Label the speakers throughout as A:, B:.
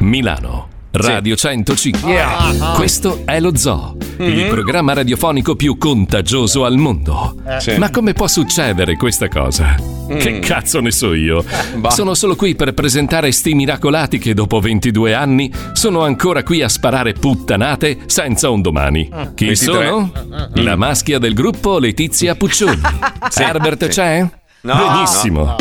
A: Milano, Radio 105.
B: Ah,
C: Yeah.
A: Questo è lo Zoo, il
B: Mm-hmm.
A: programma radiofonico più contagioso al mondo.
B: Eh. Sì.
A: Ma come può succedere questa cosa? Che
B: Mm.
A: cazzo ne so io?
B: bah.
A: Sono solo qui per presentare sti miracolati che dopo 22 anni sono ancora qui a sparare puttanate senza un domani. Chi
B: 23?
A: sono?
B: Ah,
A: La maschia del gruppo Letizia Puccioni. Herbert c'è?
B: No,
A: Benissimo.
B: no.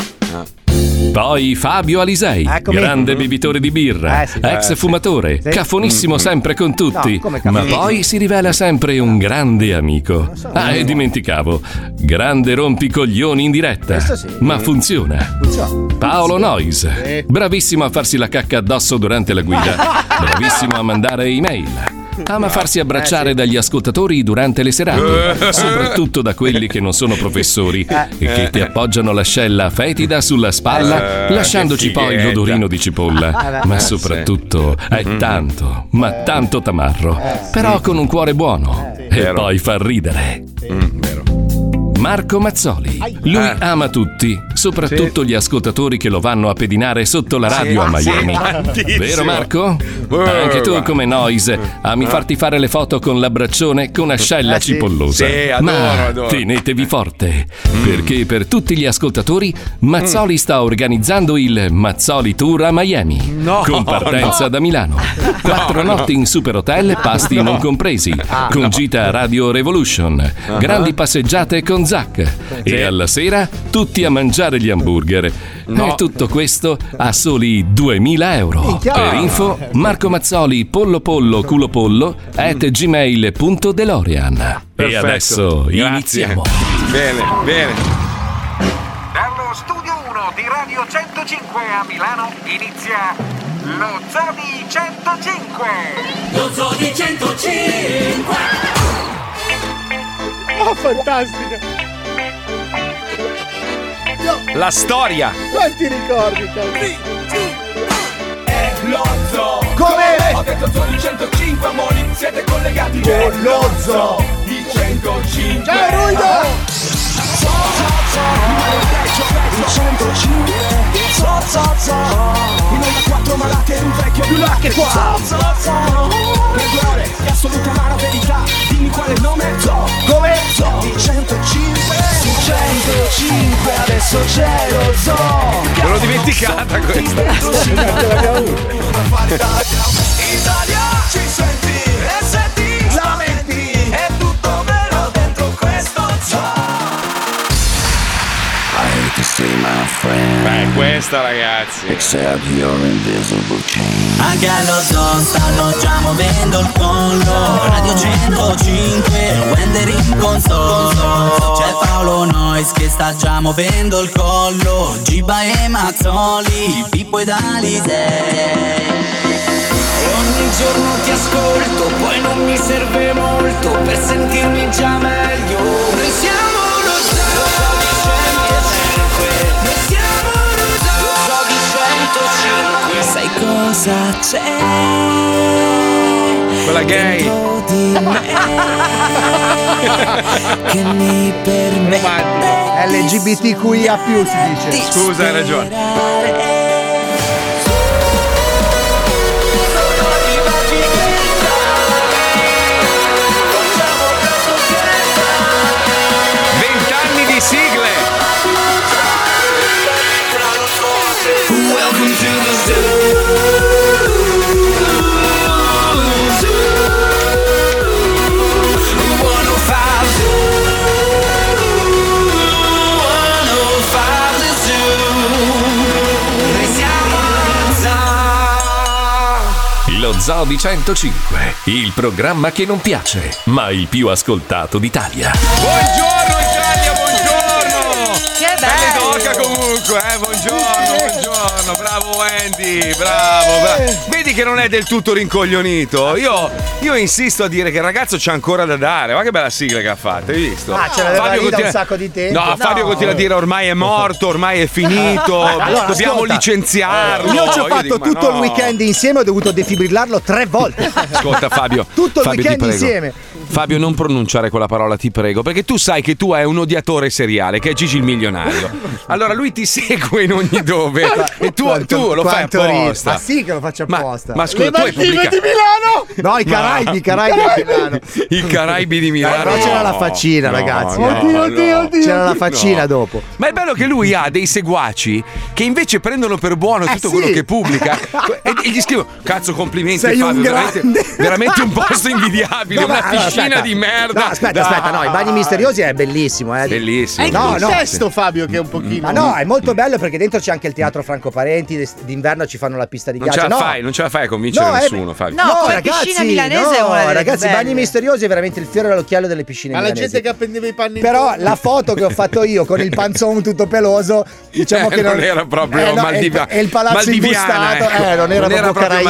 A: Poi Fabio Alisei,
C: Eccomi.
A: grande bevitore di birra,
C: Eh sì.
A: ex
B: Eh sì.
A: fumatore,
C: Sì. Mm,
A: cafonissimo sempre con tutti,
C: No, come
A: ma
C: cafonissimo?
A: poi si rivela sempre un grande amico.
C: so.
A: Ah, e dimenticavo, grande rompicoglioni in diretta,
C: Questo sì.
A: ma funziona.
C: Puccioni.
A: Paolo Nois, bravissimo a farsi la cacca addosso durante la guida, bravissimo a mandare email. Ama
C: Eh,
A: farsi abbracciare dagli ascoltatori durante le serate, soprattutto da quelli che non sono professori
C: Eh.
A: e che ti appoggiano l'ascella fetida sulla spalla,
B: Eh,
A: lasciandoci
B: che
A: poi
B: fighetta.
A: l'odorino di cipolla. Ma
B: sì.
A: soprattutto
B: Mm.
A: è tanto, ma tanto tamarro, però con un cuore buono e
B: Vero.
A: poi fa ridere.
B: Mm, vero.
A: Marco Mazzoli. Lui
B: Ah.
A: ama tutti, soprattutto gli ascoltatori che lo vanno a pedinare sotto la radio a Miami. Vero Marco?
B: Eh,
A: Anche tu
B: va.
A: come Noise ami
B: Ah.
A: farti fare le foto con l'abbraccione con ascella
C: Eh, sì.
A: cipollosa.
B: Sì, adoro,
A: Ma
B: adoro.
A: tenetevi forte,
B: Mm.
A: perché per tutti gli ascoltatori Mazzoli sta organizzando il Mazzoli Tour a Miami.
B: No,
A: con partenza da Milano. Quattro notti in super hotel, pasti non compresi.
B: Ah,
A: con gita a Radio Revolution. Grandi passeggiate con Zack. E alla sera tutti a mangiare gli hamburger. E tutto questo a soli 2000 euro.
C: Minchia.
A: Per info, Marco Mazzoli, pollo pollo culo pollo, at gmail.delorean. E
B: Perfetto.
A: adesso
B: Grazie.
A: iniziamo.
B: Bene, bene.
D: Dallo studio 1 di Radio 105 a Milano inizia lo Zodi 105.
E: Lo zoo di 105
C: Oh, fantastica!
B: La storia.
C: Quanti ricordi, cazzo!
E: Lo zoo Ho
C: Come?
E: detto zoo di 105 amori Siete collegati con lo zoo di 105
C: Ciao, Ruido!
F: Come Zoo di 105 Su 105 adesso c'è lo zoo
B: Me l'ho dimenticata questa.
F: Italia ci senti e se ti lamenti È tutto vero dentro questo zoo
G: I hate to see my friend
B: Beh, questa ragazzi.
G: except your invisible chain.
E: Anche allo zoo stanno già muovendo il collo Radio 105 Wender in console C'è Paolo Nois che sta già muovendo il collo Giba e Mazzoli Pippo ed Alisei
F: Ogni giorno ti ascolto Poi non mi serve molto Per sentirmi già meglio Noi siamo lo zoo Lo zoo di 105 Noi siamo lo zoo Lo zoo di 105
E: Sai cosa c'è?
B: Quella gay.
E: Dentro di me che mi permette
C: LGBTQIA+, si
E: di
C: dice.
B: Scusa, hai ragione.
E: sperare.
B: Vent'anni di sigle.
A: Lo Zoo di 105, il programma che non piace, ma il più ascoltato d'Italia.
B: Buongiorno Italia, buongiorno. Che bello. Torca comunque, eh. Buongiorno, buongiorno. Bravo Andy, bravo, bravo. Vedi che non è del tutto rincoglionito. Io, io insisto a dire che il ragazzo c'è ancora da dare. Ma che bella sigla che ha fatto, hai visto?
C: Ah, ce l'aveva lì da un sacco di tempo.
B: No, Fabio continua a dire ormai è morto, ormai è finito,
C: Allora,
B: dobbiamo
C: ascolta.
B: licenziarlo.
C: Io ci ho
B: Io
C: fatto
B: dico, ma
C: tutto il
B: no.
C: weekend insieme, ho dovuto defibrillarlo tre volte.
B: Ascolta Fabio,
C: Tutto il
B: Fabio, ti
C: weekend
B: prego.
C: insieme.
B: Fabio, non pronunciare quella parola, ti prego, perché tu sai che tu hai un odiatore seriale, che è Gigi il milionario. Allora lui ti segue in ogni di dove? E tu,
C: Quanto-
B: tu lo fai
C: quanto ride.
B: apposta.
C: Ma sì che lo faccio
B: Ma-
C: apposta.
B: ma scusa, Le tu hai mattine pubblicato- di
C: Milano? No, i Caraibi, i Caraibi di Milano.
B: I Caraibi di Milano.
C: Però c'era la faccina,
B: No,
C: ragazzi.
B: no, no.
C: C'era la faccina
B: No.
C: dopo.
B: Ma è bello che lui ha dei seguaci che invece prendono per buono tutto
C: Eh, sì.
B: quello che pubblica e, e gli scrivo: Cazzo, complimenti,
C: Sei
B: Fabio.
C: un
B: veramente,
C: grande."
B: veramente un posto invidiabile,
C: No, ma-
B: una
C: allora,
B: piscina
C: aspetta.
B: di merda.
C: No, aspetta,
B: Dai.
C: aspetta, no, i bagni misteriosi è bellissimo, eh.
B: Bellissimo.
H: È il
C: No, no.
H: contesto, Fabio, che è un pochino.
C: Ma no, è molto bello perché dentro c'è anche il teatro Franco Parenti, d'est- d'inverno ci fanno la pista di
B: Non ce
C: ghiaccio.
B: la
C: No,
B: fai, non ce la fai a convincere
C: No, è-
B: nessuno, Fabio.
H: No, come piscina milanese è una delle più
C: ragazzi,
H: belle.
C: bagni misteriosi è veramente il fiore all'occhiello delle piscine
H: Ma la
C: milanesi.
H: gente che appendeva i panni.
C: Però
H: intorno-
C: la foto che ho fatto io con il panzone tutto peloso, diciamo
B: Eh,
C: che
B: non era proprio
C: eh, no,
B: maldiva-
C: È il, è il palazzo
B: maldiviana,
C: imbustato,
B: ecco.
C: eh, non era proprio caraibica,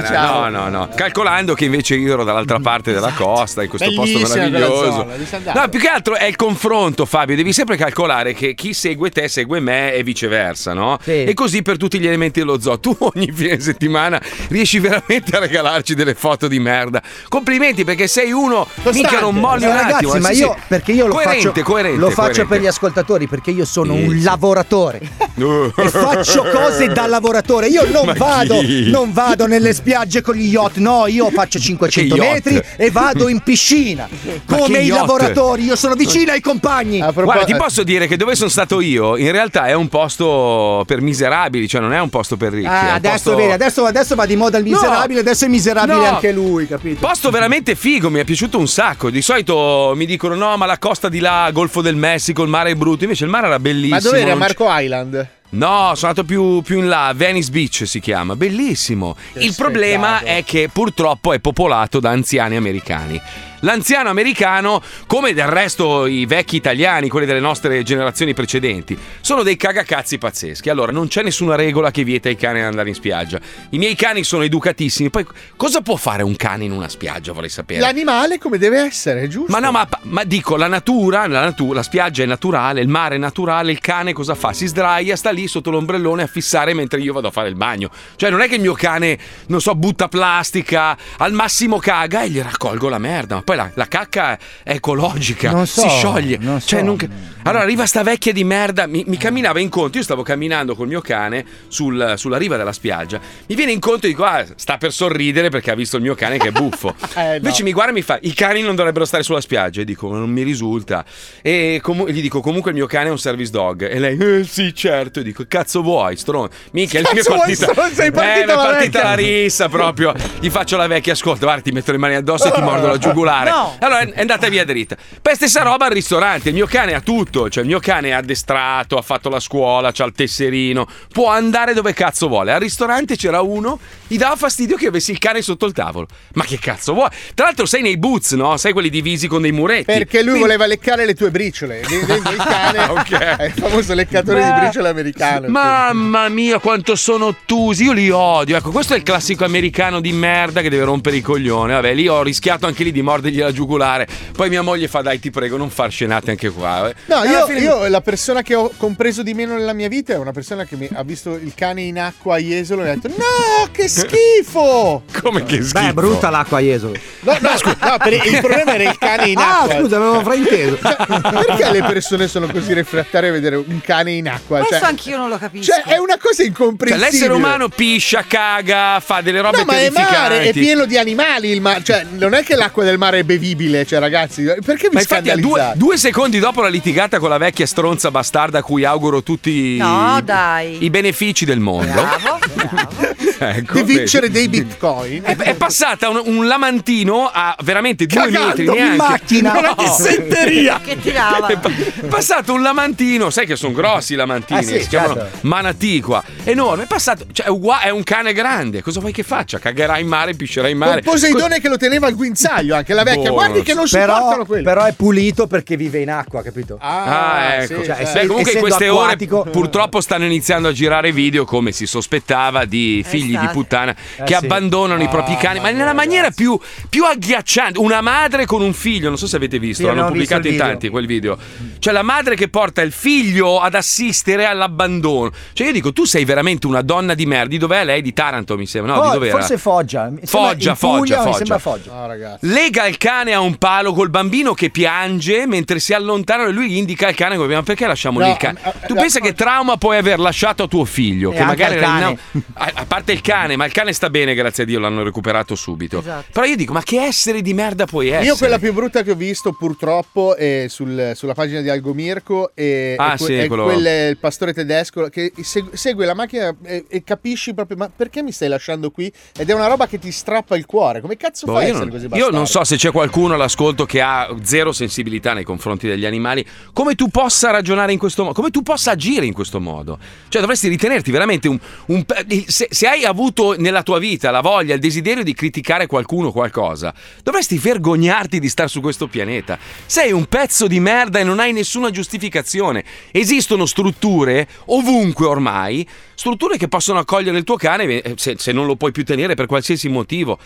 C: diciamo. Mm. Esatto.
B: No, no, no. Calcolando che invece io ero dall'altra parte della costa, in questo posto
H: Bellissima quella
B: meraviglioso.
H: zona, bisogna andare.
B: No, più che altro è il confronto, Fabio. Devi sempre calcolare che chi segue te segue me e viceversa, no?
C: Sì.
B: E così per tutti gli elementi dello zoo. Tu ogni fine settimana riesci veramente a regalarci delle foto di merda. Complimenti perché sei uno
H: Costante.
B: mica non molli
C: Ma
B: un
C: Eh, ragazzi,
B: attimo. eh,
C: ma
B: sì, sì.
C: io perché io lo
B: coerente,
C: faccio,
B: coerente,
C: lo faccio per
B: coerente.
C: gli ascoltatori, perché io sono
B: Sì,
C: un
B: sì.
C: lavoratore e faccio cose da lavoratore. Io non
B: Ma
C: vado,
B: chi?
C: non vado nelle spiagge con gli yacht, no, io faccio 500
B: Che yacht?
C: metri e vado in piscina
B: Ma
C: come
B: che
C: i
B: yacht?
C: lavoratori. Io sono vicino ai compagni.
H: A propos-
B: Guarda, ti posso dire che dove sono stato io, in realtà è un posto per miserabili, cioè non è un posto per ricchi. è
C: Ah,
B: un
C: adesso,
B: posto...
C: vedi, adesso, adesso va di moda il
B: No!
C: miserabile, adesso è miserabile
B: No!
C: anche lui, capito?
B: Posto veramente figo, mi è piaciuto un sacco. Di solito mi dicono: no, ma la costa di là, Golfo del Messico, il mare è brutto. Invece il mare era bellissimo.
H: Ma dov'era
B: non c-
H: Marco Island?
B: No, sono andato più, più in là, Venice Beach si chiama, bellissimo. il problema è che purtroppo è popolato da anziani americani. L'anziano americano, come del resto i vecchi italiani, quelli delle nostre generazioni precedenti, sono dei cagacazzi pazzeschi. Allora, non c'è nessuna regola che vieta ai cani di andare in spiaggia. I miei cani sono educatissimi. Poi, cosa può fare un cane in una spiaggia, vorrei sapere?
H: L'animale come deve essere, giusto?
B: Ma no, ma, ma dico, la natura, la, natu- la spiaggia è naturale, il mare è naturale, il cane cosa fa? Si sdraia, sta lì sotto l'ombrellone a fissare mentre io vado a fare il bagno. Cioè, non è che il mio cane, non so, butta plastica, al massimo caga e gli raccolgo la merda. Ma poi la, la cacca è ecologica,
C: Non so,
B: si scioglie.
C: non
B: Cioè,
C: so.
B: non ca- Allora arriva sta vecchia di merda, mi, mi camminava incontro, io stavo camminando col mio cane sul- sulla riva della spiaggia, mi viene incontro e dico, ah, sta per sorridere perché ha visto il mio cane che è buffo.
H: Eh, no.
B: Invece mi guarda e mi fa: I cani non dovrebbero stare sulla spiaggia. E dico: Non mi risulta. E comu- gli dico: Comunque il mio cane è un service dog. E lei: eh, Sì, certo. E dico: Cazzo vuoi, stronzo? Minchia, lì mi è
H: Cazzo vuoi,
B: partita.
H: stronzo? Sei partita
B: eh, mi è
H: la
B: partita
H: vecchia.
B: la rissa proprio. Gli faccio la vecchia: Ascolta, guarda, ti metto le mani addosso e ti mordo la giugulare.
H: No.
B: Allora è andata via dritta. Poi stessa roba al ristorante. Il mio cane ha tutto. Cioè, il mio cane è addestrato, ha fatto la scuola, ha il tesserino. Può andare dove cazzo vuole. Al ristorante c'era uno, gli dava fastidio che avessi il cane sotto il tavolo. Ma che cazzo vuoi? Tra l'altro, sei nei boots, no? Sai quelli divisi con dei muretti.
H: Perché lui
B: Quindi-
H: voleva leccare le tue briciole. Lì dentro il cane
B: Ah, ok.
H: è il famoso leccatore di
B: Ma-
H: briciole americano.
B: Mamma mia, quanto sono ottusi! Io li odio. Ecco, questo è il classico americano di merda che deve rompere i coglioni. Vabbè, lì ho rischiato anche lì di mordergli la giugulare. Poi mia moglie fa: Dai, ti prego, non far scenate anche qua. eh."
H: No,
B: E alla
H: io,
B: fine-
H: io la persona che ho compreso di meno nella mia vita è una persona che mi- ha visto il cane in acqua a Jesolo e ha detto: No, che schifo!
B: Come che schifo.
C: Beh, è brutta l'acqua, Jesolo.
H: No, no, scusa, no, per- il problema era il cane in
C: Ah,
H: acqua. Cioè,
C: scusa, avevo frainteso.
H: Perché le persone sono così refrattarie a vedere un cane in acqua?
F: Questo
H: Cioè,
F: anch'io non lo capisco.
H: cioè, è una cosa
B: Cioè,
H: incomprensibile.
B: l'essere umano piscia, caga, fa delle robe
H: No, ma è mare, è
B: terrificanti.
H: pieno di animali il mare. Cioè, non è che l'acqua del mare è bevibile, cioè, ragazzi, perché vi
B: Ma infatti, a due,
H: scandalizzate?
B: due secondi dopo la litigata con la vecchia stronza bastarda a cui auguro tutti
F: No,
B: i,
F: dai.
B: i benefici del mondo,
F: Bravo, bravo.
B: ecco,
H: Di
B: vedi.
H: vincere dei bitcoin.
B: È, è passata un, un lamantino a veramente due
C: Cagando
B: metri
C: in
B: neanche.
C: macchina.
B: No.
C: Che
F: che tirava.
B: È pa- passato un lamantino, sai che sono grossi i lamantini,
C: Ah, sì,
B: si chiamano
C: certo.
B: manatì qua, enorme, è passato, cioè è, ugua- è un cane grande, cosa vuoi che faccia? Cagherà in mare, piscerà in mare.
H: Con Poseidone che lo teneva al guinzaglio, anche la vecchia.
B: Boh,
H: Guardi
B: non
H: che
B: so.
H: non
C: Però,
H: sopportano quello.
C: però è pulito perché vive in acqua, capito?
B: Ah, ecco.
H: sì,
C: Cioè,
H: certo.
B: Beh, comunque in
C: essendo
B: queste
C: acquatico-
B: ore purtroppo stanno iniziando a girare video come si sospettava di figli figli di
A: bastardi.
B: puttana
A: Eh,
B: che
A: sì.
B: abbandonano i
A: Ah,
B: propri cani, ma nella maniera più, più agghiacciante. Una madre con un figlio, non so se avete visto,
A: Sì,
B: l'hanno
A: abbiamo visto
B: pubblicato in
A: il video.
B: tanti quel video. Cioè la madre che porta il figlio ad assistere all'abbandono. Cioè io dico, tu sei veramente una donna di merda. Di dov'è lei? Di Taranto mi sembra, no?
I: Fo-
A: Oh,
B: di dov'era?
I: Forse Foggia. Mi sembra
B: Foggia,
I: in Puglia,
B: Foggia,
I: mi
B: Foggia.
I: sembra Foggia.
B: Lega il cane a un palo col bambino che piange mentre si allontanano e lui gli indica il cane come "Ma perché lasciamo lì
A: No,
B: il cane.
A: eh,
B: Tu
A: la-
B: pensa che trauma puoi aver lasciato a tuo figlio?
A: E
B: Che
A: anche
B: magari
A: al
B: era in
A: cane.
B: au- a, a parte il cane, ma il cane sta bene, grazie a Dio, l'hanno recuperato subito. Però io dico, ma che essere di merda puoi essere?
H: Io quella più brutta che ho visto purtroppo è sul- sulla pagina di Algomirco e
B: Ah,
H: è,
B: sì,
H: è
B: quello-
H: quel- il pastore tedesco che seg- segue la macchina e, e capisci proprio ma perché mi stai lasciando qui? Ed è una roba che ti strappa il cuore. Come cazzo
B: Boh,
H: fai a
B: io,
H: essere
B: non,
H: così
B: io
H: bastardo?
B: non so se c'è qualcuno all'ascolto che ha zero sensibilità nei confronti degli animali, come tu possa ragionare in questo modo, come tu possa agire in questo modo. Cioè dovresti ritenerti veramente un... un pe- se, se hai avuto nella tua vita la voglia, il desiderio di criticare qualcuno o qualcosa, dovresti vergognarti di star su questo pianeta. Sei un pezzo di merda e non hai nessuna giustificazione. Esistono strutture, ovunque ormai, strutture che possono accogliere il tuo cane eh, se- se non lo puoi più tenere per qualsiasi motivo.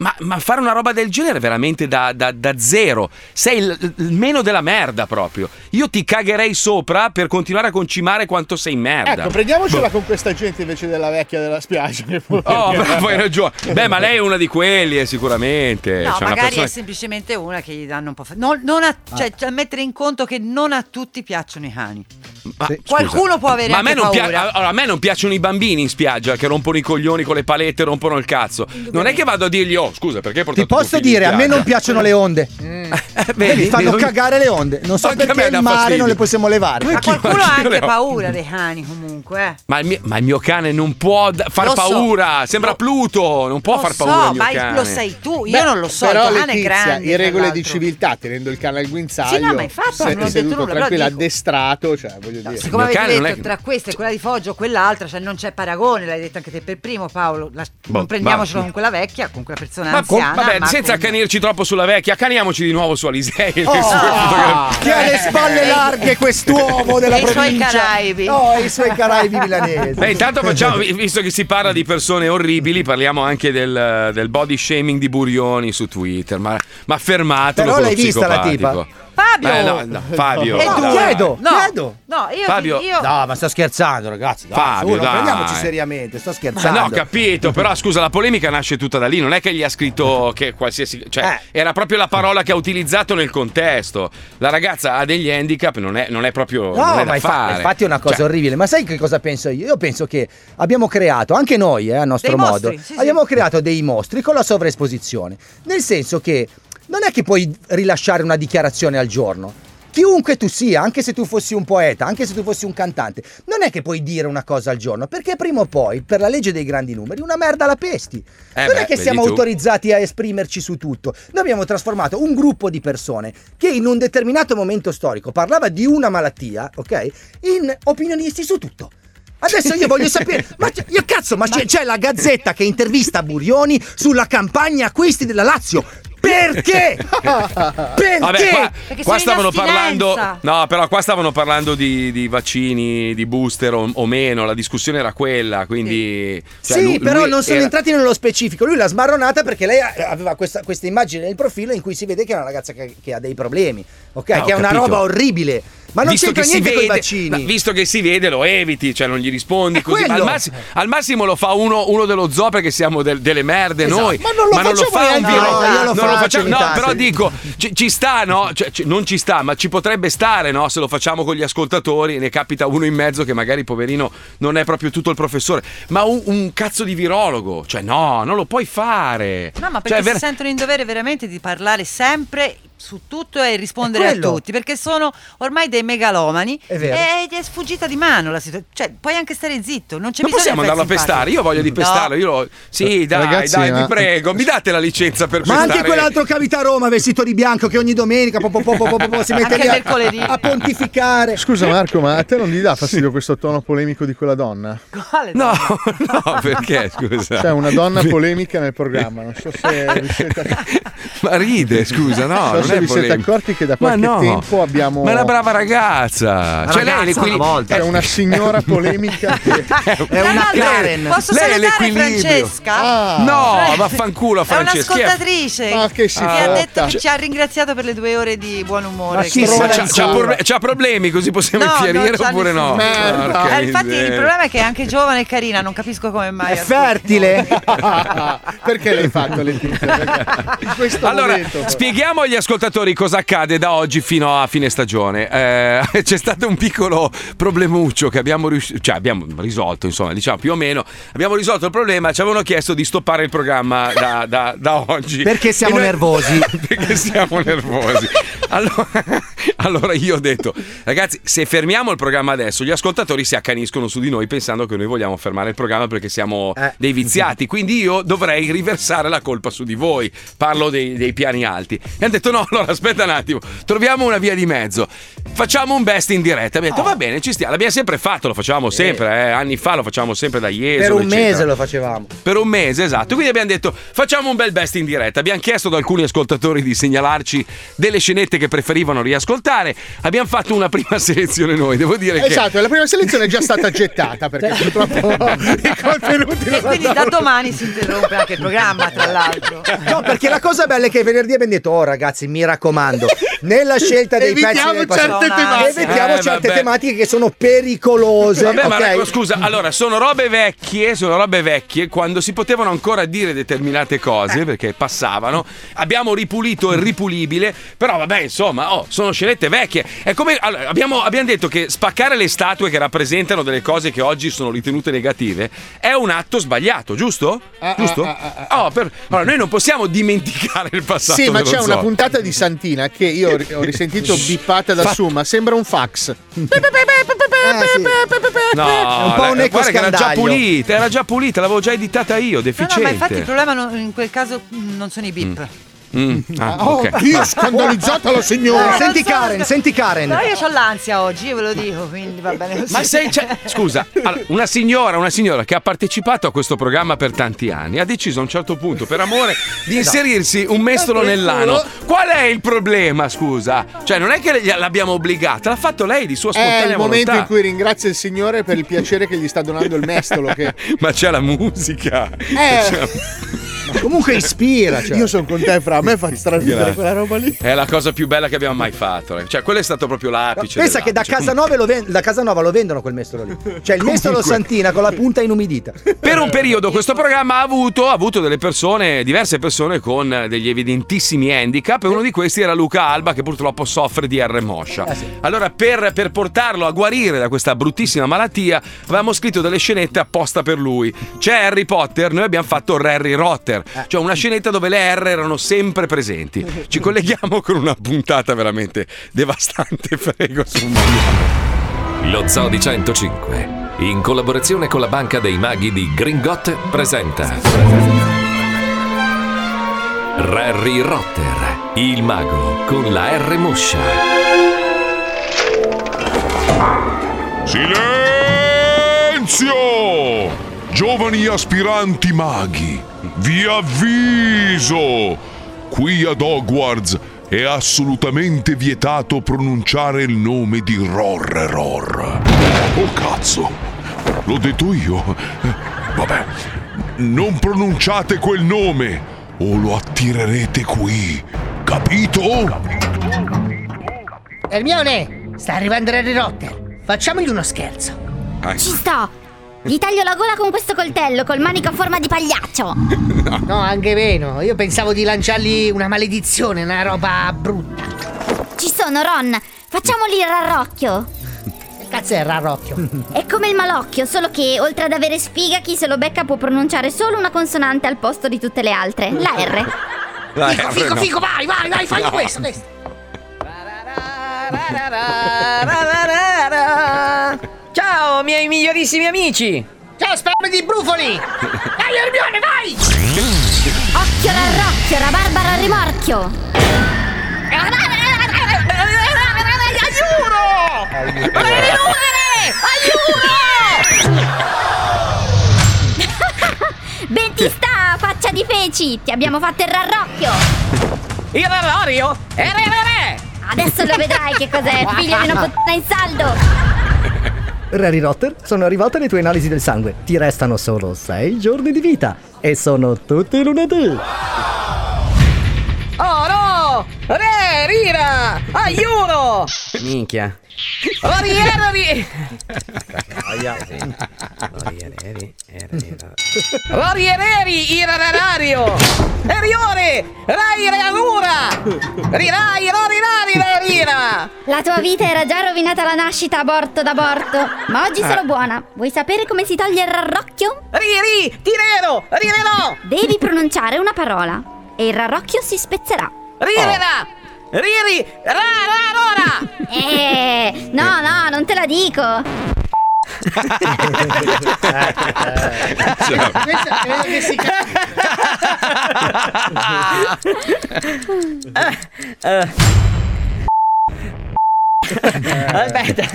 B: Ma, ma fare una roba del genere veramente da, da- da zero. Sei il, il meno della merda proprio. Io ti cagherei sopra per continuare a concimare quanto sei merda. Boh.
H: Ecco, prendiamocela con questa gente invece della vecchia della spiaggia. che poi-
B: Oh, bravo, hai ragione. Beh, ma lei è una di quelli, eh, sicuramente.
J: No,
B: Cioè, una
J: magari
B: persona-
J: è semplicemente una che gli danno un po'. fa- non, non a, cioè,
H: Ah.
J: cioè, mettere in conto che non a tutti piaccionno i cani.
B: Ma-
J: Qualcuno può avere
B: ma a me,
J: anche
B: non pia-
J: paura.
B: allora, a me non piacciono i bambini in spiaggia che rompono i coglioni con le palette, rompono il cazzo. Non è che vado a dirgli, oh, scusa, perché hai portato
C: Ti posso
B: tuo figlio in
C: dire, a me non
B: spiaggia?"
C: piacciono le onde.
B: vedi,
C: Mi fanno
B: vedi?
C: cagare le onde. Non so
B: Anche a me
C: perché
B: dà
C: il mare
B: fastidio.
C: non le possiamo levare.
J: Ma qualcuno ha
B: anch'io le
J: anche
B: ho.
J: paura dei cani, comunque. eh.
B: Ma il, mio, ma il mio cane non può da- far
J: Lo so.
B: paura. Sembra Pluto, non può
J: Lo
B: far
J: so,
B: paura. il mio
J: ma
B: cane.
J: lo sai tu, io
H: Beh,
J: non lo so.
H: Però
J: il cane è
H: Letizia,
J: grande.
H: in
J: tra
H: regole di
J: l'altro.
H: civiltà, tenendo il cane al guinzaglio,
J: Sì, no, ma infatti,
H: se-
J: non ho detto
H: seduto
J: nulla, però
H: tranquillo,
J: dico.
H: addestrato, cioè, voglio dire.
J: Siccome avete detto tra queste, quella di Foggio, quell'altra, cioè non c'è paragone, l'hai detto anche te per primo, Paolo. La-
B: Boh,
J: non prendiamocelo
B: va.
J: con quella vecchia, con quella persona
B: Ma con-
J: anziana.
B: vabbè,
J: ma
B: senza
J: con-
B: accanirci troppo sulla vecchia, accaniamoci di nuovo su Alisei. e le sue
C: Oh,
B: fotografie.
C: Chi ha le spalle larghe quest'uomo della
J: E i suoi
C: provincia?
J: Caraibi.
C: No, i suoi Caraibi milanesi.
B: Beh, intanto facciamo, vi- visto che si parla di persone orribili, parliamo anche del, del body shaming di Burioni su Twitter. Ma, ma fermatelo
C: Però
B: quello
C: l'hai vista la tipa?
B: psicopatico.
J: Fabio!
B: Eh, no, no, Fabio.
C: E tu?
B: dai.
C: Chiedo,
J: No,
C: chiedo.
J: no, io,
B: Fabio-
J: io
C: No, ma sto scherzando, ragazzi. Dai, su,
B: Fabio,
C: non
B: dai. Eh,
C: prendiamoci seriamente, sto scherzando.
B: No, ho capito, però scusa, la polemica nasce tutta da lì, non è che gli ha scritto che qualsiasi... Cioè,
C: Eh.
B: era proprio la parola che ha utilizzato nel contesto. La ragazza ha degli handicap, non è, non è proprio...
C: No,
B: non è da
C: ma infa-
B: fare.
C: infatti è una cosa
B: Cioè,
C: orribile. Ma sai che cosa penso io? Io penso che abbiamo creato, anche noi, eh, a nostro
J: Dei
C: modo,
J: mostri, sì, sì.
C: abbiamo creato dei mostri con la sovraesposizione. Nel senso che non è che puoi rilasciare una dichiarazione al giorno. Chiunque tu sia, anche se tu fossi un poeta, anche se tu fossi un cantante, non è che puoi dire una cosa al giorno, perché prima o poi, per la legge dei grandi numeri, una merda la pesti.
I: Eh
C: non
I: beh,
C: è che
I: vedi
C: siamo
I: tu.
C: autorizzati a esprimerci su tutto. Noi abbiamo trasformato un gruppo di persone che in un determinato momento storico parlava di una malattia, ok? In opinionisti su tutto. Adesso io voglio sapere, ma c'è- io cazzo, ma c'è, c'è la gazzetta che intervista Burioni sulla campagna acquisti della Lazio. Perché? Perché?
B: Vabbè, qua,
J: Perché
B: qua
J: sono
B: stavano
J: in
B: parlando.
J: astinenza.
B: No, però qua stavano parlando di, di vaccini, di booster o, o meno. La discussione era quella. Quindi. cioè,
C: sì,
B: lui-
C: però
B: lui
C: non sono
B: era-
C: entrati nello specifico. Lui l'ha smarronata perché lei ha- aveva questa, questa immagine nel profilo in cui si vede che è una ragazza che, che ha dei problemi, ok?
B: Ah, ho
C: che è una
B: capito.
C: roba orribile. Ma non
B: Visto
C: c'entra
B: che si
C: niente con i
B: vede-
C: vaccini.
B: no, visto che si vede, lo eviti, cioè non gli rispondi così. Ma Al,
C: quello.
B: massi- al massimo lo fa uno, uno dello zoo perché siamo del- delle merde
C: Esatto.
B: noi.
C: Ma non lo facciamo
B: fa un
C: neanche
B: viro-
C: noi, io lo
B: non
C: faccio ogni
B: No,
C: tanto.
B: però dico, ci, ci sta, no? Cioè, ci- non ci sta, ma ci potrebbe stare, no? Se lo facciamo con gli ascoltatori e ne capita uno in mezzo che magari, poverino, non è proprio tutto il professore. Ma un, un cazzo di virologo, cioè no, non lo puoi fare.
J: No, ma perché
B: Cioè, ver-
J: si sentono in dovere veramente di parlare sempre su tutto e rispondere
B: È
J: a
B: quello.
J: tutti, perché sono ormai dei megalomani
B: È vero.
J: ed è sfuggita di mano la situazione. Cioè, puoi anche stare zitto, non c'è
B: Ma
J: bisogno
B: possiamo
J: di
B: andarlo a
J: fare
B: pestare? Io
J: simpatico.
B: voglio di pestarlo. Io lo- Sì, dai,
H: Ragazzi,
B: dai, vi
H: ma-
B: prego, mi date la licenza per
C: Ma
B: pestare.
C: anche quell'altro capita a Roma vestito di bianco che ogni domenica po, po, po, po, po, po, boh, si mette
J: Anche
C: lì
J: mercoledì.
C: a, a pontificare.
H: Scusa Marco, ma a te non gli dà fastidio questo tono polemico di quella donna? Cioè,
B: No, no, perché scusa?
H: C'è una donna polemica nel programma, non so se riuscite a
B: Ma ride, scusa, no.
H: Non so
B: non
H: se
B: è
H: vi siete
B: polemica.
H: accorti che da
B: Ma
H: qualche
B: no.
H: tempo abbiamo.
B: Ma è una brava ragazza.
H: Una
B: Cioè, lei
H: ragazza
B: è l'equil-
H: una volta. È una signora polemica che-
B: È
J: Tra l'altro, Posso
B: Lei è
J: salutare
B: l'equilibrio. Ah.
J: Francesca?
B: No,
J: Eh,
B: vaffanculo,
J: È
B: Francesca. Chi è?
J: un'ascoltatrice che,
B: si
J: ha
B: fotta.
J: detto che
B: Cioè-
J: ci ha ringraziato per le due ore di buon umore.
B: Ma
J: Che-
B: c'ha, c'ha proble- c'ha problemi così possiamo
J: No,
B: infierire
J: non c'ha
B: oppure no?
J: nessuno.
B: Porca
J: Eh, infatti il
B: miseria.
J: problema è che è anche giovane e carina, non capisco come mai.
C: fertile.
H: Perché l'hai fatto le In questo
B: Allora,
H: momento.
K: Certo.
B: spieghiamo agli ascoltatori cosa accade da oggi fino a fine stagione. Eh, c'è stato un piccolo problemuccio che abbiamo, riusci- cioè, abbiamo risolto, insomma, diciamo più o meno. Abbiamo risolto il problema, ci avevano chiesto di stoppare il programma da, da- da oggi.
K: Perché siamo
B: E noi-
K: nervosi.
B: Perché siamo nervosi. Allora, allora io ho detto, ragazzi, se fermiamo il programma adesso, gli ascoltatori si accaniscono su di noi pensando che noi vogliamo fermare il programma perché siamo
C: Eh.
B: dei viziati. Quindi io dovrei riversare la colpa su di voi. Parlo dei, dei piani alti. E hanno detto: no, allora aspetta un attimo, troviamo una via di mezzo. Facciamo un best in diretta.
C: Oh.
B: Abbiamo detto: va bene, ci stiamo. L'abbiamo sempre fatto, lo facciamo sempre. eh, Anni fa lo facciamo sempre da ieri.
C: per un mese lo facevamo.
B: Per un mese, esatto. Quindi abbiamo detto facciamo un bel best in diretta. Abbiamo chiesto ad alcuni ascoltatori di segnalarci delle scenette che preferivano riascoltare. Abbiamo fatto una prima selezione noi, devo dire che.
H: Esatto, la prima selezione è già stata gettata perché
B: Cioè,
H: purtroppo i contenuti
J: E quindi da domani si interrompe anche il programma,
B: Eh.
J: tra l'altro.
C: No, perché la cosa bella è che venerdì abbiamo detto: Oh, ragazzi, mi raccomando, nella scelta dei
H: Evitiamo
C: pezzi del
H: certe
C: passato,
H: tematiche.
C: evitiamo
B: Eh,
C: certe
B: vabbè.
C: tematiche che sono pericolose.
B: Vabbè, ma
C: ok?
B: raccom- scusa, allora sono robe vecchie, sono robe vecchie quando si potevano ancora dire determinate
H: Eh.
B: cose perché passavano. Abbiamo ripulito il ripulibile, però vabbè, insomma, oh, sono scenette vecchie. È come allora, abbiamo, abbiamo detto che spaccare le statue che rappresentano delle cose che oggi sono ritenute negative è un atto sbagliato, giusto?
H: Ah,
B: giusto? Oh, per- allora, noi non possiamo dimenticare il passato.
H: Sì, ma
B: dello
H: c'è una
B: zoo.
H: puntata di Santina che io ri- ho risentito bippata da
B: Fa- Ah,
H: Suma, sembra un fax.
B: No,
H: È un po' un
B: la-
H: eco
B: guarda che era già
H: scandaglio.
B: pulita, era già pulita, l'avevo già editata io,
J: No,
B: deficiente.
J: no, ma infatti il problema non- in quel caso mh, non sono i bip.
B: Mm, ah,
J: Oh,
B: ok.
H: Dio, scandalizzata la signora.
J: No, non
C: senti
J: so,
C: Karen,
J: sc-
C: senti Karen.
J: Però io ho l'ansia oggi, io ve lo dico, quindi va bene così.
B: Ma sei, cioè, scusa, allora, una signora, una signora che ha partecipato a questo programma per tanti anni ha deciso a un certo punto, per amore, di inserirsi un mestolo nell'ano. Qual è il problema, scusa? Cioè, non è che gli- l'abbiamo obbligata, l'ha fatto lei di
H: È
B: sua spontanea
H: il momento
B: volontà.
H: in cui ringrazia il Signore per il piacere che gli sta donando il mestolo. Che...
B: Ma c'è la musica.
H: Eh.
C: Comunque ispira.
H: Io sono con te, fra a me fa stravidere
B: cioè. Grazie.
H: quella roba lì.
B: È la cosa più bella che abbiamo mai fatto. eh. Cioè, quello è stato proprio l'apice.
C: Pensa che da
B: dell'apice.
C: Casanova, lo ven- da Casanova lo vendono quel mestolo lì. Cioè il mestolo
B: Comunque.
C: Santina con la punta inumidita.
B: Per
H: Eh,
B: un periodo questo programma ha avuto, ha avuto delle persone, diverse persone con eh, degli evidentissimi handicap e uno di questi era Luca Alba che purtroppo soffre di R moscia.
H: Eh,
B: Allora per, per portarlo a guarire da questa bruttissima malattia avevamo scritto delle scenette apposta per lui. C'è Harry Potter, noi abbiamo fatto Harry Rotter,
H: Eh.
B: cioè una scenetta dove le R erano sempre presenti. Ci colleghiamo con una puntata veramente devastante, prego su un
A: Lo Zoo di 105, in collaborazione con la Banca dei Maghi di Gringot, presenta Rarry Rotter, il mago con la R moscia.
G: Silenzio! Giovani aspiranti maghi, vi avviso! Qui ad Hogwarts è assolutamente vietato pronunciare il nome di Rorreror. Oh cazzo! L'ho detto io! Eh, Vabbè, non pronunciate quel nome o lo attirerete qui. Capito?
L: Ermione, Eh, sta arrivando Harry Rotter. Facciamogli uno scherzo. Ci sto! Gli taglio la gola con questo coltello, col manico a forma di pagliaccio. No, anche meno. Io pensavo di lanciargli una maledizione, una roba brutta. Ci sono, Ron. Facciamogli il rarrocchio. Che cazzo è il rarrocchio? È come il malocchio, solo che oltre ad avere sfiga, chi se lo becca può pronunciare solo una consonante al posto di tutte le altre, la R.
B: La R
L: Figo,
B: no.
L: figo, vai, vai, vai, fai
B: No.
L: questo, questo.
E: Ciao, miei migliorissimi amici!
L: Ciao, sperme di brufoli! Dai, Ermione, vai!
E: Occhio
L: rarrocchio, rabarbara al rimorchio!
E: Aiuto!
L: Ben ti sta, faccia di feci! Ti abbiamo fatto il rarrocchio!
E: Il Rorio è re re re!
L: Adesso lo vedrai che cos'è, figlio di una puttana in saldo.
M: Rary Rotter, sono arrivate le tue analisi del sangue. Ti restano solo 6 giorni di vita. E sono tutti lunedì.
E: Oro! Ah, oh, Re! Rira! Aiuro!
B: Minchia.
E: Rorie Rorie! Roriereri, irarario! Eriore! Rai realura! Rirai, rorirari, rarira!
L: La tua vita era già rovinata alla nascita, aborto d'aborto. Ma oggi
E: Eh.
L: sono buona. Vuoi sapere come si toglie il rarrocchio?
E: Riri, tirero, rirerò.
L: Devi pronunciare una parola e il rarrocchio si spezzerà. Oh.
E: Rirerà!
J: Oh.
E: Riri, ra, ra, rora!
L: Eh, no, no, non te la dico.
F: Questa è che si
C: Cioè.
E: Eh. Aspetta.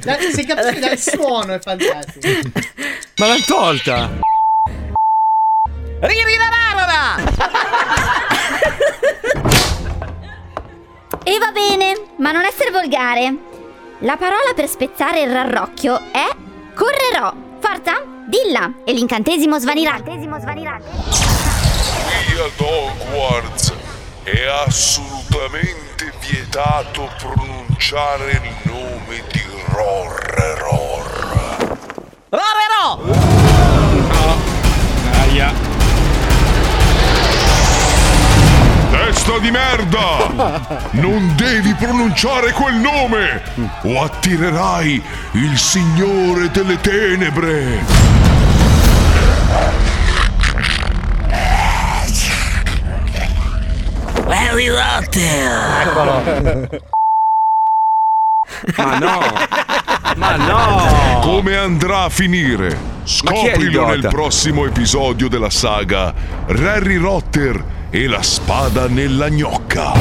H: Da- si capisce dal suono, è fantastico.
B: Ma l'hanno tolta!
E: Ririrararora!
L: E va bene, ma non essere volgare. La parola per spezzare il rarrocchio è correrò. Forza, dilla e l'incantesimo svanirà.
G: Qui ad Hogwarts è assolutamente vietato pronunciare il nome di Rorreror.
E: Rorerò!
G: Aia. Testa di merda! Non devi pronunciare quel nome! O attirerai il signore delle tenebre!
F: Harry Rotter! Eccolo!
G: Ma no! Ma
F: no!
G: Come andrà a finire?
N: Ma chi è
G: Scoprilo
N: l'idiota?
G: nel prossimo episodio della saga Harry Rotter e la spada nella gnocca.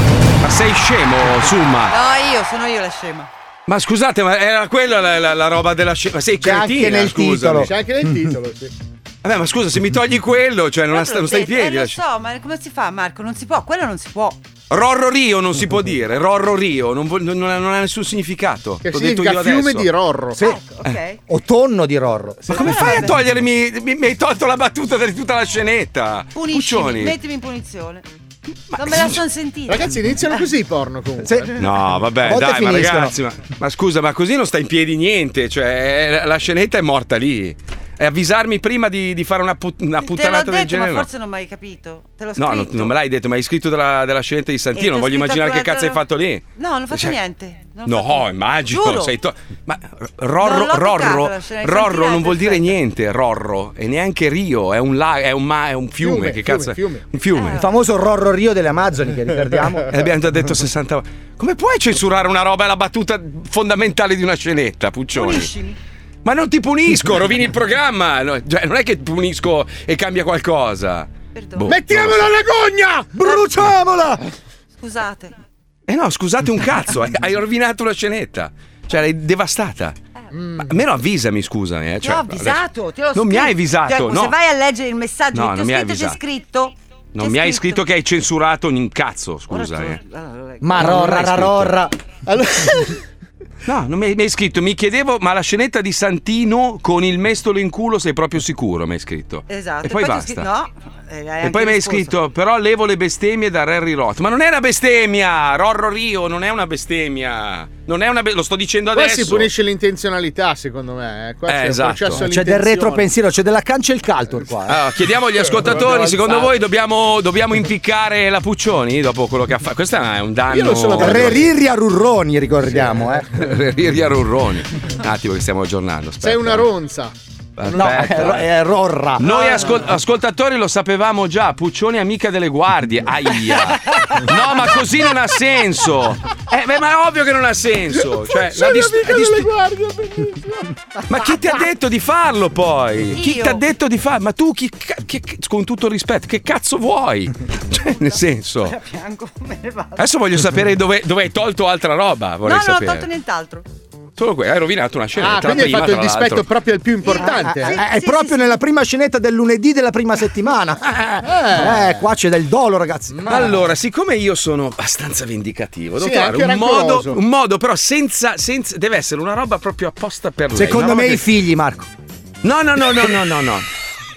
B: Ma sei scemo, Summa?
J: No, io, sono io la scema.
B: Ma scusate, ma era quella la, la- la roba della scena. Ma sei
H: C'è
B: cretina,
H: anche nel
B: scusami.
H: titolo. C'è anche nel titolo, sì.
B: Vabbè, ma scusa, se mi togli quello, cioè non, sta- non stai in piedi.
J: Eh,
B: la
J: lo
B: sc-
J: so, ma come si fa, Marco? Non si può, quello non si può.
B: Rorro Rio non si può dire, Rorro Rio, non, vuol- non- non ha, non ha nessun significato.
H: Che
B: L'ho detto
H: significa
B: io
H: fiume
B: adesso.
H: di Rorro.
J: Ah.
B: Ah,
H: Sì.
J: Ok.
C: Eh, O tonno di Rorro.
B: Ma come fai a togliermi? Mi, mi hai tolto la battuta di tutta la scenetta.
J: Puniscimi,
B: Puccioni.
J: mettimi in punizione. non me la sono sentita.
H: Ragazzi, iniziano così i porno comunque.
B: No,
H: A
B: vabbè,
H: volte
B: dai, ma
H: finiscono.
B: ragazzi, ma, ma scusa, ma così non sta in piedi niente. Cioè, la- la scenetta è morta lì. E avvisarmi prima di, di fare una, put- una
J: Te l'ho
B: puttanata del
J: detto, ma
B: genere. no.
J: forse non mi hai capito. Te l'ho
B: No, non,
J: scritto.
B: non me l'hai detto, ma hai scritto della, della scenetta di
J: E ti
B: Santino.
J: ho
B: Non voglio
J: scritto
B: immaginare che
J: tra
B: cazzo hai fatto
J: l'altro-
B: lì.
J: No, non ho fatto
B: Cioè,
J: niente. Non ho fatto
B: No,
J: niente.
B: immagino,
J: Giuro.
B: sei to- Ma
J: Non
B: Rorro,
J: l'ho
B: Rorro,
J: toccato, cioè, ce l'hai
B: Rorro non
J: sentita,
B: vuol dire niente, Rorro, e neanche Rio, è un, la- è un, ma- è un fiume,
C: Fiume,
B: che
C: fiume,
B: cazzo è?
C: fiume.
B: Un fiume.
C: Il famoso Rorro Rio delle Amazzoni che ricordiamo.
B: E abbiamo già detto 60 volte. Come puoi censurare una roba? È la battuta fondamentale di una scenetta, Puccioni. Ma non ti punisco, rovini il programma. No, cioè, non è che punisco e cambia qualcosa. Boh,
F: Mettiamola
B: no.
F: alla gogna! Bruciamola!
J: Scusate.
B: Eh no, scusate un cazzo, eh, hai rovinato la scenetta. Cioè, l'hai devastata. Ma almeno avvisami, scusami. eh,
J: Ti
B: cioè,
J: ho
B: adesso-
J: avvisato, te Eh. l'ho
B: Non mi
J: scritto.
B: hai avvisato,
J: Cioè,
B: no.
J: Se vai a leggere il messaggio
B: No,
J: che ti
B: non
J: ho
B: mi hai
J: scritto, c'è
B: avvisato.
J: scritto.
B: Non mi hai scritto che hai censurato un cazzo, scusa. eh.
C: Ma
B: No, non l'hai
C: rorra,
B: scritto.
C: rorra.
B: No, non mi hai, mi hai scritto, mi chiedevo, ma la scenetta di Santino con il mestolo in culo sei proprio sicuro, mi hai scritto.
J: Esatto.
B: E poi,
J: ti ho
B: basta.
J: scritto- no. eh, hai
B: E poi
J: anche
B: mi hai
J: risposto.
B: scritto, però levo le bestemmie da Harry Roth. Ma non è una bestemmia, Rorro Rio, non è una bestemmia. Non è una be- lo sto dicendo
H: Qua
B: adesso.
H: si punisce l'intenzionalità, secondo me. eh. Qua
B: Eh,
H: c'è un
B: esatto.
H: processo
C: C'è del
H: all'intenzione.
C: retropensiero, c'è della cancia e il caltor qua. eh.
B: Allora, chiediamo agli ascoltatori,
C: Dobbiamo
B: secondo
C: alzare.
B: voi dobbiamo, dobbiamo impiccare la Puccioni dopo quello che ha fatto? Questo è un danno.
C: Io non sono Reriria eh. Rurroni, ricordiamo, eh.
B: Riria Rurroni. Un attimo Ah, che stiamo aggiornando. aspetta.
H: Sei una eh, ronza. Ah.
C: No, è,
B: Aspetta.
C: è Rorra.
B: Noi ascol- ascoltatori lo sapevamo già, Puccioni è amica delle guardie. Aia. No, ma così non ha senso. Eh, beh, ma è ovvio che non ha senso. Cioè, la
H: Sei
B: dis-
H: amica
B: è dis-
H: delle guardie, bellissimo.
B: ma chi ti ha detto di farlo poi? Chi
H: Io.
B: ti ha detto di farlo? Ma tu chi ca- che- che- con tutto il rispetto, che cazzo vuoi? Cioè, nel senso.
J: Piango, me ne vado.
B: Adesso voglio sapere dove, dove hai tolto altra roba.
J: No,
B: Vorrei
J: non ho
B: sapere.
J: tolto nient'altro.
B: Solo que- hai rovinato una scenetta.
H: Ah, quindi hai
B: prima,
H: fatto il
B: tra
H: dispetto
B: l'altro.
H: proprio al più importante.
C: Eh, è proprio nella prima scenetta del lunedì della prima settimana. Eh, qua c'è del dolo, ragazzi.
B: Allora, siccome io sono abbastanza vendicativo, devo
C: Sì,
B: trovare
C: anche
B: un modo,
C: rancoroso.
B: un modo, però senza, senza- Deve essere una roba proprio apposta per lei.
C: Secondo me i
B: figli.
C: figli, Marco.
B: No, no, no, no, no, no. no.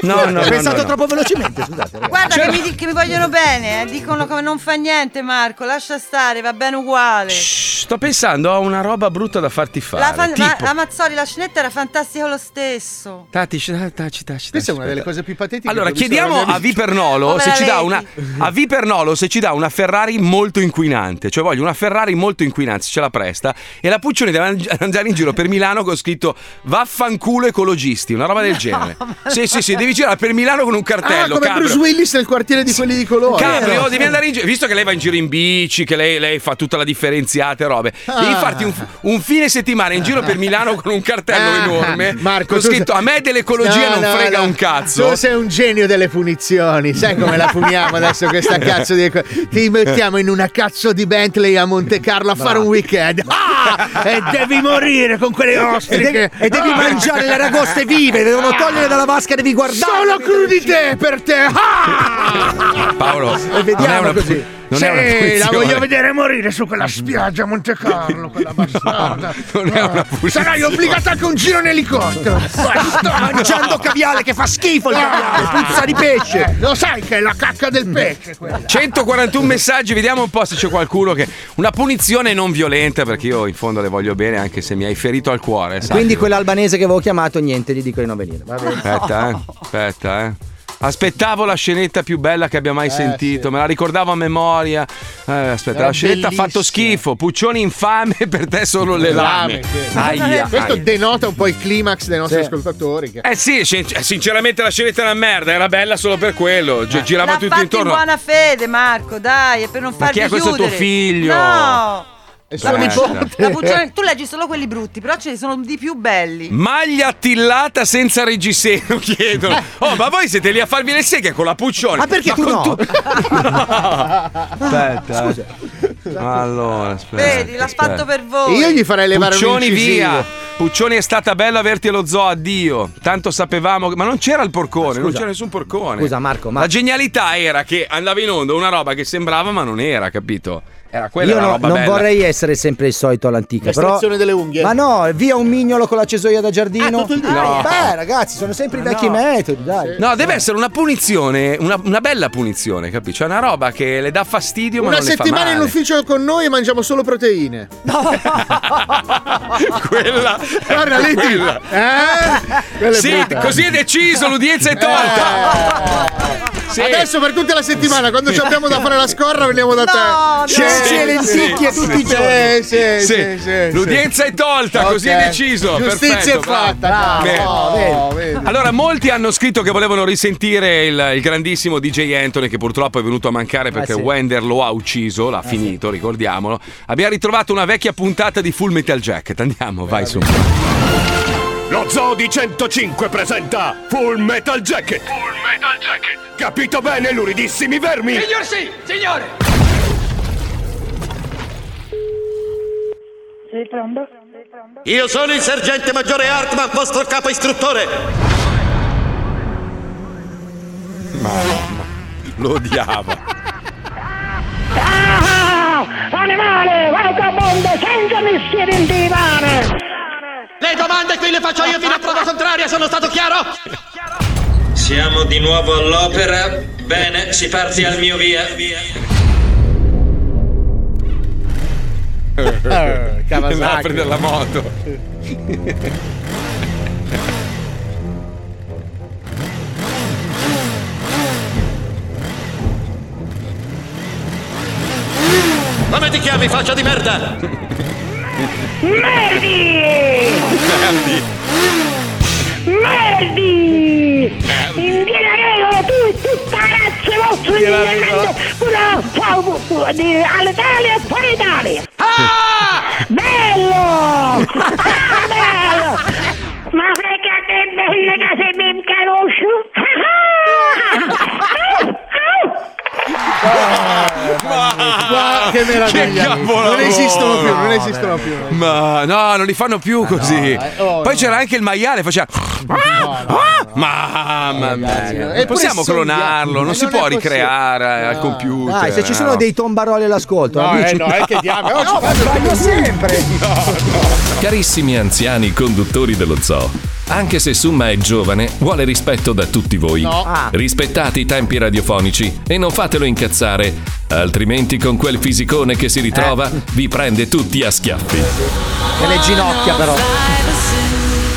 B: No, no,
C: Ho
B: no,
C: pensato
B: no, no.
C: troppo velocemente, scusate. ragazzi.
J: Guarda
B: Cioè,
J: che mi, di- che mi vogliono bene, eh, dicono che non fa niente Marco, lascia stare, va bene uguale.
B: Sto pensando a una roba brutta da farti fare.
J: La, fan- ma-
B: tipo...
J: la Mazzoli, la scenetta era fantastica lo stesso.
B: Taci, taci, taci.
H: Questa è una delle cose più patetiche.
B: Allora,
H: che ho visto
B: chiediamo
H: nella mia
B: a
H: vita.
B: Vipernolo
H: Come
B: se
H: la
B: ci dà
H: vedi?
B: una. A Vipernolo se ci dà una Ferrari molto inquinante. Cioè, voglio una Ferrari molto inquinante, se ce la presta. E la Puccioni deve and- andare in giro per Milano con scritto Vaffanculo ecologisti, una roba del genere. Sì, sì, sì, devi girare per Milano con un
H: Ah,
B: cartello.
H: come
B: Cabrio.
H: Bruce Willis nel quartiere di quelli di Eh, colore.
B: Cabrio, oh, devi andare in giro. Visto che lei va in giro in bici, che lei, lei fa tutta la differenziata e robe, devi
H: Ah.
B: farti un, un fine settimana in giro per Milano con un cartello
H: Ah.
B: enorme.
H: Marco,
B: con
H: tu
B: scritto:
H: sei-
B: A me dell'ecologia
H: No,
B: non
H: no,
B: frega
H: no.
B: un cazzo.
H: Tu sei un genio delle punizioni. Sai come la puniamo adesso questa cazzo di. Ti mettiamo in una cazzo di Bentley a Monte Carlo a fare un weekend. Ah! E devi morire con quelle
C: E devi,
H: ostriche.
C: e devi
H: Ah!
C: mangiare le ragoste vive, le devono togliere dalla vasca, devi guardare.
H: Solo crudite per te. Ah.
B: Paolo,
H: E vediamo
B: non è una,
H: così.
B: non
H: sì,
B: è una
H: la
B: punizione.
H: voglio vedere morire su quella spiaggia a Monte Carlo, quella bastarda.
B: Non è una punizione.
H: Sarai obbligato anche a un giro in elicottero.
C: Mangiando caviale che fa schifo il
F: Ah.
C: caviale, puzza di
H: Eh,
C: pesce.
H: Lo sai che è la cacca del pesce.
B: 141 messaggi, vediamo un po' se c'è qualcuno che. Una punizione non violenta, perché io in fondo le voglio bene, anche se mi hai ferito al cuore. sai.
C: Quindi quell'albanese che avevo chiamato, niente, gli dico di non venire. Va bene.
B: Aspetta, eh. Aspetta, eh. Aspettavo la scenetta più bella che abbia mai sentito, me la ricordavo a memoria. Eh, aspetta,
H: Eh, Era
B: la scenetta ha
H: bellissima.
B: fatto schifo. Puccioni infame, per te solo le lame.
H: sì.
B: Aia,
H: Questo
B: aia.
H: denota un po' il climax dei nostri
B: Sì.
H: ascoltatori. Che...
B: Eh sì, sin- sinceramente la scenetta era una merda, era bella solo per quello.
H: Eh.
B: gi- Cioè, girava
J: L'ha
B: tutto
J: fatti
B: intorno.
J: in buona fede Marco, dai, e per non
B: Ma
J: farvi
B: chi è questo tuo
J: chiudere.
B: figlio?
J: No!
B: È
J: La
B: suo
J: Puccioni-
B: nipote.
J: la Puccioni- tu leggi solo quelli brutti, però ce ne sono di più belli.
B: Maglia attillata senza reggiseno, chiedono. Oh, ma voi siete lì a farvi le seghe con la Puccioni.
C: Eh. Ma perché
B: Ma
C: tu
B: con
C: no?
B: Aspetta. eh. Allora, aspetta.
J: Vedi, l'ha
B: aspetta.
J: fatto per voi.
B: Puccioni via. Puccioni è stata bella averti allo zoo, addio. Tanto sapevamo, che- ma non c'era il porcone, non c'era nessun porcone.
C: Scusa, Marco, ma-
B: La genialità era che andava in onda una roba che sembrava ma non era, capito? Era quella
C: Io
B: la
C: no-
B: roba
C: non
B: bella.
C: vorrei essere sempre il solito all'antica. Però...
H: L'estrazione delle unghie.
C: Ma no, via un mignolo con la cesoia da
B: Ah,
C: giardino.
B: No.
C: Beh, ragazzi, sono sempre i vecchi metodi, dai.
B: No, deve essere una punizione, una, una bella punizione, capisci? Cioè una roba che le dà fastidio ma
H: Una
B: non le fa
H: settimana in
B: male.
H: ufficio con noi e mangiamo solo proteine.
B: quella
H: Guarda lì.
B: quella.
H: Eh? Quella è
B: Sì,
H: brutta.
B: così è deciso, l'udienza è tolta. Sì.
H: Eh. Adesso per tutta la settimana, quando ci abbiamo da fare la scorra, veniamo da te.
C: Sì, sì, lenticchie tutti i giorni.
H: Sì, sì,
B: Sì,
H: sì, sì.
B: l'udienza è tolta,
H: Ok.
B: così è deciso.
H: Giustizia
B: perfetto,
H: è fatta.
B: bravo.
H: dai.
B: Bene.
H: Oh, vedi.
B: Allora, molti hanno scritto che volevano risentire il, il grandissimo DJ Anthony, che purtroppo è venuto a mancare perché
H: Eh
O: sì.
B: Wender lo ha ucciso, l'ha finito, ricordiamolo. Abbiamo ritrovato una vecchia puntata di Full Metal Jacket. Andiamo, vai su.
I: Lo Zoo di 105 presenta Full Metal Jacket. Full Metal Jacket. Capito bene, luridissimi vermi?
F: Signor sì, signore!
P: Sei pronto?
O: Io sono il sergente maggiore Hartman, vostro capo istruttore.
B: Madonna, lo odiavo.
P: Ah! Animale! Vagabondo! Senza mestiere in divano!
O: Le domande qui le faccio io fino a prova contraria, sono stato chiaro?
Q: Siamo di nuovo all'opera. Bene, si parti al mio via.
H: Eh, Kawasaki.
B: Andava a prendere la moto.
O: Come ti chiami, faccia di merda?
P: Merdi! Merdi! Indiana regola, tu e tutta la razza vostra di Irlanda! Una fa- fu- di- all'Italia e fuori Italia! Ah! Bello! Ah, bello! Ma perché che bella che sei ben conosciuto! Ah! Ah! Ah!
B: Ma
H: Guarda, che meraviglia. non esistono più, non esistono più.
B: Ma no, non li fanno più così.
H: eh, oh,
B: Poi
H: no.
B: c'era anche il maiale, faceva. Ah, Mamma mia,
C: Eppure
B: possiamo
C: sono bianchi.
B: clonarlo, non
C: Eh,
B: si
C: non
B: può
C: è possibile.
B: ricreare al computer.
C: Dai, se ci sono
B: no.
C: dei tombaroli all'ascolto,
B: No,
C: amici.
B: eh, no, eh, che diavolo,
C: No, ma sbaglio sempre.
A: Carissimi anziani conduttori dello zoo, anche se Summa è giovane, vuole rispetto da tutti voi.
F: No. Ah.
A: Rispettate i tempi radiofonici e non fatelo incazzare, altrimenti con quel fisicone che si ritrova vi prende tutti a schiaffi.
C: E le ginocchia però.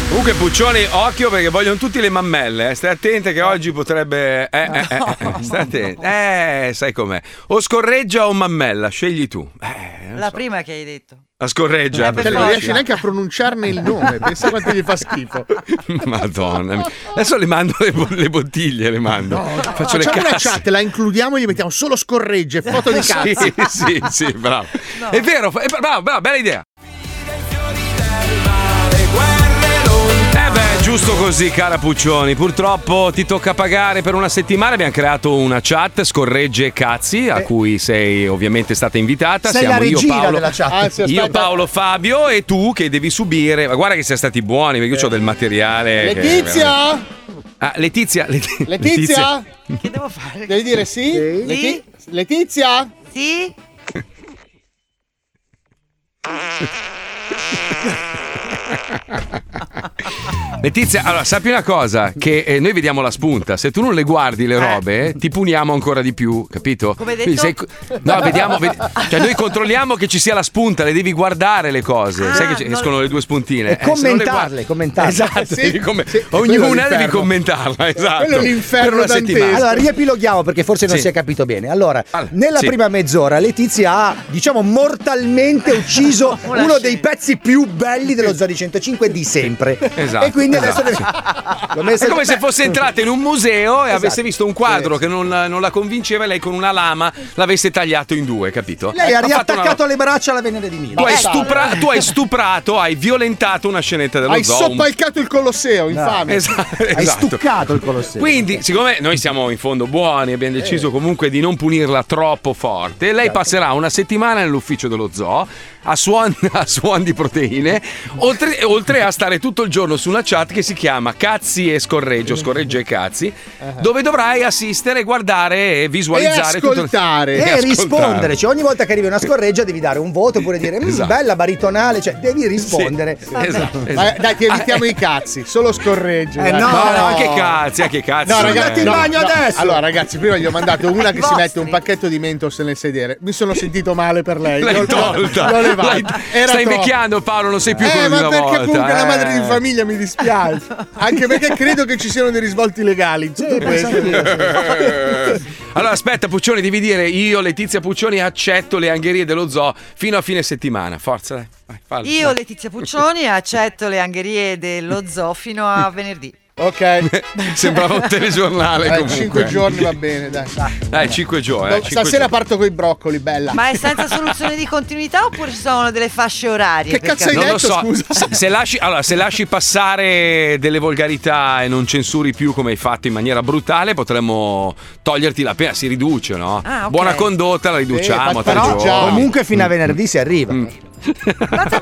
B: Comunque, Puccioni, occhio perché vogliono tutti le mammelle. eh. Stai attenta che oggi potrebbe. Eh, eh, eh, eh, stai attenta. Eh, sai com'è. O scorreggia o mammella, scegli tu. Eh,
J: La prima che hai detto.
B: la
C: Eh,
B: scorreggia.
H: Cioè, non riesce neanche a pronunciarne il nome, pensa quanto gli fa schifo.
B: Madonna. mia. Adesso le mando le, bo- le bottiglie, le mando. Faccio le
H: Facciamo una
B: casse.
H: chat, la includiamo e gli mettiamo solo scorregge, foto di cazzo.
B: Sì, sì, sì, bravo. È vero, fa- è bravo, bravo, bella idea. Eh beh, giusto così, cara Puccioni. Purtroppo ti tocca pagare per una settimana. Abbiamo creato una chat, scorregge e cazzi, a cui sei ovviamente stata invitata.
C: Sei
B: Siamo
C: la
B: io,
C: regina
B: Paolo.
C: della chat. Anzi, aspetta.
B: io, Paolo, Fabio e tu che devi subire. Ma guarda che siete stati buoni, perché io ho del materiale. che-
H: Letizia?
B: Ah, Letizia, Leti-
H: Letizia? Che devo fare? Devi dire sì? Leti- Letizia?
J: Sì?
B: Letizia, allora sappi una cosa: che eh, noi vediamo la spunta. Se tu non le guardi le robe, ti puniamo ancora di più, capito?
J: Eh. Come hai
B: Quindi
J: detto?
B: sei- No, vediamo. ved- Cioè, noi controlliamo che ci sia la spunta, le devi guardare le
J: Ah,
B: cose. Sai che ci- escono le due spuntine.
C: E
B: Eh, se non le
C: commentarle, commentarle.
B: Esatto,
C: Sì,
B: devi come-
C: sì, quello è
B: ognuna
C: l'inferno.
B: devi commentarla. Esatto.
C: Quello è
B: per
C: l'inferno
B: una settimana.
C: Allora, riepiloghiamo perché forse non
B: Sì.
C: si è capito bene. Allora, nella
B: sì.
C: prima mezz'ora Letizia ha, diciamo, mortalmente ucciso
F: Una
C: uno dei pezzi più belli dello Zoo di 105 di sempre.
B: Esatto,
C: E quindi adesso
B: esatto,
C: deve... l'ho messa-
B: È come se
C: Beh,
B: fosse entrata in un museo e
C: Esatto.
B: avesse visto un quadro che non, non la convinceva e lei con una lama l'avesse tagliato in due, capito?
C: Lei ha
B: fatto una roba-
C: riattaccato le braccia alla venere di Milo.
B: Tu hai, stupra- tu hai stuprato, hai violentato una scenetta dello
H: Hai
B: zoo.
H: soppalcato il Colosseo, infame.
B: Esatto,
H: Hai
B: esatto.
C: stuccato il Colosseo.
B: Quindi, siccome noi siamo in fondo buoni, abbiamo
H: Eh.
B: deciso comunque di non punirla troppo forte, lei
H: Esatto.
B: passerà una settimana nell'ufficio dello zoo a suon, a suon di proteine, oltre, oltre a stare tutto il giorno su una chat che si chiama Cazzi e Scorreggio,
H: Eh.
B: Scorreggio e Cazzi, dove dovrai assistere, guardare e visualizzare
C: E
B: tutto-
C: Eh. E,
B: ascoltare.
C: rispondere, cioè ogni volta che arrivi una scorreggia devi dare un voto oppure dire "Mm,
B: Esatto.
C: bella baritonale, cioè devi rispondere.
B: esatto,
H: Ma dai, ti evitiamo i cazzi, solo scorregge.
C: Eh,
H: dai.
C: no,
B: Ah, No, no, che cazzi, eh, che cazzi.
H: No,
B: non
H: ragazzi,
B: è-
H: no,
B: no.
H: no. Allora, ragazzi, prima gli ho mandato una che si mette un pacchetto di Mentos nel sedere. Mi sono sentito male per lei.
B: L'hai
H: L'ho-
B: tolta.
H: L'ho levata.
B: L'hai-
H: Era
B: Stai
H: troppo.
B: invecchiando, Paolo, non sei più
H: eh,
B: quello
H: ma
B: di una
H: perché
B: volta.
H: comunque la madre
B: eh.
H: di famiglia mi dispiace. Anche perché credo che ci siano dei risvolti legali in tutto questo.
B: eh. Allora aspetta Puccioni, devi dire io Letizia Puccioni accetto le angherie dello zoo fino a fine settimana. Forza, dai. Vai, fallo.
J: Io, Letizia Puccioni, accetto le angherie dello zoo fino a venerdì.
H: Ok.
B: Sembrava un telegiornale
H: Dai,
B: comunque.
H: Eh, cinque giorni va bene, dai.
B: Dai, 5 giorni. eh,
H: No,
B: cinque
H: Stasera
B: giorni.
H: parto coi broccoli, bella.
J: Ma è senza soluzione di continuità oppure ci sono delle fasce orarie? per capire?
B: non lo so. Se, se lasci, allora, se lasci passare delle volgarità e non censuri più come hai fatto in maniera brutale, potremmo toglierti la pena. Si riduce, no?
J: Ah, ok.
B: Buona condotta la riduciamo Mm. a tre
C: Eh, Però
B: giorni.
C: comunque fino a venerdì si arriva.
B: Guarda,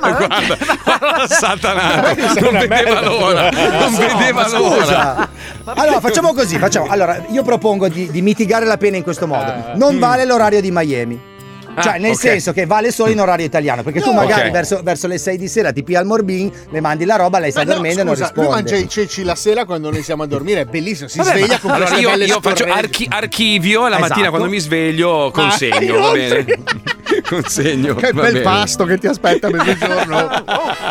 B: Satana, non vedeva l'ora. Non vedeva
C: Ma scusa.
B: l'ora.
C: Allora, facciamo così, facciamo. Allora, io propongo di, di mitigare la pena in questo modo.
H: Eh.
C: Non vale l'orario di Miami. Cioè,
B: Mm. Ah,
C: nel
B: ok.
C: senso che vale solo in orario italiano, perché tu
H: No.
C: magari
H: Ok.
C: verso, verso le 6 di sera ti pia al morbin, le mandi la roba, lei sta
H: Ma no,
C: dormendo e non
H: scusa, lui mangia i
C: risponde.
H: ceci la sera quando noi siamo a dormire, è bellissimo, si
B: Vabbè,
H: sveglia con
B: ma-
H: queste
B: allora io,
H: belle
B: io faccio
H: scorregge.
B: archi- archivio e la mattina
H: Esatto.
B: quando mi sveglio consegno,
H: Ah,
B: va
H: inoltre.
B: bene? consegno.
H: Che
B: va
H: bel
B: bene.
H: pasto che ti aspetta per il giorno.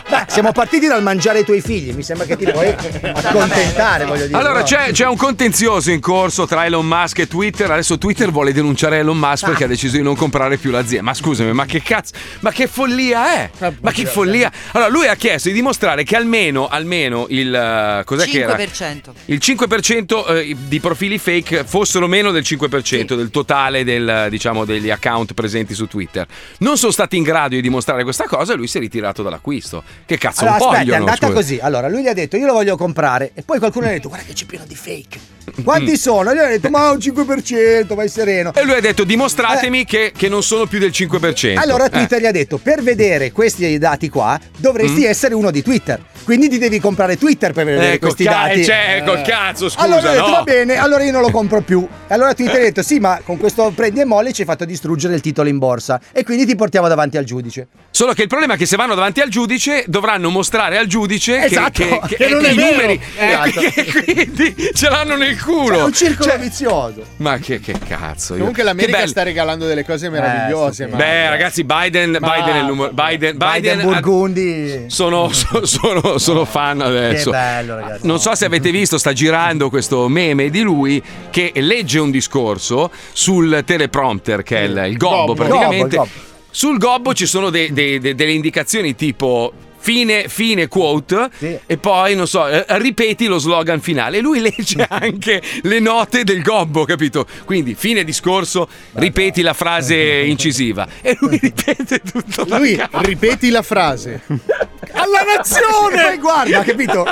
C: Beh, siamo partiti dal mangiare i tuoi figli, mi sembra che ti puoi accontentare, voglio dire.
B: Allora
C: no?
B: c'è, c'è un contenzioso in corso tra Elon Musk e Twitter. Adesso Twitter vuole denunciare Elon Musk perché ha deciso di non comprare più l'azienda. Ma scusami, ma che cazzo, ma che follia è?
C: Ah,
B: Ma che follia. Allora lui ha chiesto di dimostrare che almeno, almeno il eh, cos'è che era?
J: 5%.
B: Il 5% eh, di profili fake fossero meno del 5% del totale del, diciamo, degli account presenti su Twitter. Twitter. Non sono stati in grado di dimostrare questa cosa e lui si è ritirato dall'acquisto. Che cazzo
C: Allora,
B: un
C: aspetta,
B: vogliono,
C: è andata
B: scusa.
C: così. Allora, lui gli ha detto: Io lo voglio comprare. E poi qualcuno gli ha detto: Guarda che c'è pieno di fake.
B: Mm.
C: Quanti sono? E Gli ha detto: Ma un 5%, vai sereno.
B: E lui ha detto dimostratemi che, che non sono più del 5%.
C: Eh. Allora
B: Eh.
C: Twitter gli ha detto: Per vedere questi dati qua, dovresti
B: Mm.
C: essere uno di Twitter. Quindi ti devi comprare Twitter per vedere
B: Ecco,
C: questi
B: ca-
C: dati. Eh.
B: cioè, col cazzo, scusa,
C: Allora gli ha detto,
B: no.
C: va bene, allora io non lo compro più. E allora Twitter gli ha detto: Sì, ma con questo prendi e molli ci hai fatto distruggere il titolo in borsa. E quindi ti portiamo davanti al giudice.
B: Solo che il problema è che se vanno davanti al giudice dovranno mostrare al giudice che-
C: Esatto,
B: che, che-
C: che non è
B: i
C: vero.
B: numeri
C: Esatto.
B: e quindi ce l'hanno nel culo. Cioè,
H: C'è un
C: circolo vizioso.
B: Ma che, che cazzo. io-
H: Comunque
B: che Eh,
H: l'America
B: bello.
H: sta regalando delle cose meravigliose. ma...
B: Beh, ragazzi, Biden, Biden è il numero. Biden, Biden,
C: Biden,
B: ha-
C: Burgundi.
B: sono, so- sono- sono fan adesso.
C: Che bello, ragazzi.
B: Non so se avete visto, sta girando questo meme di lui che legge un discorso sul teleprompter, che è
C: Mm.
B: il, il gobbo
R: Gobbo.
B: praticamente.
R: Gobbo, il
B: Sul gobbo ci sono dei- dei- dei- delle indicazioni tipo. Fine, fine quote e poi non so, eh, ripeti lo slogan finale. Lui legge anche le note del gobbo, capito? Quindi fine discorso, ripeti la frase incisiva. E lui ripete tutto.
H: Lui, ripeti la frase.
C: Alla nazione! Poi guarda, capito?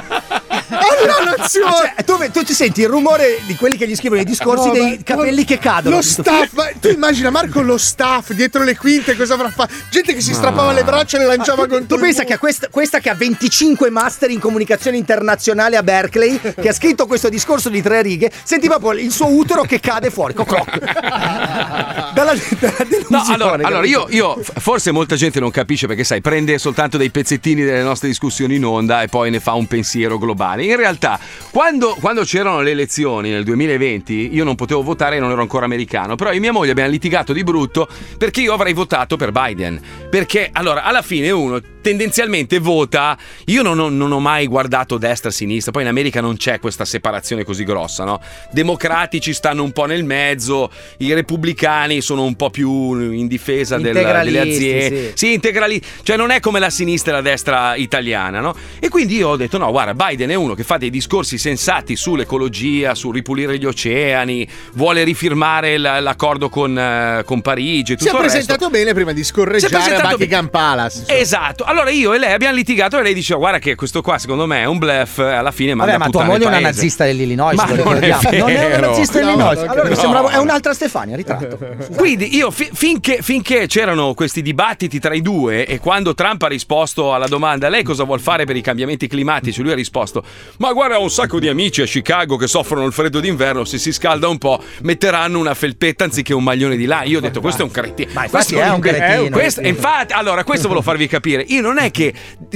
C: Alla nazione! tu, Cioè, tu ti senti il rumore di quelli che gli scrivono i discorsi
H: No,
C: dei
H: ma-
C: capelli che cadono.
H: Lo staff, ma tu immagina Marco lo staff dietro le quinte, cosa avrà fatto? Gente che si strappava le braccia e le lanciava
C: Ah, tu-
H: contro
C: Tu pensa che a questa, questa che ha 25 master in comunicazione internazionale a Berkeley, che ha scritto questo discorso di tre righe, senti proprio il suo utero che cade fuori. Coc, coc. Dalla, dalla
B: No,
C: delusione,
B: Ah, allora, allora io,
C: capito?
B: io- f- forse molta gente non capisce perché, sai, prende soltanto dei pezzettini delle nostre discussioni in onda e poi ne fa un pensiero globale. In realtà, quando, quando c'erano le elezioni nel 2020, io non potevo votare e non ero ancora americano, però io e mia moglie abbiamo litigato di brutto perché io avrei votato per Biden. Perché, allora, alla fine uno tendenzialmente vota. Io non ho, non ho mai guardato destra, sinistra, poi in America non c'è questa separazione così grossa, no? Democratici stanno un po' nel mezzo, i repubblicani sono un po' più in difesa del- delle
R: Integralisti,
B: aziende.
R: sì.
B: Sì, integrali, cioè non è come la sinistra e la destra italiana, no? E quindi io ho detto: no, guarda, Biden è uno che fa dei discorsi sensati sull'ecologia, sul ripulire gli oceani, vuole rifirmare l- l'accordo con, eh, con Parigi. e
H: Si è
B: tutto il resto.
H: presentato bene prima di scorreggiare a
B: presentato
H: Buckingham Palace.
B: Esatto, allora io e lei abbiamo litigato e lei diceva guarda che questo qua secondo me è un bluff, alla fine manda
C: Vabbè, ma
B: a
C: tua
B: puttane
C: moglie è
B: il
C: una
B: paese.
C: nazista dell'Illinois,
B: Ma
C: lo
B: non è
C: ricordiamo. non è una
B: vero.
C: nazista
B: No,
C: dell'Illinois.
B: no,
C: allora mi
B: no.
C: sembrava è un'altra Stefania, ritratto.
B: Quindi io fi- finché, finché c'erano questi dibattiti tra i due e quando Trump ha risposto alla domanda lei cosa vuol fare per i cambiamenti climatici, lui ha risposto ma guarda ho un sacco di amici a Chicago che soffrono il freddo d'inverno, se si scalda un po' metteranno una felpetta anziché un maglione di là. Io ho detto questo è un cretino.
C: Ma infatti
B: Questo
C: è un
B: cre-
C: cretino. eh.
B: questo- infatti, allora questo volevo farvi capire, io non è che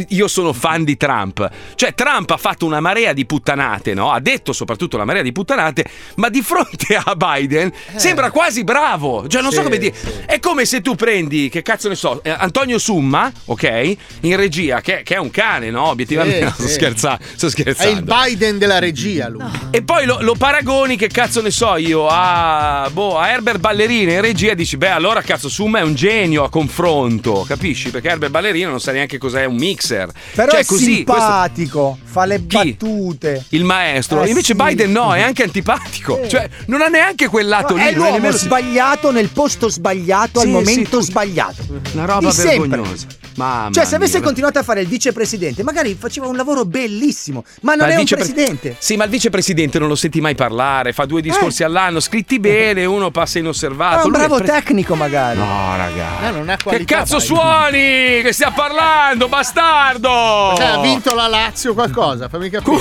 B: io sono fan di Trump, cioè Trump ha fatto una marea di puttanate, no? ha detto soprattutto la marea di puttanate, ma di fronte a Biden sembra quasi bravo, cioè non so
R: Sì,
B: come dire, è come se tu prendi, che cazzo ne so, eh, Antonio Summa, ok, in regia, che, che è un cane, no? Obiettivamente,
H: Sì,
B: no, sto
H: sì.
B: scherzando, sto
H: È il
B: scherzando.
H: Biden della regia, lui.
B: E poi lo, lo paragoni, che cazzo ne so io, a, boh, a Herbert Ballerina in regia dici, beh allora cazzo Summa è un genio a confronto, capisci? Perché Herbert Ballerina non sa neanche cos'è un mixer.
C: Però
B: cioè,
C: è
B: così, questo-
C: simpatico, fa le battute.
B: il maestro,
C: Eh,
B: invece
C: sì.
B: Biden no, è anche antipatico, cioè non ha neanche quel lato
C: No,
B: lì.
C: è
B: non
C: l'uomo
B: nemmeno-
C: sbagliato nel posto sbagliato al
B: Sì, sì,
C: momento sbagliato.
B: Una roba
C: Di sempre.
B: vergognosa. Mamma
C: Cioè, se avesse
B: mia,
C: continuato a fare il vicepresidente, magari faceva un lavoro bellissimo, ma non è
B: Ma il
C: un
B: vicepre-
C: presidente. Eh.
B: Sì, ma il vicepresidente non lo senti mai parlare, fa due discorsi all'anno, scritti bene, uno passa
C: È
B: inosservato.
C: un
B: lui
C: bravo
B: è pre-
C: tecnico, magari.
B: No,
H: No,
B: raga.
H: non ha
B: Che
H: qualità.
B: cazzo
H: Biden.
B: suoni? Che stia parlando, bastardo!
H: Cioè, ha vinto la Lazio qualcosa, fammi capire.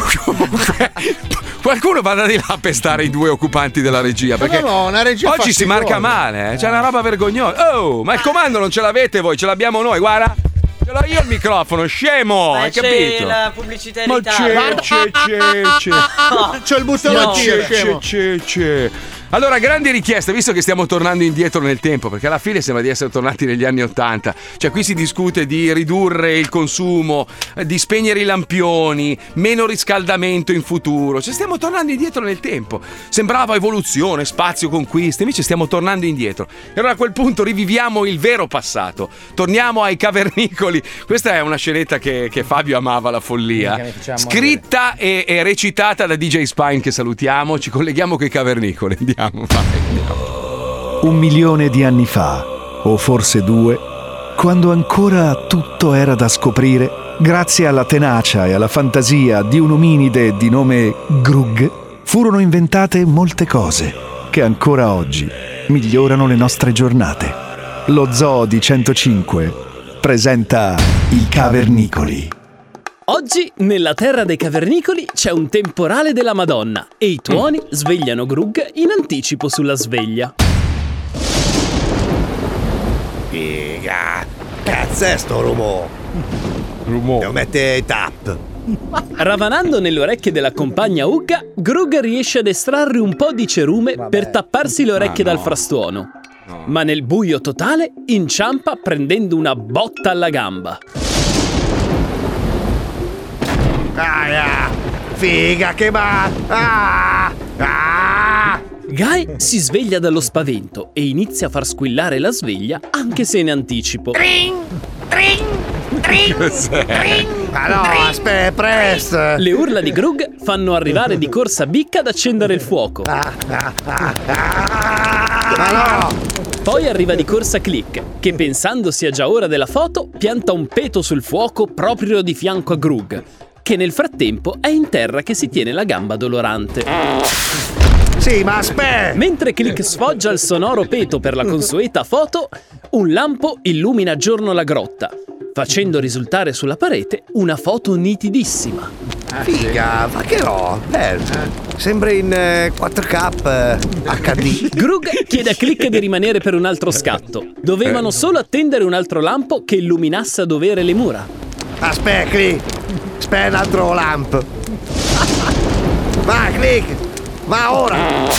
B: Qualcuno vada di là a pestare i due occupanti della regia. Perché
H: no, no, una regia
B: oggi si
H: fastidiosa.
B: marca male, eh. c'è una roba vergognosa. Oh, ma il comando non ce l'avete voi, ce l'abbiamo noi, guarda. Ce l'ho io il microfono, scemo,
E: Ma
B: hai
E: c'è
B: capito?
E: la pubblicità in
B: Ma c'è,
E: Italia.
B: c'è, c'è, c'è.
E: No.
H: C'ho il buttone
B: Ma
H: a
B: c'è,
H: tiro,
B: c'è,
H: scemo.
B: c'è, c'è. Allora, grandi richieste, visto che stiamo tornando indietro nel tempo, perché alla fine sembra di essere tornati negli anni Ottanta. Cioè, qui si discute di ridurre il consumo, eh, di spegnere i lampioni, meno riscaldamento in futuro. Cioè, stiamo tornando indietro nel tempo. Sembrava evoluzione, spazio, conquiste, invece stiamo tornando indietro. E allora a quel punto riviviamo il vero passato. Torniamo ai cavernicoli. Questa è una scenetta che, che Fabio amava, la follia.
C: Mica mi faceva morire.
B: Scritta scritta e, e recitata da DJ Spine che salutiamo, ci colleghiamo con i cavernicoli. Andiamo, vai.
S: Un milione di anni fa,
T: o forse due, quando ancora tutto era da scoprire, grazie alla tenacia e alla fantasia di un ominide di nome Grug, furono inventate molte cose che ancora oggi migliorano le nostre giornate. Lo Zoo di 105 presenta i cavernicoli.
S: Oggi, nella terra dei cavernicoli, c'è un temporale della Madonna e i tuoni svegliano Grug in anticipo sulla sveglia.
F: Figa! Cazzo è sto rumore? Rumore. Lo mette tap.
S: Ravanando nelle orecchie della compagna Ugga, Grug riesce ad estrarre un po' di cerume per tapparsi le orecchie
B: Ma no.
S: dal frastuono. Ma nel buio totale inciampa prendendo una botta alla gamba.
F: Aia! Figa che va! Ah!
S: Guy si sveglia dallo spavento e inizia a far squillare la sveglia anche se in anticipo.
F: Ma no, aspetta, presto!
S: Le urla di Grug fanno arrivare di corsa Bicca ad accendere il fuoco.
F: Ah,
S: Poi arriva di corsa Click, che pensando sia già ora della foto, pianta un peto sul fuoco proprio di fianco a Grug, che nel frattempo è in terra che si tiene la gamba dolorante.
F: Sì, ma aspetta!
S: Mentre Click sfoggia il sonoro peto per la consueta foto, un lampo illumina a giorno la grotta, facendo risultare sulla parete una foto nitidissima.
F: Figa, ma che no? Bello! Sembra in eh, 4K eh, HD.
S: Grug chiede a Click di rimanere per un altro scatto.
F: Eh.
S: Dovevano solo attendere un altro lampo che illuminasse a dovere le mura.
F: Aspetta, Click! Aspetta un altro lamp! Va, Click! Va ora!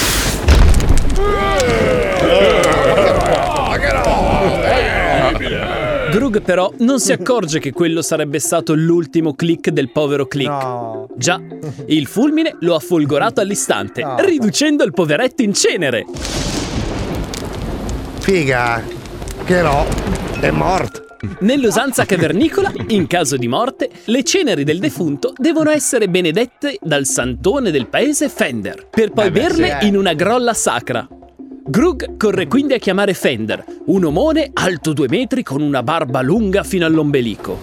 S: Grug però non si accorge che quello sarebbe stato l'ultimo click del povero Click. Già, il fulmine lo ha folgorato all'istante, riducendo il poveretto in cenere.
F: Figa, che no, è morto.
S: Nell'usanza cavernicola, in caso di morte, le ceneri del defunto devono essere benedette dal santone del paese Fender, per poi
B: Eh beh,
S: berle
B: sì, eh.
S: in una grolla sacra. Grug corre quindi a chiamare Fender, un omone alto due metri con una barba lunga fino all'ombelico.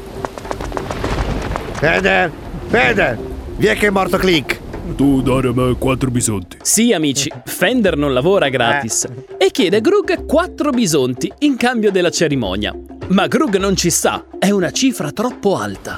F: Fender, Fender, vi è che è morto Click.
S: Tu darmi quattro bisonti. Sì, amici, Fender non lavora gratis.
F: Eh.
S: E chiede a Grug quattro bisonti in cambio della cerimonia. Ma Grug non ci sta, è una cifra troppo alta.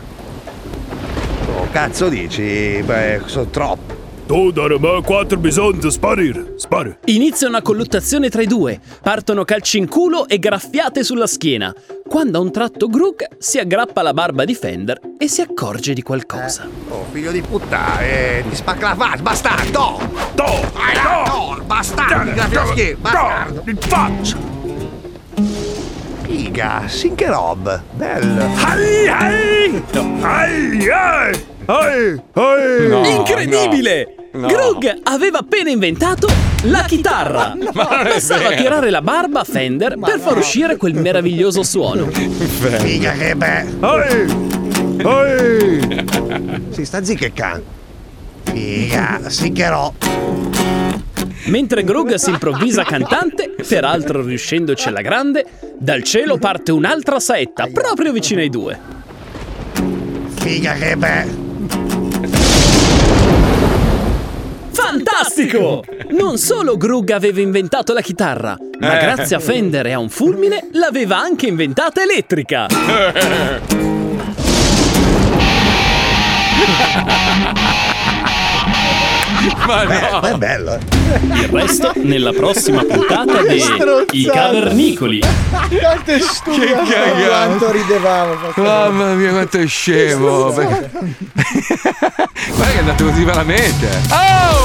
F: Oh, cazzo dici? Beh, sono troppo.
U: Tu darmi quattro bisogni sparire, spari.
S: Inizia una colluttazione tra i due, partono calci in culo e graffiate sulla schiena, quando a un tratto Grug si aggrappa alla barba di Fender e si accorge di qualcosa.
F: Oh, figlio di puttana, eh, ti spacca la faccia, bastardo!
U: Do!
F: Do! Bastardo, ti graffia la schiena, bastardo! In faccia! Figa, sinche rob, bello! Ai, ai! Ai, ai! Ai, ai!
S: Incredibile!
F: no, no.
S: Grug aveva appena inventato la chitarra.
F: Ma non è
S: Bastava
F: vero.
S: tirare la barba a Fender per far uscire quel meraviglioso suono.
F: Figa che bello! Ai! Ai! si sta zicca e can. Figa, sinche rob!
S: Mentre Grug si improvvisa cantante, peraltro riuscendocela grande, dal cielo parte un'altra saetta proprio vicino ai due.
F: Figa che bello!
S: Fantastico! Non solo Grug aveva inventato la chitarra, ma
B: Eh.
S: grazie a Fender e a un fulmine l'aveva anche inventata elettrica.
B: Ma no.
F: Ma è bello, eh.
S: Il resto nella prossima puntata
H: Che
S: di
H: stronzate.
S: I Cavernicoli.
H: Quanto è stupido!
B: Che cagata.
H: Quanto ridevamo! porca
B: Mamma mia, quanto è scemo! Guarda che è andato così veramente!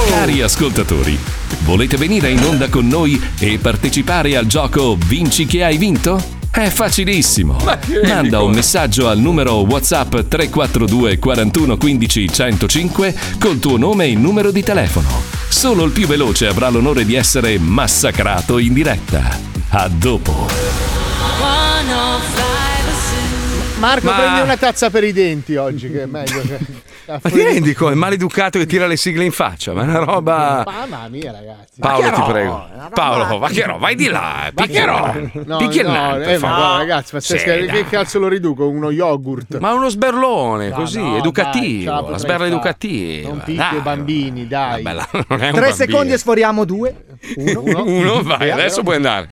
A: Cari ascoltatori, volete venire in onda con noi e partecipare al gioco Vinci che hai vinto? È facilissimo. Manda un messaggio al numero WhatsApp 342 41 15 105 col tuo nome e numero di telefono. Solo il più veloce avrà l'onore di essere massacrato in diretta. A dopo.
V: 105 su.
H: Marco,
B: Ma-
H: prendi una tazza per i denti oggi, che è meglio che.
B: Ma ti rendi conto? È maleducato che tira le sigle in faccia, ma è una roba.
H: Ah, Mamma mia, ragazzi.
B: Paolo, ti prego. Paolo, vaccherò, vai di là. eh, Picchierò.
H: No,
B: Picchierò.
H: no, eh, ma guarda, ragazzi, ma se
B: Sì,
H: scher-
B: dai.
H: che cazzo lo riduco? Uno yogurt.
B: Ma uno sberlone, così,
H: dai, ce la
B: educativo. la
H: potrei
B: sberla
H: fare.
B: educativa.
H: Non
B: dai.
H: picchio i bambini, dai.
B: Bella, non è un
C: Tre
B: bambino.
C: secondi e sforiamo due.
B: Uno, vai, adesso puoi andare.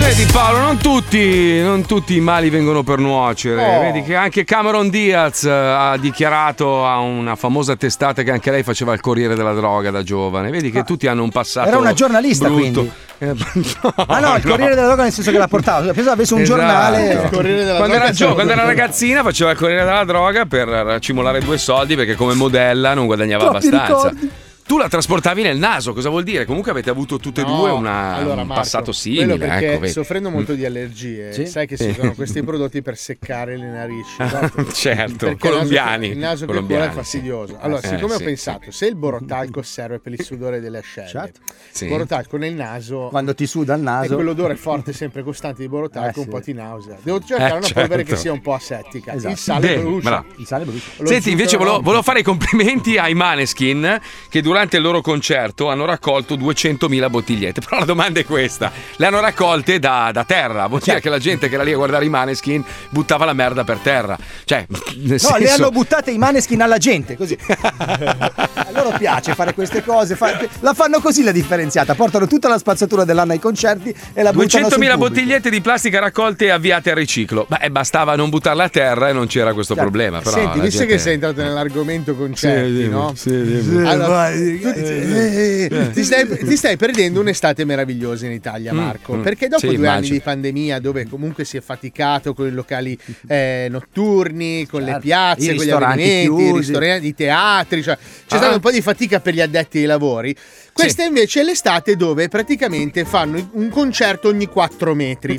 B: Vedi Paolo, non tutti, non tutti i mali vengono per nuocere.
W: Oh.
B: Vedi che anche Cameron Diaz eh, ha dichiarato a una famosa testata che anche lei faceva il corriere della droga da giovane. Vedi che tutti hanno un passato.
C: Ah. Era una giornalista,
B: brutto.
C: quindi.
B: Eh,
C: Ah no, il
B: no.
C: Corriere della Droga nel senso che la portava. Pensavo avesse un
B: Esatto.
C: giornale.
B: quando era, gio- quando era ragazzina faceva il corriere della droga per cimolare due soldi perché come modella non guadagnava
C: Troppi
B: abbastanza.
C: ricordi.
B: Tu la trasportavi nel naso, cosa vuol dire? Comunque avete avuto tutte e
H: No,
B: due una-
H: allora,
B: un
H: Marco,
B: passato
H: quello
B: simile.
H: perché
B: ecco, vedi.
H: soffrendo molto
B: Mm.
H: di allergie
B: Sì?
H: sai che
B: Sì.
H: si usano questi prodotti per seccare le narici
B: Ah,
H: no?
B: certo,
H: Perché
B: colombiani,
H: il naso, che- il naso che
B: colombiani,
H: cuore è fastidioso allora
B: Eh,
H: siccome
B: sì,
H: ho pensato se il borotalco serve per il sudore delle ascelle
B: Certo. Sì.
H: il borotalco nel naso
C: Quando ti suda il
H: e
C: naso.
H: quell'odore forte sempre costante di borotalco
C: Eh,
H: un
C: sì.
H: po' ti nausea devo cercare
B: Eh,
H: una polvere
B: certo.
H: che sia un po' asettica
C: Esatto.
H: il sale
B: Bene,
H: brucia
B: bravo.
C: Il sale brucia.
H: Lo
B: Senti, invece
H: zucchero
B: volevo,
H: no.
B: volevo fare i complimenti ai Maneskin che durante il loro concerto hanno raccolto 200.000 bottigliette. Però la domanda è questa: le hanno raccolte da, da terra? Vuol
H: Certo.
B: dire che la gente che era lì a guardare i Maneskin buttava la merda per terra. Cioè, nel
C: No, le
B: senso-
C: hanno buttate i maneskin alla gente, così. A loro piace fare queste cose. fa- La fanno così la differenziata. Portano tutta la spazzatura dell'anno ai concerti e la buttano sul
B: 200.000
C: pubblico.
B: bottigliette di plastica raccolte e avviate al riciclo. Beh, bastava non buttarla a terra e non c'era questo problema. Però
H: Certo. Senti,
B: la
H: visto
B: gente- eh.
H: che sei entrato nell'argomento concerti,
B: Sì,
H: no?
B: sì, sì.
H: Sì, Allora,
B: vai.
H: tu- eh, eh, ti, stai, ti stai perdendo un'estate meravigliosa in Italia,
B: Mm,
H: Marco.
B: mm.
H: Perché dopo
B: Sì,
H: due anni
B: immagino.
H: di pandemia, dove comunque si è faticato con i locali eh, notturni, con
B: Certo.
H: le piazze,
C: i
H: con gli
C: ristoranti
H: avvenimenti, i
C: chiusi.
H: ristoranti, i teatri, cioè, c'è
C: Ah.
H: stata un po' di fatica per gli addetti ai lavori. Questa invece è l'estate dove praticamente fanno un concerto ogni 4 metri.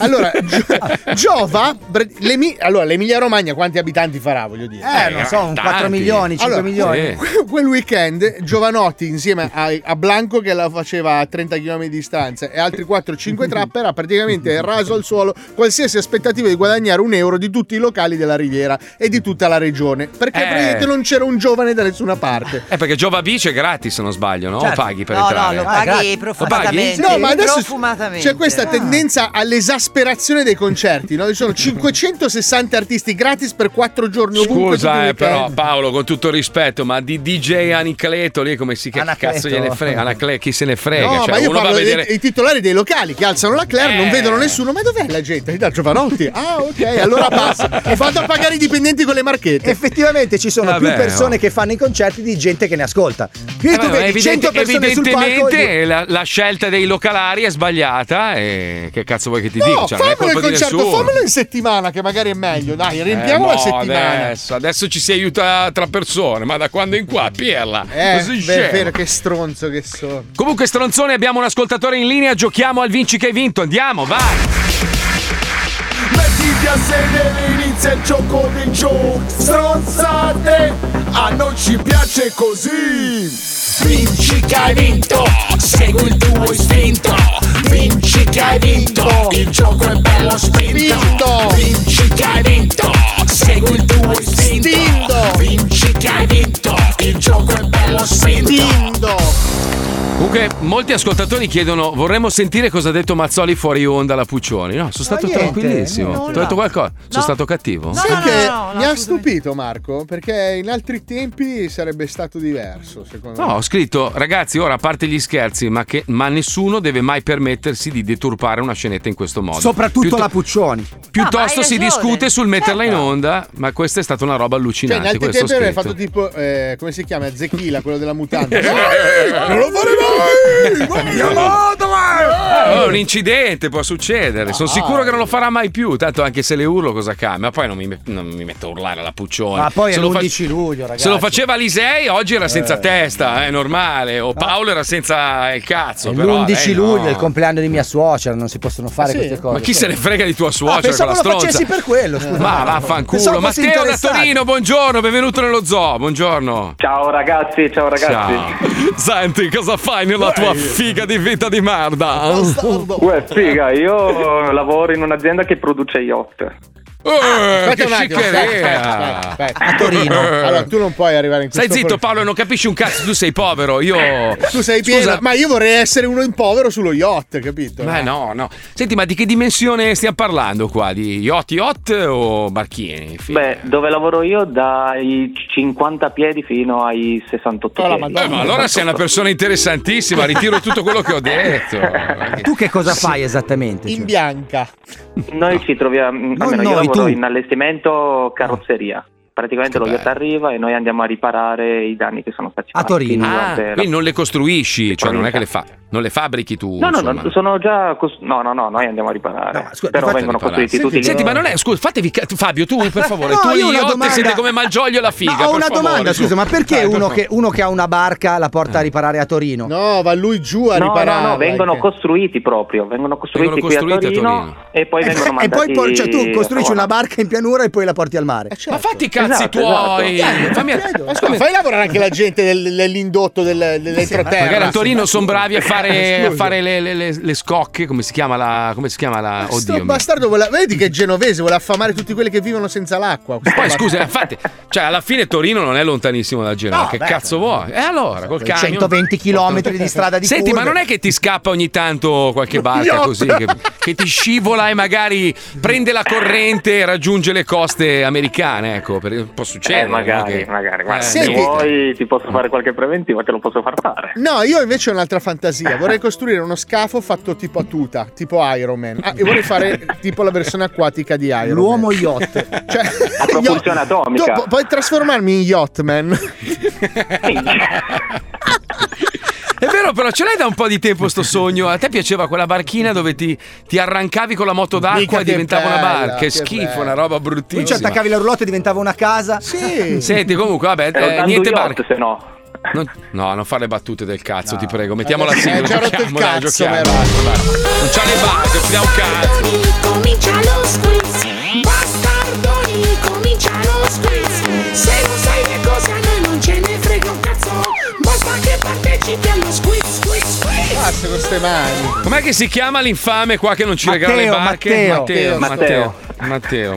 H: Allora, gio- Giova, Bre- l'Emi- allora, l'Emilia Romagna quanti abitanti farà, voglio dire?
C: Eh, non so, un 4 milioni, 5
H: Allora,
C: milioni.
H: que- quel weekend Giovanotti insieme a, a Blanco che la faceva a 30 km di distanza e altri 4-5 trapper ha praticamente raso al suolo qualsiasi aspettativa di guadagnare un euro di tutti i locali della Riviera e di tutta la regione perché
B: Eh.
H: praticamente non c'era un giovane da nessuna parte.
B: Eh, perché Giova Bice è gratis, se non sbaglio, no?
H: Certo.
B: O paghi per
H: No, no,
B: entrare? Ah,
H: lo
B: Lo
H: paghi
B: paghi?
J: profumatamente.
H: No, ma adesso
J: Profumatamente.
H: c'è questa
J: Ah.
H: tendenza all'esasperazione dei concerti, no? Ci sono 560 artisti gratis per 4 giorni ovunque. tutti
B: Scusa,
H: i
B: eh, però
H: weekend.
B: Paolo, con tutto il rispetto, ma di DJ Anicleto lì come si chiama?
H: Anacleto.
B: Cazzo gliene frega, Anacle- chi se ne frega?
H: No,
B: cioè,
H: ma io
B: uno va a
H: parlo dei,
B: vedere.
H: dei titolari dei locali che alzano la Claire, non
B: Eh.
H: vedono nessuno. Ma dov'è la gente? Da Giovanotti. Ah, ok, allora passa. E vado a pagare i dipendenti con le marchette.
C: Effettivamente ci sono
H: Vabbè,
C: più persone
H: no.
C: che fanno i concerti di gente che ne ascolta. Quindi
B: Eh,
C: tu
B: ma
C: vedi
B: evidente-
C: 100 persone sul palco. e due-
B: evidentemente la, la scelta dei localari è sbagliata. E che cazzo vuoi che ti dica?
H: No,
B: Cioè, non è
H: fammelo il
B: colpa di
H: concerto,
B: nessuno.
H: fammelo in settimana, che magari è meglio. Dai, riempiamo
B: Eh,
H: la
B: mo,
H: settimana.
B: Adesso, adesso ci si aiuta tra persone, ma da quando in qua, Pierla.
H: Eh,
B: così
H: beh,
B: scemo.
H: è vero, che stronzo che sono.
B: Comunque, stronzone, abbiamo un ascoltatore in linea. Giochiamo al Vinci che hai vinto. Andiamo, vai.
X: Mettiti a sedere, inizia il gioco del show Stronzate, a noi ci piace così Vinci che hai vinto, segui il tuo istinto Vinci che hai vinto, il gioco è bello spinto Vinci che hai vinto, segui il tuo istinto Vinci che hai vinto, il gioco è bello spinto
B: Comunque, molti ascoltatori chiedono: vorremmo sentire cosa ha detto Mazzoli fuori onda alla Puccioni. No, sono stato
H: niente,
B: tranquillissimo.
H: nulla.
B: Ti ho detto qualcosa? Sono stato cattivo?
H: Sai che mi ha stupito Marco, perché in altri tempi sarebbe stato diverso, secondo
B: No,
H: me.
B: ho scritto, ragazzi, ora a parte gli scherzi, ma, che- ma nessuno deve mai permettersi di deturpare una scenetta in questo modo.
C: Soprattutto
B: Piutto-
C: la Puccioni.
B: Piuttosto
H: Ah, hai
B: si
H: ragione. Certo.
B: discute sul metterla in onda, ma questa è stata una roba
H: Cioè, in
B: allucinante.
H: altri
B: questo ho
H: tempi avrei
B: scritto.
H: fatto tipo, eh, come si chiama? Zechila, quello della mutanda.
B: Eh,
H: non lo fare mai!
B: Eh, ogni incidente, può succedere. Sono sicuro che non lo farà mai più. Tanto anche se le urlo cosa cambia. Ma poi non mi, met- non mi metto a urlare alla puccione.
C: Ma poi è
B: se lo fa-
C: l'11 luglio, ragazzi. Eh.
B: se lo faceva Lisei, oggi era senza testa, è normale. O Paolo era senza il cazzo. però,
C: L'11
B: lei no.
C: luglio è il compleanno di mia suocera, non si possono fare
B: Eh Sì?
C: queste cose.
B: Ma chi se ne frega di tua
C: Ah,
B: suocera
C: pensavo
B: quella
C: lo
B: stronza?
C: facessi per quello, scusa.
B: Ma
C: Pensavo
B: vaffanculo.
C: fossi
B: Matteo da
C: interessato.
B: Torino, buongiorno, benvenuto nello zoo. Buongiorno.
W: Ciao ragazzi, ciao ragazzi.
B: Ciao. Senti, cosa fai nella tua figa di vita di merda?
W: Uè, figa, io lavoro in un'azienda che produce yacht.
B: Eh,
H: Ah, Aspetta
B: che
H: un attimo,
B: sciccheria!
H: aspetta, aspetta, aspetta. A Torino. Allora, tu non puoi arrivare in questo
B: Stai zitto Paolo, non capisci un cazzo, tu sei povero, io...
H: Tu sei pieno,
B: Scusa,
H: ma io vorrei essere uno in povero sullo yacht, capito?
B: Ma no, no. Senti, ma di che dimensione stiamo parlando qua? Di yacht, yacht o barchini?
W: Beh, dove lavoro io dai 50 piedi fino ai 68 piedi.
B: Eh, ma allora sei una persona interessantissima, ritiro tutto quello che ho detto.
C: Tu che cosa fai esattamente?
B: cioè?
H: In bianca.
W: Noi ci troviamo,
C: Non
W: almeno io
C: noi,
W: lavoro
C: tu.
W: in allestimento carrozzeria. Praticamente lo yacht arriva e noi andiamo a riparare i danni che sono stati fatti.
B: Ah,
W: durante la-
B: quindi non le costruisci, cioè non è che le fa, non le fabbrichi tu.
W: No, no,
B: insomma.
W: no, sono già. cos- no, no, no, noi andiamo a riparare. Però vengono costruiti tutti gli
B: Senti, ma non è. Scusa, fatevi. ca- Fabio, tu per favore,
C: No,
B: tu
C: io ho
B: io
C: una
B: yacht
C: domanda.
B: siete come Malgioglio e la figa.
C: Ma ho
B: per
C: una
B: favore,
C: domanda,
B: su.
C: scusa, ma perché
B: Dai, per
C: uno,
B: favore.
C: che, uno che ha una barca la porta a riparare a Torino?
H: No, va lui giù a
W: No,
H: riparare.
W: no, no, vengono costruiti proprio, vengono costruiti
B: Vengono
W: qui a
B: costruiti a
W: Torino,
B: Torino.
W: e poi vengono
C: Eh, E poi
W: mandati
C: por- cioè, tu costruisci
W: a
C: una barca in pianura e poi la porti al mare.
H: Ma
B: fatti i
H: cazzi tuoi.
B: Fammi-
H: Ma scusa, eh, fai lavorare anche la gente del- dell'indotto del, dell'entroterra.
B: Magari a Torino sono bravi a fare, a
H: Scusa.
B: fare le, le- le- le scocche, come si chiama la. Come si chiama la.
H: Sto
B: Oddio. mio.
H: bastardo vuole- vedi che è genovese, vuole affamare tutti quelli che vivono senza l'acqua.
B: Poi scusa, infatti, cioè, alla fine Torino non è lontanissimo da Genova.
H: No,
B: che
H: beh,
B: cazzo vuoi? Ah, E allora,
C: cioè,
B: col camion.
C: 120 km di strada di
B: Senti, ma
C: curve.
B: non è che ti scappa ogni tanto qualche barca
C: Yacht.
B: così che, che ti scivola e magari prende la corrente e raggiunge le coste americane? Ecco, per- può succedere. Eh,
W: Eh, magari, magari, guarda, se
B: sì.
W: vuoi ti posso fare qualche preventivo, te lo posso far fare.
H: No, io invece ho un'altra fantasia. Vorrei costruire uno scafo fatto tipo a tuta, tipo Iron Man. Ah, e vorrei fare tipo la versione acquatica di Iron
C: L'uomo
H: Man.
C: yacht.
H: A propulsione
W: atomica.
H: puoi trasformarmi in Yachtman.
B: È vero, però ce l'hai da un po' di tempo sto sogno. A te piaceva quella barchina dove ti, ti arrancavi con la moto d'acqua
C: Mica
B: e
C: che
B: diventava una
C: bella,
B: barca? Che,
C: che
B: schifo,
C: bella.
B: una
C: Poi
B: roba
C: ci
B: bruttissima.
C: attaccavi la roulotte e diventava una casa. Sì.
B: Mm. Senti, comunque, vabbè,
W: Ero
B: eh,
W: tanto
B: niente
W: yacht,
B: barca.
W: se no.
B: Non- no, non fare le battute del cazzo, ti prego. Mettiamo la sigla.
W: Eh, ci ha rotto il
B: giochiamola,
W: cazzo,
B: giochiamola.
W: vero?
B: Basta, basta. Non c'ha le barche, ti dà un cazzo.
F: Comincia lo squiz, bastardoni, comincia lo squiz. Se non sai le cose a noi non ce ne frega un cazzo, basta che partecipi allo squiz, squiz, squiz.
H: Basta con ste mani.
B: Com'è che si chiama l'infame qua che non ci
H: Matteo,
B: regala le barche?
H: Matteo,
B: Matteo,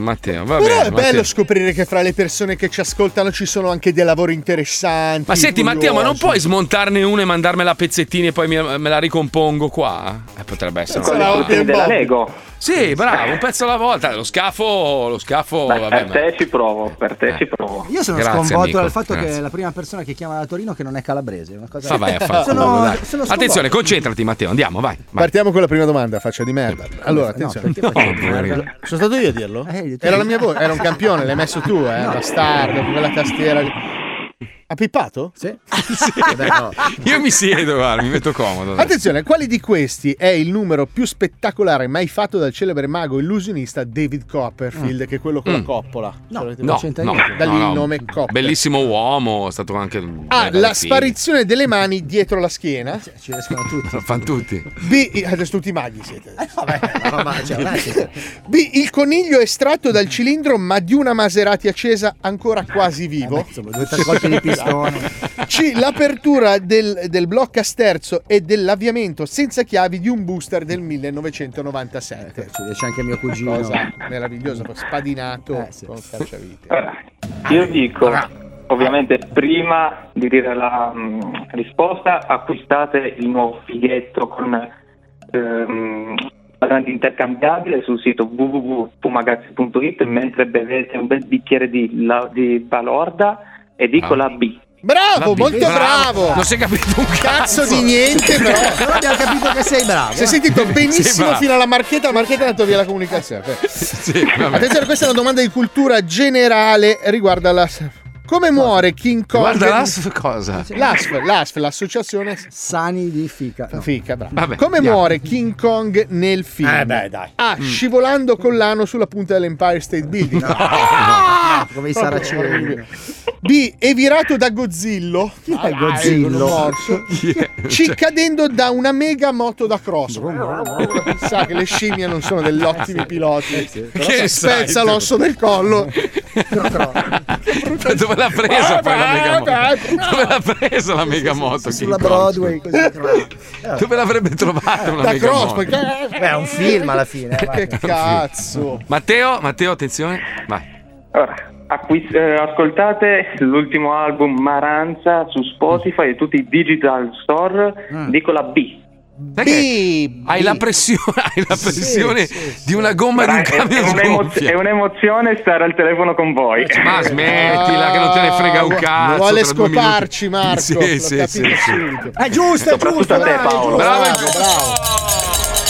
B: Matteo, Matteo, va
H: Però
B: bene,
H: è
B: Matteo.
H: bello scoprire che fra le persone che ci ascoltano ci sono anche dei lavori interessanti.
B: Ma senti Matteo, ma non
H: curiosi.
B: puoi smontarne una e mandarmela a pezzettini e poi mi- me la ricompongo qua? Eh, potrebbe essere
W: Con
B: una
W: le
B: roba.
W: cucine della Lego.
B: Sì, bravo, un pezzo alla volta. Lo scafo, lo scafo,
W: Beh,
B: vabbè.
W: per
B: ma-
W: te ci provo, per
B: Eh.
W: te ci provo.
C: Io sono
B: Grazie,
C: sconvolto
B: amico,
C: dal fatto che
B: grazie.
C: è la prima persona che chiama da Torino che non è calabrese. è Una cosa...
B: Ma vai a fare.
C: sono,
B: culo,
C: sono
B: dai.
C: sconvolto.
B: Attenzione, concentrati Matteo, andiamo, vai.
H: Partiamo con la prima domanda, faccia di merda. Allora, attenzione.
B: perché faccia
H: Eh,
B: di No, merda? poverino.
H: Sono stato io a dirlo? Era la mia voce, era un campione, l'hai messo tu, eh, bastardo, con quella tastiera. lì. Ha pippato?
C: Sì.
B: Io mi siedo, guarda, mi metto comodo. adesso.
H: Attenzione, quale di questi è il numero più spettacolare mai fatto dal celebre mago illusionista David Copperfield, che è quello con la
B: Mm.
H: coppola? No,
B: No, no,
H: Da lì
B: no, no.
H: il nome Coppola.
B: Bellissimo uomo, è stato anche.
H: A.
B: dai, dai,
H: La
B: sì.
H: sparizione delle mani dietro la schiena.
C: Ci riescono tutti.
B: Lo fanno tutti.
H: B. eh, Adesso tutti maghi siete. B. Il coniglio estratto dal cilindro ma di una Maserati accesa ancora quasi vivo.
C: Eh, due o tre colpi
H: Cioè,
C: di pistone.
H: C. L'apertura del, del blocco a sterzo e dell'avviamento senza chiavi di un booster
C: Mm.
H: del 1997.
C: C'è anche mio cugino.
H: Cosa meravigliosa, spadinato con calciavite.
W: Io dico, ovviamente, prima di dire la mh, risposta, acquistate il nuovo fighetto con ehm, quadrante intercambiabile sul sito www.fumagazzi.it mentre bevete un bel bicchiere di, la- di balorda e dico
H: Ah.
W: la B.
H: Bravo,
W: Vabbè,
H: molto
W: bravo.
H: bravo.
W: Non si è
B: capito un
H: cazzo,
W: cazzo.
H: di niente, però.
W: Però abbiamo
C: capito che sei bravo.
H: Si è sentito
B: Sei
H: benissimo
B: bravo.
H: fino alla marchetta, la marchetta è andata via la comunicazione. Beh.
B: Sì, vabbè.
H: Attenzione, questa è una domanda di cultura generale riguarda la Come muore King Kong?
B: Guarda l'ASF cosa?
H: L'ASF, l'ASF, l'associazione Sani di Fica. Fica, bravo.
B: Vabbè,
H: Come
B: andiamo.
H: muore King Kong nel film?
B: Eh, beh, dai.
H: A.
B: Mm.
H: Scivolando con l'ano sulla punta dell'Empire State Building.
C: Ah! Come i
H: Proprio
C: saraceni.
H: orribile. B. È virato da Godzilla. Chi
C: è Godzilla?
H: Ci
B: Cioè.
H: cadendo da una mega moto da cross. Sa che le scimmie non sono degli ottimi piloti.
B: Che
H: Si spezza
B: sai tu?
H: l'osso del collo.
B: Dove l'ha presa poi la megamoto? Dove l'ha presa la megamoto? Sulla
C: Broadway,
B: così. Dove l'avrebbe trovata una
C: Da cross,
B: megamoto?
C: perché- Beh, è un film alla fine, eh, vai.
H: Che cazzo.
B: Matteo, Matteo, attenzione. Vai.
W: Allora, acquis- eh, ascoltate l'ultimo album Maranza su Spotify e tutti i digital store, dico la B.
B: B, Hai la pressione, hai la pressione di una gomma
W: Dai,
B: di
W: è,
B: un camion
W: è un'emo-
B: sgonfia.
W: è un'emozione stare al telefono con voi.
B: Eh, Ma smettila che non te ne frega un
W: Ah,
B: cazzo.
W: vuole
B: tra due
W: scoparci,
B: minuti.
W: Marco,
B: Sì,
W: l'ho
B: sì,
W: capito
B: sì, sì.
H: È giusto, è
W: Soprattutto
H: giusto.
W: a te,
H: bravo,
W: Paolo.
H: Bravo,
W: Bravo.
H: bravo.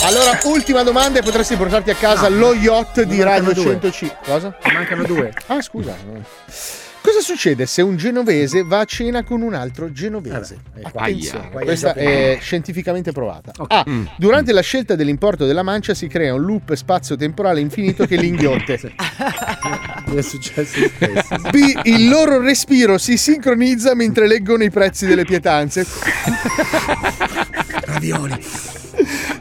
H: Allora, ultima domanda e potresti portarti a casa lo yacht di Radio 105. Cosa? Mancano due. Ah, scusa.
B: Mm.
H: Cosa succede se un genovese va a cena con un altro genovese? Ecco, Attenzione,
B: Aia.
H: questa è scientificamente provata. Ah, durante la scelta dell'importo della mancia si crea un loop spazio-temporale infinito che li inghiotte.
C: Mi è successo il stesso.
H: B. Il loro respiro si sincronizza mentre leggono i prezzi delle pietanze. Ravioli.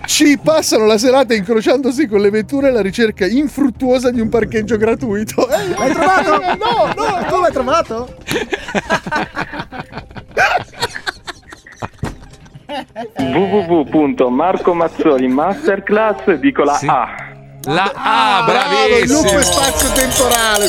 H: C. Passano la serata incrociandosi con le vetture alla ricerca infruttuosa di un parcheggio gratuito. Eh,
C: L'hai trovato?
H: No, no,
C: tu l'hai trovato?
W: www.marcomazzoli masterclass, dico la
H: Sì.
W: A.
B: La A,
H: Bravo, il loop spazio-temporale.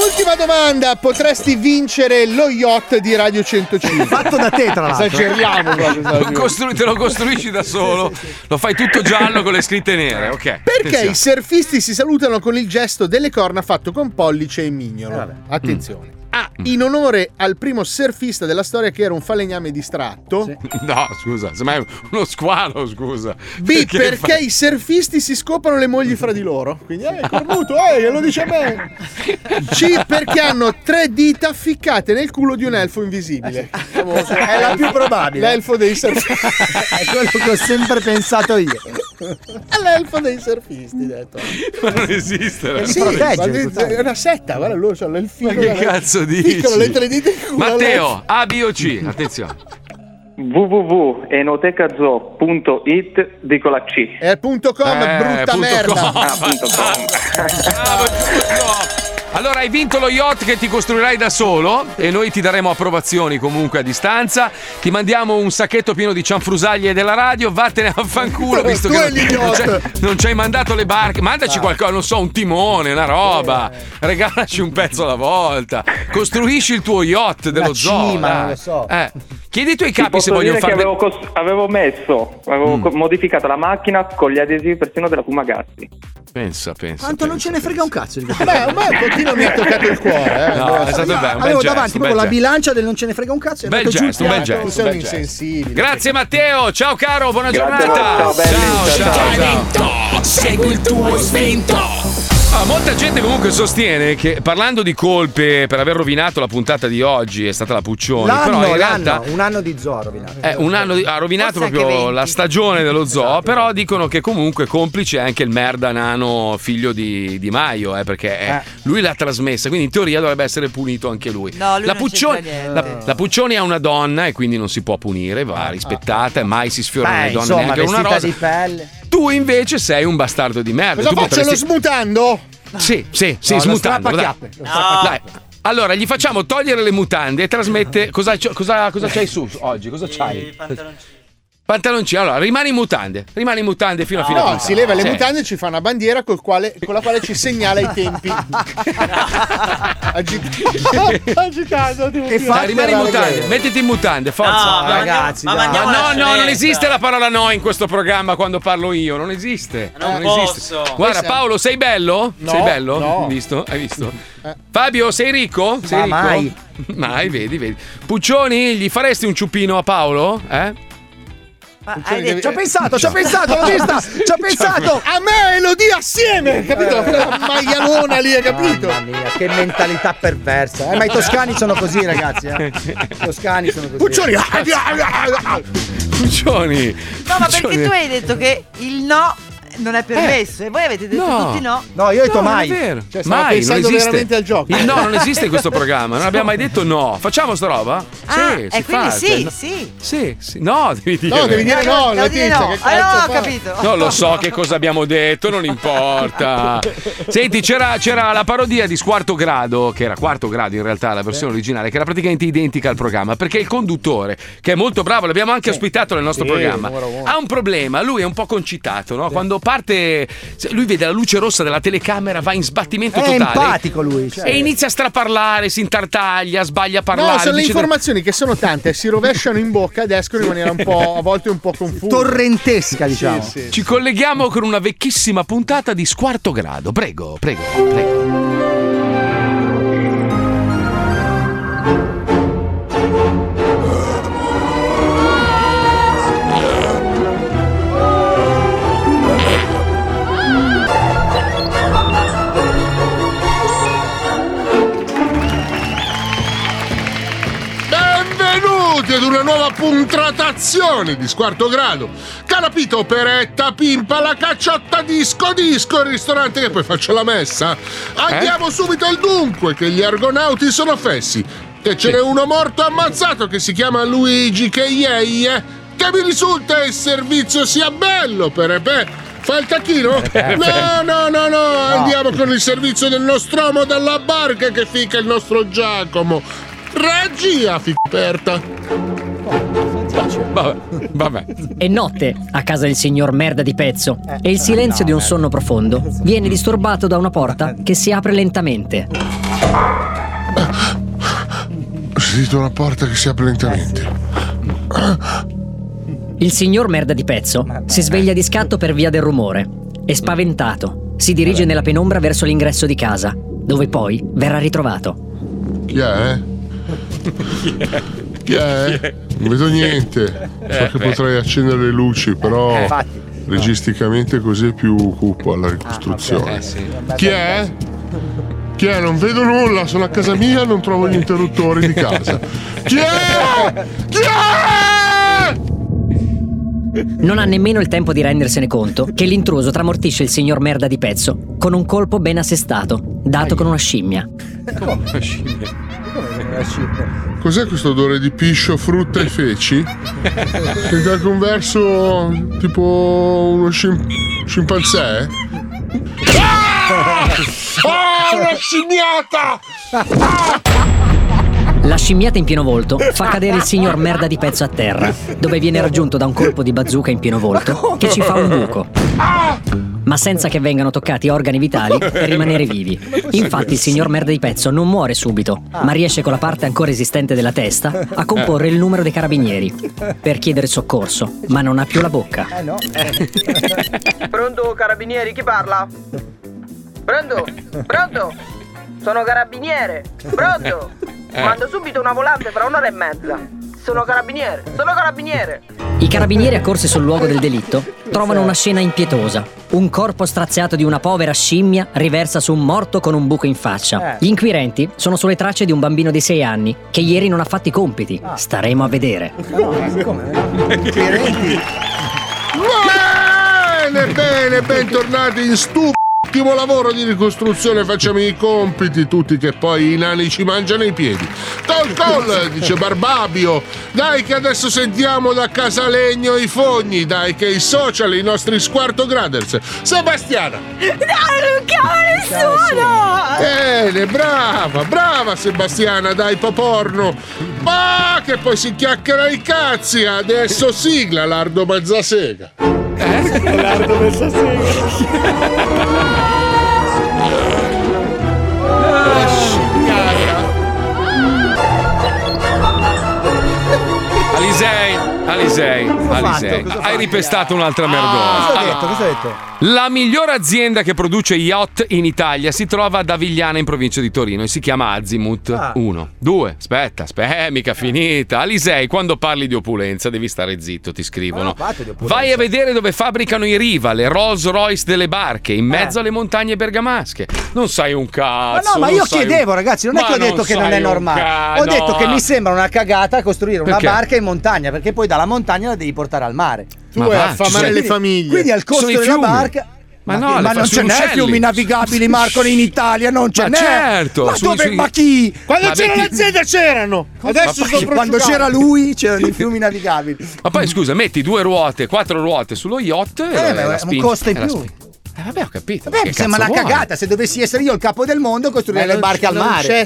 H: Ultima domanda, potresti vincere lo yacht di Radio 105?
C: Fatto da te, tra l'altro.
H: Esageriamo proprio.
B: Lo costru- te lo costruisci da solo, lo fai tutto giallo con le scritte nere, ok.
H: Perché
B: attenzione.
H: i surfisti si salutano con il gesto delle corna fatto con pollice e
B: Eh,
H: mignolo?
B: Mm.
H: Attenzione. A. In onore al primo surfista della storia che era un falegname distratto.
B: No, scusa, semmai uno squalo, scusa.
H: B. Perché,
B: fa-
H: i surfisti si scopano le mogli fra di loro? Quindi, eh, cornuto, eh, che lo dice a me. C. Perché hanno tre dita ficcate nel culo di un elfo invisibile.
C: È la più probabile.
H: L'elfo dei surfisti.
C: È quello che ho sempre pensato io.
H: È l'elfo dei surfisti, detto.
B: Ma non esiste.
H: Eh
B: ragazzi.
H: sì, guarda, è una setta, guarda loro c'hanno il filo.
B: Ma che
H: guarda,
B: cazzo dici?
H: Piccolo le tre dita in culo. eh,
B: Matteo, A, B o C? Attenzione.
W: www.enotecazo.it, dico la C.
H: È punto com,
B: Eh,
H: brutta merda.
W: Ah, punto com.
B: Allora hai vinto lo yacht che ti costruirai da solo e noi ti daremo approvazioni comunque a distanza. Ti mandiamo un sacchetto pieno di cianfrusaglie della radio, vattene a fanculo visto
H: Tu
B: che
H: e gli
B: non, non
H: yacht.
B: c'hai, non c'hai mandato le barche. Mandaci qualcosa, non so, un timone, una roba. Regalaci un pezzo alla volta. Costruisci il tuo yacht dello
W: Una
B: zoo.
W: cima,
B: dai.
W: non lo so.
B: Eh, Chiedi ai tuoi
W: Ti
B: capi se
W: posso
B: vogliono Mm.
W: dire che
B: farne
W: avevo, cos- avevo messo, avevo co- modificato la macchina con gli adesivi persino della Fumagazzi.
B: Pensa, pensa.
C: Tanto non ce ne frega un cazzo di questo.
H: Beh, a me un pochino mi ha toccato il cuore. Eh.
B: No,
H: Allora,
B: è stato
H: io
B: bello, un bel
C: Avevo davanti
B: gesto, un bel
C: proprio la
B: gesto.
C: bilancia del non ce ne frega un cazzo. e è
B: Bel
C: andato giù il
B: gesto, un bel
C: piatto.
B: gesto. un bel gesto. Grazie Matteo, ciao caro, buona
F: Grazie a voi,
B: giornata.
F: ciao, belli, ciao, ciao.
B: ciao.
F: Segui il tuo istinto.
B: Ah, molta gente comunque sostiene che parlando di colpe per aver rovinato la puntata di oggi è stata la Puccioni, però
C: L'anno,
B: in realtà
C: l'anno, un anno di zoo rovinato.
B: eh, un anno di- ha rovinato
C: Forse anche
B: proprio
C: 20.
B: la stagione dello zoo, però dicono che comunque complice è anche il merda nano figlio di, di Maio, eh, perché eh, lui l'ha trasmessa, quindi in teoria dovrebbe essere punito anche lui.
J: No, lui
B: la,
J: non
B: Puccioni,
J: c'entra niente.
B: la, la Puccioni è una donna e quindi non si può punire, va rispettata, mai si
H: ah.
B: sfiorano
C: Beh,
B: le donne
C: insomma,
B: neanche una
C: vestita
B: rosa.
C: di pelle.
B: Tu invece sei un bastardo di merda.
H: Cosa
B: tu
H: faccio? Lo
B: potresti-
H: smutando?
B: Sì, sì, sì,
H: No, lo
B: smutando. Dai.
H: strappachiappe, lo strappachiappe.
B: Dai. Allora, gli facciamo togliere le mutande e trasmette. Cosa, cosa, cosa c'hai su oggi? Cosa c'hai? Pantaloncini. Allora, rimani in mutande. Rimani in mutande fino a fine.
H: No,
B: puntata.
H: si leva le
B: Sì.
H: mutande e ci fa una bandiera col quale- con la quale ci segnala i tempi. Agit- Agitando. tipo,
B: Dai,
H: tira-
B: rimani in mutande, mettiti in mutande, forza.
H: No, ma ragazzi,
B: Ma,
H: ma dai. mandiamo
B: no,
H: la
B: no, non
H: scelta.
B: esiste la parola no in questo programma quando parlo io, non esiste.
H: non
B: esiste.
H: posso.
B: Guarda,
H: Siamo-
B: Paolo, sei bello?
H: No,
B: sei bello?
H: no. Eh.
B: Hai visto? Hai visto? Fabio, sei ricco? Sei
H: Ma
B: ricco?
H: mai.
B: Mai, vedi, vedi. Puccioni, gli faresti un ciuppino a Paolo? Eh?
J: hai detto-
C: Ci ho pensato, ci ho pensato, l'ho vista, ci ho pensato.
H: A me e Elodie
B: Eh,
H: assieme, capito? Quella maialona
B: Ah,
H: lì, hai capito?
C: Mamma mia, che mentalità perversa. Eh, ma i toscani sono così, ragazzi. Eh. I toscani sono così.
H: Puccioni, ah,
C: ah.
B: Puccioni.
J: No, ma perché
H: Cioè,
J: tu hai detto che il no non è permesso e voi avete detto
B: no.
J: tutti no.
C: No, io ho detto
B: No, non
C: mai.
B: è vero.
C: Cioè,
H: stavo
B: mai, non
H: pensando
B: esiste.
H: veramente al gioco.
B: Il no, non esiste in questo programma. Non abbiamo mai detto no. Facciamo sta roba?
J: Ah,
B: sì,
J: e
B: si
J: quindi
B: fa,
J: sì,
B: cioè, no.
J: sì.
B: Sì, Cioè, sì. No, devi dire.
J: no, devo dire no. Ah, no, ho capito.
B: No, lo so che cosa abbiamo detto, non importa. Senti, c'era, c'era la parodia di Squarto Grado, che era Quarto Grado in realtà, la versione originale, che era praticamente identica al programma, perché il conduttore, che è molto bravo, l'abbiamo anche ospitato nel nostro
K: Sì,
B: programma,
K: numero uno.
B: ha un problema, lui è un po' concitato, no? Quando parte, se- lui vede la luce rossa della telecamera, va in sbattimento
C: È
B: totale.
C: empatico lui. cioè.
B: E inizia a straparlare, si intartaglia, sbaglia a parlare.
H: no, sono le
B: dice-
H: informazioni che sono tante, si rovesciano in bocca ed escono in maniera un po', a volte un po' confusa.
C: Torrentesca,
H: diciamo. Sì,
B: Ci colleghiamo con una vecchissima puntata di Squarto Grado. Prego, prego, prego.
K: Benvenuti ad una nuova puntratazione di squarto grado. Carapito, peretta, pimpa, la cacciotta, disco, disco, il ristorante che poi faccio la messa. Andiamo subito al dunque, che gli argonauti sono fessi. Che ce n'è uno morto ammazzato che si chiama Luigi Cheieie. Che mi risulta il servizio sia bello per beh. Fa il tacchino?
G: Eh,
K: No, no, no, no, andiamo con il servizio del nostromo dalla barca che fica il nostro Giacomo. Regia, fi aperta.
B: Vabbè, vabbè.
M: È notte a casa del signor merda di pezzo e il
F: Ah,
M: silenzio di un sonno profondo viene disturbato da una porta che si apre lentamente.
K: Ho sentito una porta che si apre lentamente.
M: Il signor merda di pezzo si sveglia di scatto per via del rumore e spaventato si dirige nella penombra verso l'ingresso di casa, dove poi verrà ritrovato.
K: Chi è? eh? Chi è? Non vedo niente. So
M: Eh,
K: che
M: beh.
K: potrei accendere le luci,
G: Eh,
K: però
G: infatti. Ah,
K: registicamente così è più cupo alla ricostruzione. Chi è? Chi è? Non vedo nulla, sono a casa mia, non trovo gli interruttori di casa. Chi è? Chi è?
M: Non ha nemmeno il tempo di rendersene conto che l'intruso tramortisce il signor merda di pezzo con un colpo ben assestato, dato con una scimmia.
K: Cos'è questo odore di piscio, frutta e feci? Sento anche un verso tipo uno scim- scimpanzé?
F: Ah, una scimmiata!
M: La scimmiata in pieno volto fa cadere il signor merda di pezzo a terra, dove viene raggiunto da un colpo di bazooka in pieno volto che ci fa un buco. Ma senza che vengano toccati organi vitali per rimanere vivi. Infatti il signor merda di pezzo non muore subito, ma riesce con la parte ancora esistente della testa a comporre il numero dei carabinieri per chiedere soccorso, ma non ha più la bocca.
C: Eh no.
Y: Pronto, carabinieri, chi parla? Pronto? Pronto? Sono carabiniere. Pronto?
M: Eh.
Y: Mando subito una volante fra un'ora e mezza. Sono carabiniere. Sono carabiniere.
M: I carabinieri accorsi sul luogo del delitto trovano una scena impietosa. Un corpo straziato di una povera scimmia riversa su un morto con un buco in faccia. Gli inquirenti sono sulle tracce di un bambino di 6 anni che ieri non ha fatto i compiti. Staremo a vedere.
K: Bene, bene, bentornati in stupido Ultimo lavoro di ricostruzione, facciamo i compiti tutti che poi i nani ci mangiano i piedi. Col col, dice Barbabio. Dai che adesso sentiamo da Casalegno i fogni, dai che i social, i nostri squarto graders. Sebastiana.
F: No, non chiama nessuno!
K: Bene, brava, brava Sebastiana, dai poporno. Ma che poi si chiacchiera i cazzi, adesso sigla Lardo Mazzasega.
B: Eh?
F: Leonardo
B: Alisei, Alisei,
A: Cosa ho fatto?
B: Alisei.
A: Cosa ho
B: hai
A: fatto?
B: ripestato un'altra
C: Cosa ho
B: merdona.
C: detto? Cosa ho detto?
B: La migliore azienda che produce yacht in Italia si trova ad Avigliana in provincia di Torino e si chiama Azimut
C: Ah.
B: 1. 2. Aspetta, aspetta, eh, mica finita. Alisei, quando parli di opulenza devi stare zitto, ti scrivono. Vai a vedere dove fabbricano i Riva, le Rolls Royce delle barche, in mezzo alle montagne bergamasche. Non sai un
C: Eh. Ma
B: cazzo.
C: no, ma
B: non
C: io
B: sai un-
C: chiedevo, ragazzi, non è
B: Ma
C: che ho detto che non
B: sai
C: è
B: un
C: normale.
B: ca-
C: ho
B: no,
C: detto che
B: ah.
C: mi sembra una cagata costruire una
B: Perché?
C: barca in montagna, perché poi dalla montagna la devi portare al mare.
H: Tu eh, Ma vai a va, affamare ci sono- le
C: Quindi-
H: famiglie.
C: Quindi al costo
H: Sono i
C: della
H: fiumi.
C: barca.
H: Ma no,
C: che-
H: le
C: ma
H: fa-
C: non
H: sui
C: ce n'è
H: uccelli.
C: fiumi navigabili, Marco, in Italia non ce
H: Ma
C: n'è.
H: certo,
C: ma,
H: sui-
C: dove,
H: sui-
C: ma chi?
H: Quando
B: Ma
H: c'era
B: metti-
H: l'azienda c'erano. Adesso
B: Ma
H: sono
C: Quando
H: prosciugati.
C: c'era lui c'erano i fiumi navigabili.
B: Ma poi scusa, metti due ruote, quattro ruote sullo yacht.
C: Eh, ma è un costo in più.
B: Eh, vabbè, ho capito.
C: Vabbè,
B: che
C: mi sembra
B: cazzo
C: una
B: vuoi?
C: cagata. Se dovessi essere io il capo del mondo, costruire
H: Ma non
C: le barche
H: c'è-
C: al
H: non
C: mare.
H: c'è
B: Eh, non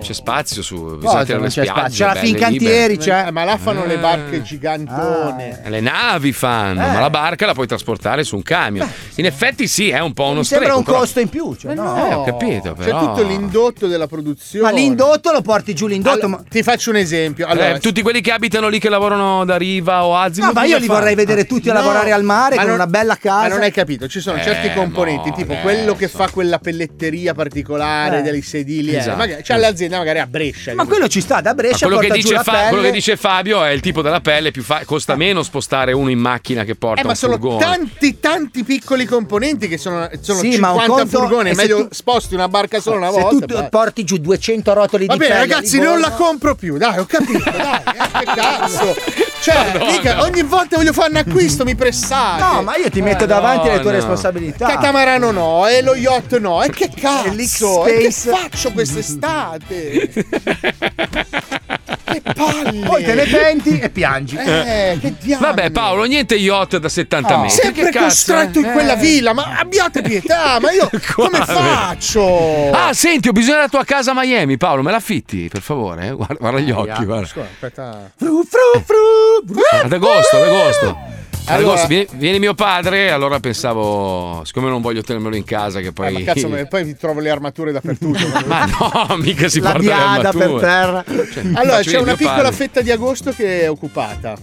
B: c'è spazio su.
C: Cosa?
B: Bisogna tirare
C: Non
B: le
C: c'è
B: spiagge.
C: spazio? C'è la
B: belle,
C: Fincantieri,
B: libere.
H: Cioè, ma là fanno le barche gigantone.
B: Le navi fanno,
C: Eh.
B: ma la barca la puoi trasportare su un camion. In effetti, sì, è un po' uno
C: Mi
B: spreco.
C: sembra un
B: però-
C: costo in più. Cioè, no.
B: Eh, ho capito,
H: C'è
B: però.
H: tutto l'indotto della produzione.
C: Ma l'indotto lo porti giù l'indotto. ma...
H: Ti faccio un esempio. Allora,
B: Eh, tutti quelli che abitano lì che lavorano da Riva o Azimut
C: No, ma io
B: come
C: li
B: fanno? Ah,
C: vorrei vedere tutti a
H: No,
C: lavorare al mare
H: ma
C: con
H: non-
C: una bella casa.
H: Ma non hai capito, ci sono
B: Eh,
H: certi componenti,
B: mo,
H: tipo
B: adesso.
H: quello che fa quella pelletteria particolare
C: Eh.
H: dei sedili. eh,
B: Esatto.
H: magari- c'ha l'azienda magari a Brescia.
C: Ma quello ci sta da
B: Ma
C: Brescia,
B: quello, che
C: porta giù
B: dice
C: la
B: Fa-
C: pelle. Eh.
B: quello che dice Fabio è il tipo della pelle più fa- costa meno spostare uno in macchina che porta
H: Eh, ma
B: un
H: sono
B: furgone.
H: tanti, tanti piccoli componenti che sono, sono
C: Sì, ma un
H: 50
C: conto
H: furgoni.
C: è
H: È
C: se
H: meglio
C: tu-
H: sposti una barca solo una
C: se
H: volta.
C: tu
H: basta.
C: porti giù 200 rotoli
H: Va
C: di
H: bene,
C: pelle a
H: ragazzi,
C: Livorno-
H: non la compro più. Dai, ho capito. dai, che cazzo. Cioè,
C: Madonna.
H: mica, ogni volta voglio fare un acquisto, mi pressate.
C: No, ma io ti
B: Eh,
C: metto davanti le tue responsabilità.
H: Catamarano no, e lo yacht no. E che cazzo? E che
C: l'X-Space.
H: faccio quest'estate? che palle.
C: Poi te ne penti e piangi.
H: Eh, che diavolo.
B: Vabbè, Paolo, niente yacht da
C: Oh,
B: 70 metri.
H: Sempre
B: che cazzo,
H: costretto in
B: eh?
H: quella villa, ma abbiate pietà, ma io come
B: Quale?
H: faccio?
B: Ah, senti, ho bisogno della tua casa a Miami, Paolo, me la affitti, per favore. eh? Guarda, guarda gli occhi, guarda.
H: Scusa, aspetta.
C: Fru, fru, fru.
B: Ad agosto, ad agosto. Ad
H: Allora-
B: agosto viene, viene mio padre, allora pensavo, siccome non voglio tenermelo in casa, che
H: Ah,
B: poi.
H: ma cazzo, ma poi vi trovo le armature dappertutto.
B: Ma no, mica si
H: La
B: porta le
H: diada per
B: armature.
H: terra.
B: Cioè,
H: Allora,
B: faccio
H: c'è
B: vedere
H: una
B: mio
H: piccola
B: padre.
H: fetta di agosto che è occupata.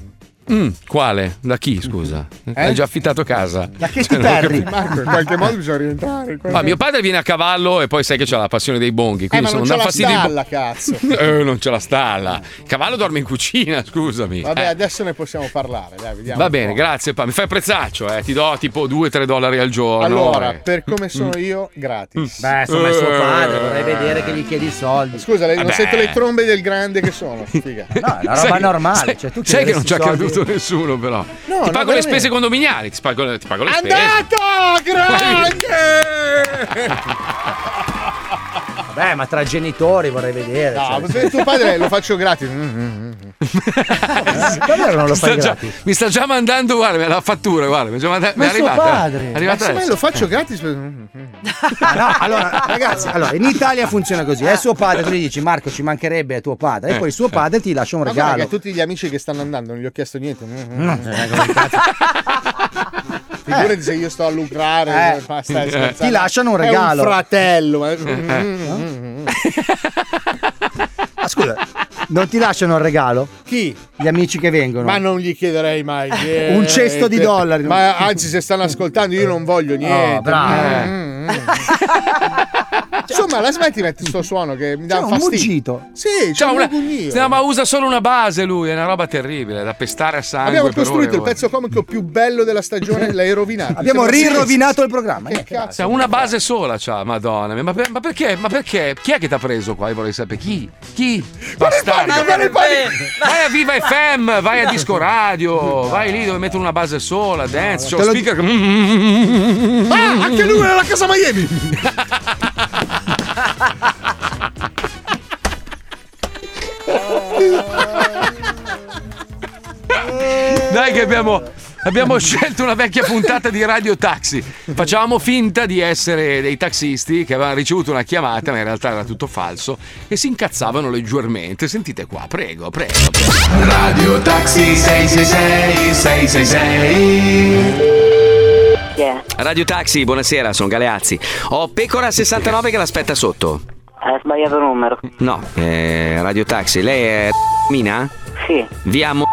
B: Mm, quale? Da chi, scusa?
H: Eh?
B: Hai già affittato casa.
H: Ma che
B: Cioè, non ho capito.
H: Marco, in qualche modo bisogna rientrare. in qualche-
B: Ma mio padre viene a cavallo e poi sai che c'ha la passione dei bonghi.
H: eh,
B: Quindi
H: ma
B: se
H: non c'è
B: non dà
H: la
B: fastidio. i bo-
H: stalla, cazzo.
B: Eh, non c'è la stalla. Il cavallo dorme in cucina, scusami.
H: Vabbè,
B: Eh.
H: adesso ne possiamo parlare, dai, vediamo.
B: Va
H: un
B: bene,
H: po'.
B: grazie. Pa. Mi fai prezzaccio, eh. Ti do tipo 2-3 dollari al giorno.
H: Allora,
B: eh.
H: per come sono io, gratis. Eh.
B: Beh, insomma, è suo padre, vorrei
C: vedere che gli chiedi i soldi.
H: Scusa, le- non
B: Vabbè.
H: sento le trombe del grande che sono. Figa.
C: No, è una roba normale.
B: sai-
C: cioè, tu
B: sai che non ci ha
C: chiederesti
B: creduto
C: soldi-
B: nessuno, però. ti
H: no,
B: pago le
H: veramente.
B: spese condominiali, ti pago, ti pago le spese.
H: Andata! Grande!
C: Vabbè, ma tra genitori vorrei vedere.
H: No,
C: cioè.
H: per tuo padre lo faccio gratis. Mm, mm, mm.
C: Davvero non lo fai
B: Mi sta, già,
C: gratis?
B: mi sta già mandando, guarda, la fattura, guarda, mi è già mandata.
C: Ma
B: mi è
C: è suo
B: arrivata. eh.
C: padre.
B: È arrivata
C: Ma
H: Ma
B: adesso.
H: lo faccio gratis. per- mm, mm.
C: Ah, no, allora, ragazzi, allora, in Italia funziona così. È suo padre, tu gli dici Marco, ci mancherebbe è tuo padre. E poi suo padre ti lascia un
H: Eh, Ma guarda che a
C: regalo.
H: tutti gli amici che stanno andando non gli ho chiesto niente. Mm, mm.
C: Eh, come cazzo.
H: Figurati se io sto a lucrare.
C: Eh.
H: ma stai
C: Eh.
H: scherzando.
C: Ti lasciano un
H: È
C: regalo. Eh?
H: un Mm, fratello. ma- mm.
C: Ma Ah, scusa, non ti lasciano il regalo?
H: Chi?
C: Gli amici che vengono.
H: Ma non gli chiederei mai niente.
C: Un cesto di dollari. Oh,
H: Ma anzi, se stanno ascoltando, io non voglio niente.
C: bravo. Eh.
H: Mm, mm, mm. Insomma, la smetti di mettere sto suono che mi dà
C: C'è un
H: fastidio.
C: muggito.
H: Sì, c'è
C: cioè,
B: C'ha
H: un
B: una-
H: mugugnio.
B: no, ma usa solo una base lui, è una roba terribile, da pestare a sangue.
H: Abbiamo
B: per eh.
H: costruito
B: ore,
H: il pezzo comico più bello della stagione, l'hai rovinato.
C: Abbiamo
H: Sembra-
C: rirovinato il programma.
H: Che cazzo.
B: Cioè, una base sola c'ha, madonna mia. Ma, per- ma perché? Ma perché? Chi è che ti ha preso qua? Io vorrei sapere chi? Chi? Bastardo. Vai a Viva FM, vai a Disco Radio, vai lì dove mettono una base sola, dance, c'è lo speaker che... Mm.
H: Ah, anche lui era la casa Miami.
B: Dai che abbiamo, abbiamo scelto una vecchia puntata di Radio Taxi. Facevamo finta di essere dei taxisti che avevano ricevuto una chiamata, ma in realtà era tutto falso, e si incazzavano leggermente. Sentite qua, prego, prego. Radio Taxi 666 666
N: Radio Taxi, buonasera, sono Galeazzi. Ho Pecora 69 che l'aspetta sotto.
L: Hai sbagliato numero.
N: No, eh, Radio Taxi, lei è Mina?
L: Sì.
N: Via Mo-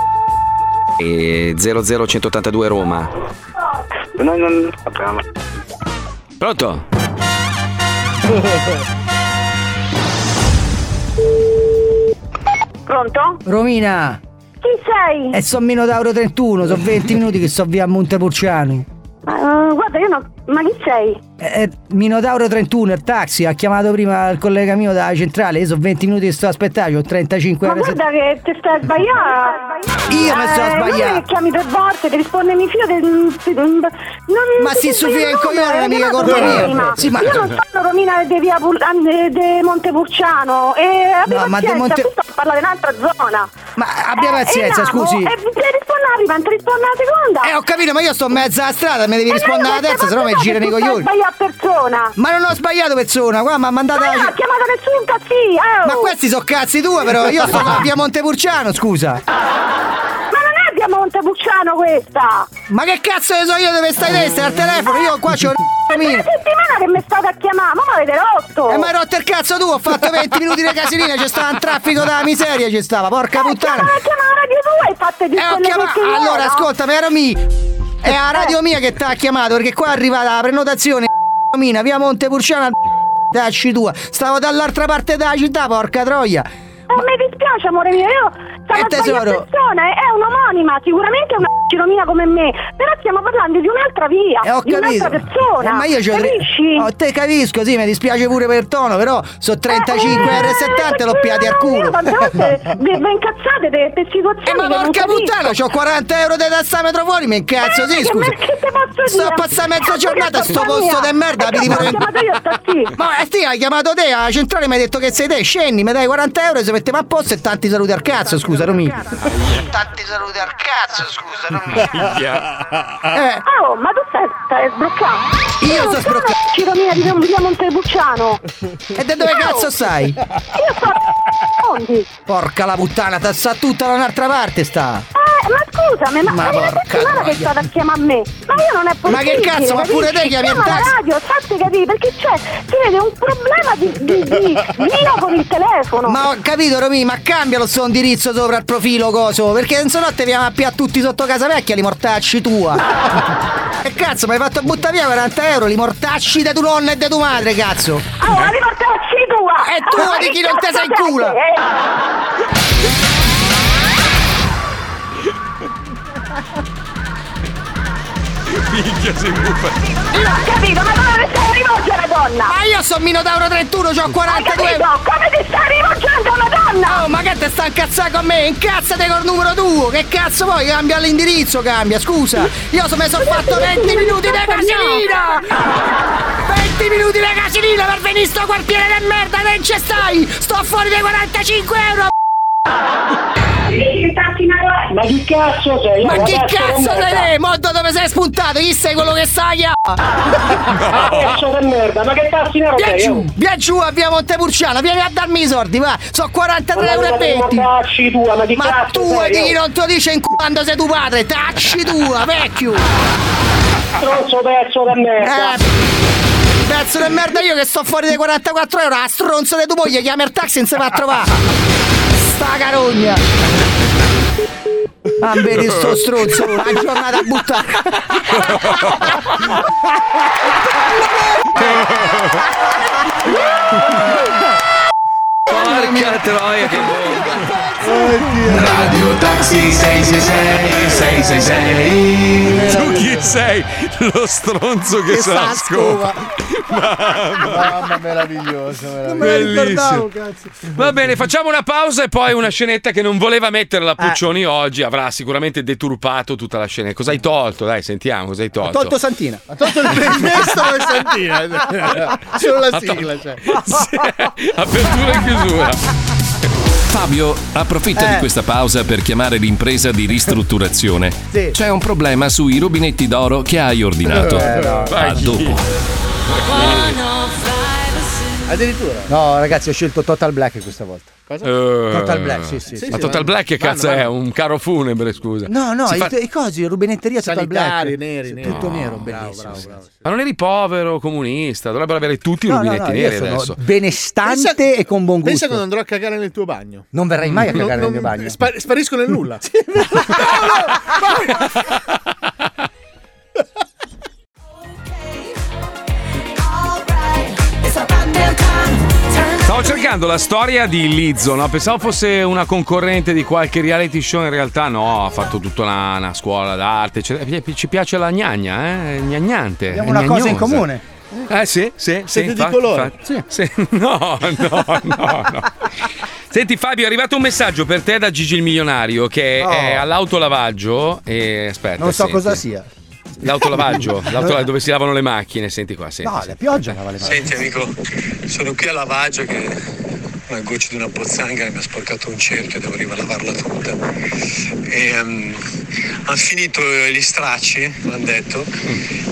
Z: E 00182 Roma.
Q: Noi non sappiamo.
Z: Pronto?
E: Pronto? Romina! Chi sei?
I: E sono Eh, meno da Euro 31, sono 20 minuti che sto via a Montepulciano.
E: Eh, guarda, io no. Ma chi sei?
I: Eh, Minotauro 31, il taxi, ha chiamato prima il collega mio dalla centrale, io sono 20 minuti che sto a aspettare, ho 35
E: Ma
I: ore.
E: guarda che ti stai sbagliando.
I: Io mi sto
E: Eh, non è
I: sbagliando.
E: che chiami due volte, devi rispondermi fino del. Non,
I: Ma si soffia il coglione, non è mica colpa mia. Sì, ma-
E: Io non sono Romina di via Pul- eh, de Montepulciano. E abbi
I: No, ma de
E: pazienza,
I: Monte-
E: tu sto a parlare di un'altra zona. Eh,
I: Ma abbia pazienza, scusi.
E: E ti rispondo alla prima, non ti rispondo alla seconda.
I: Eh, ho capito, ma io sto in mezzo alla strada, mi devi
E: Eh,
I: rispondere
E: ma
I: alla
E: io
I: terza,
E: queste
I: sennò mi
E: volte
I: girano i
E: tu stai
I: coglioni.
E: sbagliando persona.
I: Ma non ho sbagliato persona, qua mi ha mandato
E: Ma
I: la-
E: non ha chiamato nessun taxi, eh, oh.
I: Ma questi sono cazzi tuoi però, io sto a via Montepulciano, scusa.
E: Ma non è via Montepulciano questa!
I: Ma che cazzo ne so io dove stai testa al telefono? Io qua c'ho
E: È una settimana che mi state a chiamare, ma avete rotto!
I: E ma hai Eh, rotto il cazzo tu, ho fatto 20 minuti di casinina, c'è stava un traffico della miseria, c'è stava, porca puttana! Ma
E: chiamava radio tu hai fatto di
I: eh, ho chiamato. Allora, ascolta, però mi. È
E: Eh.
I: la radio mia che ti ha chiamato, perché qua è arrivata la prenotazione, mina, via Montepulciano, dacci tua. Stavo dall'altra parte della città, porca troia!
E: Ma Eh, mi dispiace, amore mio, io
I: E
E: stavo a sbagliare
I: Eh, tesoro?
E: persona, è un'omonima, sicuramente è una ciromina come me, però stiamo parlando di un'altra via,
I: Eh, ho
E: di
I: capito.
E: un'altra persona.
I: Eh, ma io c'ho tre-
E: capisci?
I: Oh, te capisco, sì, mi dispiace pure per il tono, però sono
E: Eh,
I: 35 R70 l'ho piati al culo.
E: Quante volte vi vi incazzate per per situazioni
I: Eh, ma
E: che non
I: porca
E: capisco.
I: puttana, c'ho 40 euro di tassametro fuori, mi incazzo,
E: Eh,
I: sì,
E: che
I: scusa.
E: mer- che te posso
I: Sto a
E: dire?
I: passare mezza
E: Cazzo,
I: giornata a
E: che
I: sto
E: colpa
I: posto
E: mia.
I: di merda,
E: Eh,
I: mi
E: che
I: dico.
E: ho chiamato io, sta sì.
I: Ma eh, sì, hai chiamato te, alla centrale mi hai detto che sei te, scendi, mi dai 40 euro e si metteva a posto e tanti saluti al cazzo, scusa, Romina.
E: Eh, Tanti saluti al cazzo, scusa, non
I: Eh.
E: Oh, ma tu stai, stai sbroccato. Io sto sbroccato. Ciro mia di via Montepulciano.
I: E da dove cazzo stai?
E: Io sto Fondi.
I: Porca la puttana, ta sta tutta da un'altra parte sta.
E: Eh, ma scusami, ma,
I: Ma
E: ma è una
I: porca
E: settimana che
I: troia.
E: state a chiamare a me. Ma io non è possibile.
I: Ma che cazzo, ma pure te chiami il
E: Chiama la
I: taxi?
E: radio, fatti capire, perché c'è, si vede un problema di, di, di mio con il telefono.
I: Ma ho capito Romi, ma cambialo sto indirizzo sopra il profilo coso, perché se no te viamo a pia tutti sotto casa vecchia li mortacci tua. Che cazzo, mi hai fatto buttare via 40 euro, li mortacci da tu nonna e da tu madre, cazzo.
E: Oh, la libertà è tua! Eh,
I: E tu di chi non te sei culo.
B: Minchia, sei buffa.
E: Non ho capito, ma come ti stai rivolgendo alla donna?
I: Ma io sono Minotauro 31, ho 42
E: capito? Come ti stai rivolgendo a Madonna?
I: Oh, ma che te sta incazzando con me? Incazzate col numero tuo! Che cazzo vuoi? Cambia l'indirizzo, cambia, scusa! Io so, mi sono fatto 20 minuti di casinina! 20 minuti di casinina per venire sto quartiere del merda, non ci stai! Sto fuori dai 45 euro!
E: Ma
I: che cazzo sei? Ma che
E: Ragazzo,
I: cazzo
E: merda.
I: sei te? Moddo dove sei spuntato? Chi sei quello che sai? Cazzo
E: di merda, ma che cazzo nero
I: Via
E: sei,
I: giù, via giù a via Montepulciano, vieni a darmi i sordi, va! So 43 euro e 20!
E: Tacci tua, ma di
I: Ma
E: cazzo
I: tu
E: sei,
I: di chi
E: oh?
I: non te lo dice in quando sei tuo padre, tacci tua, vecchio! Eh,
E: Stronzo pezzo da merda!
I: Pezzo di merda io che sto fuori dai 44 euro, a stronzo di tua moglie chiama il taxi e non si va a trovare! Sta carogna! Ah, vedi sto stronzo, una giornata a buttare!
B: Porca troia, che bomba.
F: Radio Taxi 666 666
B: Tu chi sei? Lo stronzo che,
F: Che
B: sa la
F: sa scopa.
B: scopa. Mamma.
H: Mamma meravigliosa,
B: me la
H: meravigliosa.
B: ricordavo, Va bene, facciamo una pausa e poi una scenetta che non voleva mettere la Puccioni oggi. Avrà sicuramente deturpato tutta la scena. Cosa hai tolto? Dai, sentiamo cosa hai tolto.
C: Ha tolto Santina.
H: Ha tolto il pretesto e Santina. Solo la
B: Ha tolto-
H: sigla, cioè.
B: Apertura e chiusura.
A: Fabio approfitta
B: Eh.
A: di questa pausa per chiamare l'impresa di ristrutturazione.
C: Sì.
A: C'è un problema sui rubinetti
C: Eh,
A: d'oro che hai ordinato.
F: Eh, no.
A: A dopo.
F: Vai.
H: Addirittura.
C: No, ragazzi, ho scelto Total Black questa volta. Total Black, sì, sì, sì.
B: Eh, Ma Total Black che
C: Vanno,
B: cazzo
C: vanno.
B: è? Un caro funebre, scusa.
C: No, no,
B: Si
C: i,
B: fa-
C: i cosi, rubinetteria Total Black.
H: Sanitari, neri, neri.
C: Tutto
B: No,
C: nero, bellissimo.
B: Ma non eri povero comunista, dovrebbero avere tutti i
C: No, no,
B: rubinetti
C: no, io
B: neri
C: sono
B: adesso.
C: benestante e con buon gusto.
H: Pensa quando andrò a cagare nel tuo bagno.
C: Non verrai mai a
H: Non-
C: cagare nel
H: non-
C: mio bagno.
H: spa- sparisco nel nulla.
B: Stavo cercando la storia di Lizzo, no? Pensavo fosse una concorrente di qualche reality show, in realtà no, ha fatto tutta una, una scuola d'arte, eccetera. Ci piace la gnagna, eh? Gnagnante.
C: Abbiamo una cosa in comune.
B: Eh sì, sì, sì,
C: Siete di
B: infatti,
C: colore.
B: infatti. Sì, No, no, no, no. Senti Fabio, è arrivato un messaggio per te da Gigi il milionario che
C: Oh.
B: è all'autolavaggio e aspetta.
C: Non so
B: senti.
C: cosa sia.
B: L'autolavaggio, l'autolavaggio dove si lavano le macchine, senti qua, senti.
C: No, la pioggia
B: Ah,
C: lava le mani.
O: Senti amico, sono qui a lavaggio che una goccia di una pozzanghera mi ha sporcato un cerchio, devo rilavarla tutta. E, ehm, hanno finito eh, gli stracci, mi hanno detto,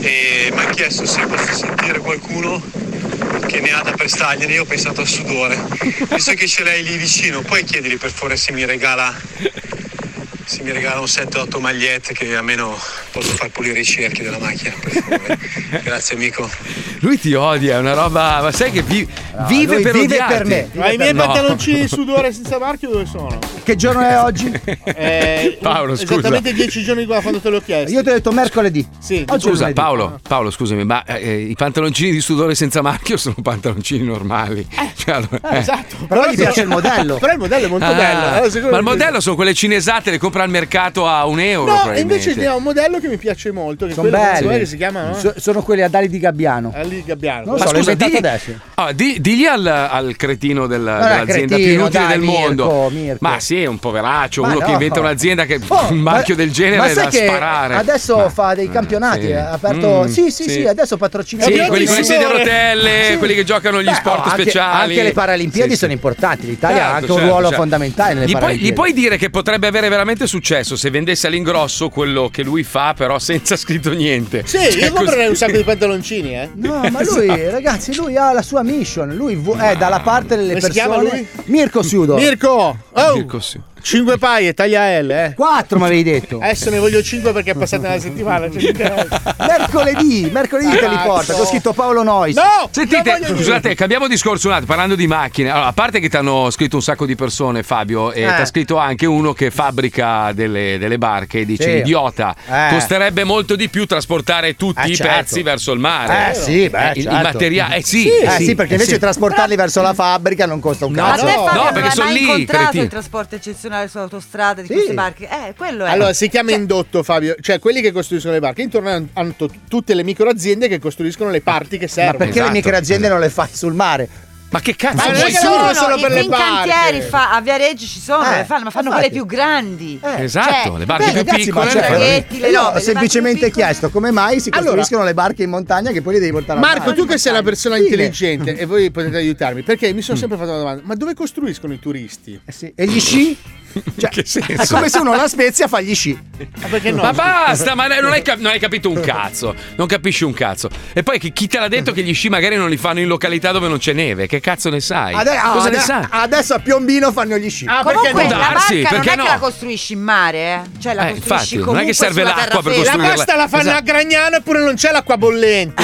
O: e mi hanno chiesto se posso sentire qualcuno che ne ha da prestagliene, io ho pensato al sudore. Visto che ce l'hai lì vicino, poi chiedili per favore se mi regala se mi regala un set 8 magliette che almeno posso far pulire i cerchi della macchina, per favore. Grazie amico.
B: Lui ti odia, è una roba, ma sai che vi- vive
C: lui
B: per
C: vive
B: odiarti.
C: per me.
H: Ma i miei
B: No.
H: pantaloncini di sudore senza marchio dove sono?
C: Che giorno è oggi?
H: Eh,
B: Paolo, scusa.
H: Esattamente dieci giorni fa quando te l'ho chiesto.
C: Io ti ho detto mercoledì.
H: Sì.
C: Oggi
B: Ah, Scusa Paolo, Paolo, scusami, ma eh, i pantaloncini di sudore senza marchio sono pantaloncini normali. Cioè, allora- eh.
H: esatto.
C: Però gli piace il modello.
H: Però il modello è molto
B: Ah,
H: bello. Allora, secondo
B: ma il
H: me-
B: modello sono quelle cinesate, le compra al mercato a un euro.
H: No, e
B: probabilmente.
H: invece ne ha un modello che mi piace molto. Che è
C: Sono
H: quello che-
C: belli.
H: che si chiama no?
C: So- sono quelli a Dali di Gabbiano.
H: Ali Gabbiano.
C: Non lo so, l'ho inventato adesso.
B: Ah, di- digli al, al cretino del-
C: è
B: dell'azienda
C: cretino,
B: più inutile
C: dai,
B: del mondo.
C: Mirko, Mirko.
B: Ma sì, è un poveraccio,
C: Ma
B: uno che
C: no.
B: inventa un'azienda che
C: Oh,
B: un marchio
C: ma-
B: del genere
C: ma
B: è
C: sai
B: da
C: che
B: sparare.
C: Adesso fa dei
B: eh,
C: campionati.
B: sì.
C: Ha aperto.
B: Mm,
C: sì, sì, sì,
B: sì.
C: adesso patrocina.
B: Sì,
C: Campionati
B: quelli con le
C: di
B: sedie a
C: sudore.
B: rotelle,
C: Sì.
B: quelli che giocano gli
C: Beh, oh,
B: sport
C: anche-
B: speciali.
C: Anche le Paralimpiadi sono importanti. L'Italia ha
B: Certo,
C: anche un
B: certo,
C: ruolo
B: certo.
C: fondamentale nelle
B: Gli puoi,
C: Paralimpiadi.
B: gli puoi dire che potrebbe avere veramente successo se vendesse all'ingrosso quello che lui fa, però senza scritto niente.
H: Sì,
B: Cioè,
H: io comprerei
B: così.
H: un sacco di pantaloncini, eh.
C: Certo, No, ma lui, ragazzi, lui ha la sua mission. Lui vu- è dalla parte delle
H: Come si chiama
C: persone. Mirko Sudo.
H: Mirko, oh,
B: Mirko, sì.
H: 5 paie, taglia L, eh.
C: 4 me l'avevi detto.
H: Adesso ne voglio 5 perché è passata una settimana. cioè,
C: mercoledì, mercoledì te li
H: Cazzo.
C: porta. Ho scritto Paolo Nois.
H: Ah, No!
B: Sentite,
H: Non voglio
B: scusate, cambiamo discorso un attimo, parlando di macchine. Allora, a parte che ti hanno scritto un sacco di persone, Fabio, e
C: Eh.
B: ti ha scritto anche uno che fabbrica delle, delle barche e dice:
C: Sì.
B: Idiota,
C: Eh.
B: costerebbe molto di più trasportare tutti
C: Eh,
B: i
C: certo.
B: pezzi verso il mare.
C: Eh sì, beh,
B: Eh, il, il
C: certo.
B: materiale. Eh sì,
C: Eh, sì, perché invece
B: eh, sì.
C: trasportarli verso la fabbrica non costa un
B: No,
C: cazzo.
B: no,
J: Fabio,
B: no,
J: non
B: perché
J: hai
B: sono
J: mai
B: lì.
J: incontrato
B: cretini.
J: il trasporto eccezionale sull'autostrada di queste barche? Eh, quello è.
H: Allora, si chiama indotto, Fabio. Cioè, quelli che costruiscono le barche intorno hanno- hanno t- tutte le microaziende che costruiscono le parti che
C: Ma
H: servono.
C: perché le microaziende non le fai sul mare?
B: Esatto. Ma che cazzo?
H: Ma non è
J: Ci
H: che lavorano solo
J: i-
H: per le
J: in
H: barche.
J: cantieri fa- a Viareggio ci sono,
C: Eh,
J: le fanno, ma fanno
C: infatti.
J: quelle più grandi.
B: Esatto,
J: Cioè,
B: le barche
C: Beh,
B: più
C: ragazzi, ma
B: piccole. eh.
C: cioè,
B: le-
J: traghetti, le
C: io
J: robe,
C: ho
J: le
C: semplicemente chiesto come mai si costruiscono le barche in montagna che poi le devi portare a
H: Marco, tu che sei una persona intelligente e voi potete aiutarmi, perché mi sono sempre fatto una domanda: ma dove costruiscono i turisti?
C: E gli sci? Cioè,
B: Che senso?
C: è come se uno alla Spezia fa gli sci.
H: Ma perché no?
B: Ma basta, ma non hai, cap- non hai capito un cazzo. Non capisci un cazzo. E poi chi, chi te l'ha detto che gli sci magari non li fanno in località dove non c'è neve? Che cazzo ne sai?
C: Ade- ah,
B: Cosa ne
C: ade-
B: sai?
C: adesso a Piombino fanno gli sci.
H: Ah,
J: Comunque
B: Perché
J: la
B: no?
J: barca
B: Darsi,
J: non
B: perché
J: è
B: no?
J: che la costruisci in mare, eh? cioè la
B: Eh,
J: costruisci
B: infatti, non è
J: comunque
B: che serve
J: sulla
B: l'acqua per
J: terraferma.
H: La
B: costruirla.
H: pasta la fanno
B: Esatto.
H: a Gragnano eppure non c'è l'acqua bollente.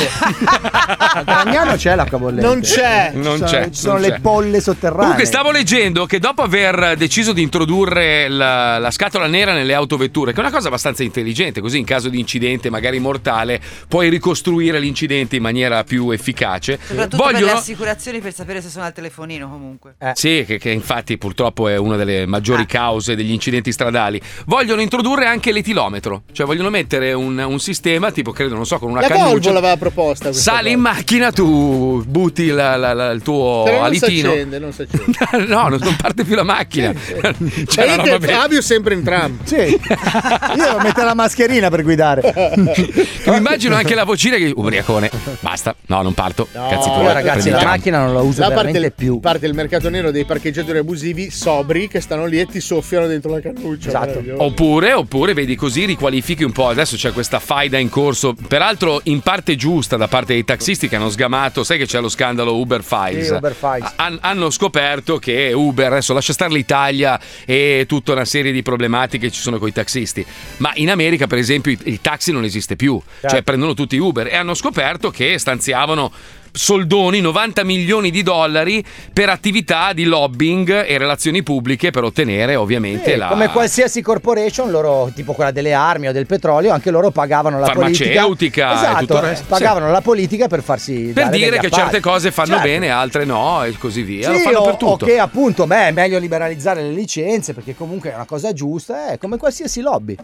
C: A Gragnano c'è l'acqua bollente.
H: Non c'è.
B: Ah,
C: Ci
B: Non
C: sono-
B: c'è,
C: Ci sono
B: non
C: le
B: c'è.
C: polle sotterranee.
B: Comunque stavo leggendo che dopo aver deciso di introdurre la, la scatola nera nelle autovetture, che è una cosa abbastanza intelligente, così in caso di incidente magari mortale puoi ricostruire l'incidente in maniera più efficace.
J: Soprattutto per le assicurazioni per sapere se sono al telefonino comunque.
H: Eh.
B: Sì, che, che infatti purtroppo è una delle
H: Ah.
B: maggiori cause degli incidenti stradali. Vogliono introdurre anche l'etilometro, cioè vogliono mettere un, un sistema, tipo credo, non so, con una
H: La Volvo
B: cannuccia.
H: l'aveva proposta. questa
B: Sali in
H: cosa.
B: macchina, tu butti la- la- la- il tuo
H: Però non si
B: alitino.
H: accende, non si accende.
B: no, non non parte più la macchina. C'è la
H: Vedete,
B: roba bella.
H: Fabio sempre in tram.
E: Sì. Io devo mettere la mascherina per guidare.
B: Mi immagino anche la vocina che. Ubriacone, basta, no, non parto. Cazzi tuoi,
C: io, ragazzi,
B: prendi il
C: la
B: tram.
C: macchina non la uso
H: Da
C: veramente
H: parte il,
C: più.
H: parte il mercato nero dei parcheggiatori abusivi sobri che stanno lì e ti soffiano dentro la Eh, cannuccia. Meraviglioso.
B: Oppure, oppure, vedi così, riqualifichi un po'. Adesso c'è questa faida in corso, peraltro in parte giusta da parte dei taxisti che hanno sgamato. Sai che c'è lo scandalo Uber Files.
C: Sì, Uber Files.
B: Ah, han- hanno scoperto che Uber, adesso lascia stare l'Italia e tutta una serie di problematiche che ci sono con i taxisti. Ma in America, per esempio, i- il taxi non esiste più,
C: Certo.
B: cioè prendono tutti Uber e hanno scoperto che stanziavano. Soldoni, 90 milioni di dollari per attività di lobbying e relazioni pubbliche per ottenere ovviamente
C: Sì,
B: la.
C: Come qualsiasi corporation, loro, tipo quella delle armi o del petrolio, anche loro pagavano la politica.
B: Farmaceutica e
C: Esatto,
B: tutto il resto.
C: Pagavano la politica per farsi
B: per
C: dare
B: dire
C: degli
B: che
C: appalti.
B: certe cose fanno
C: Certo.
B: bene, altre no, e così via. Lo
C: Sì,
B: fanno
C: o,
B: per
C: o
B: tutto.
C: che appunto beh, è meglio liberalizzare le licenze perché comunque è una cosa giusta, è come qualsiasi lobby.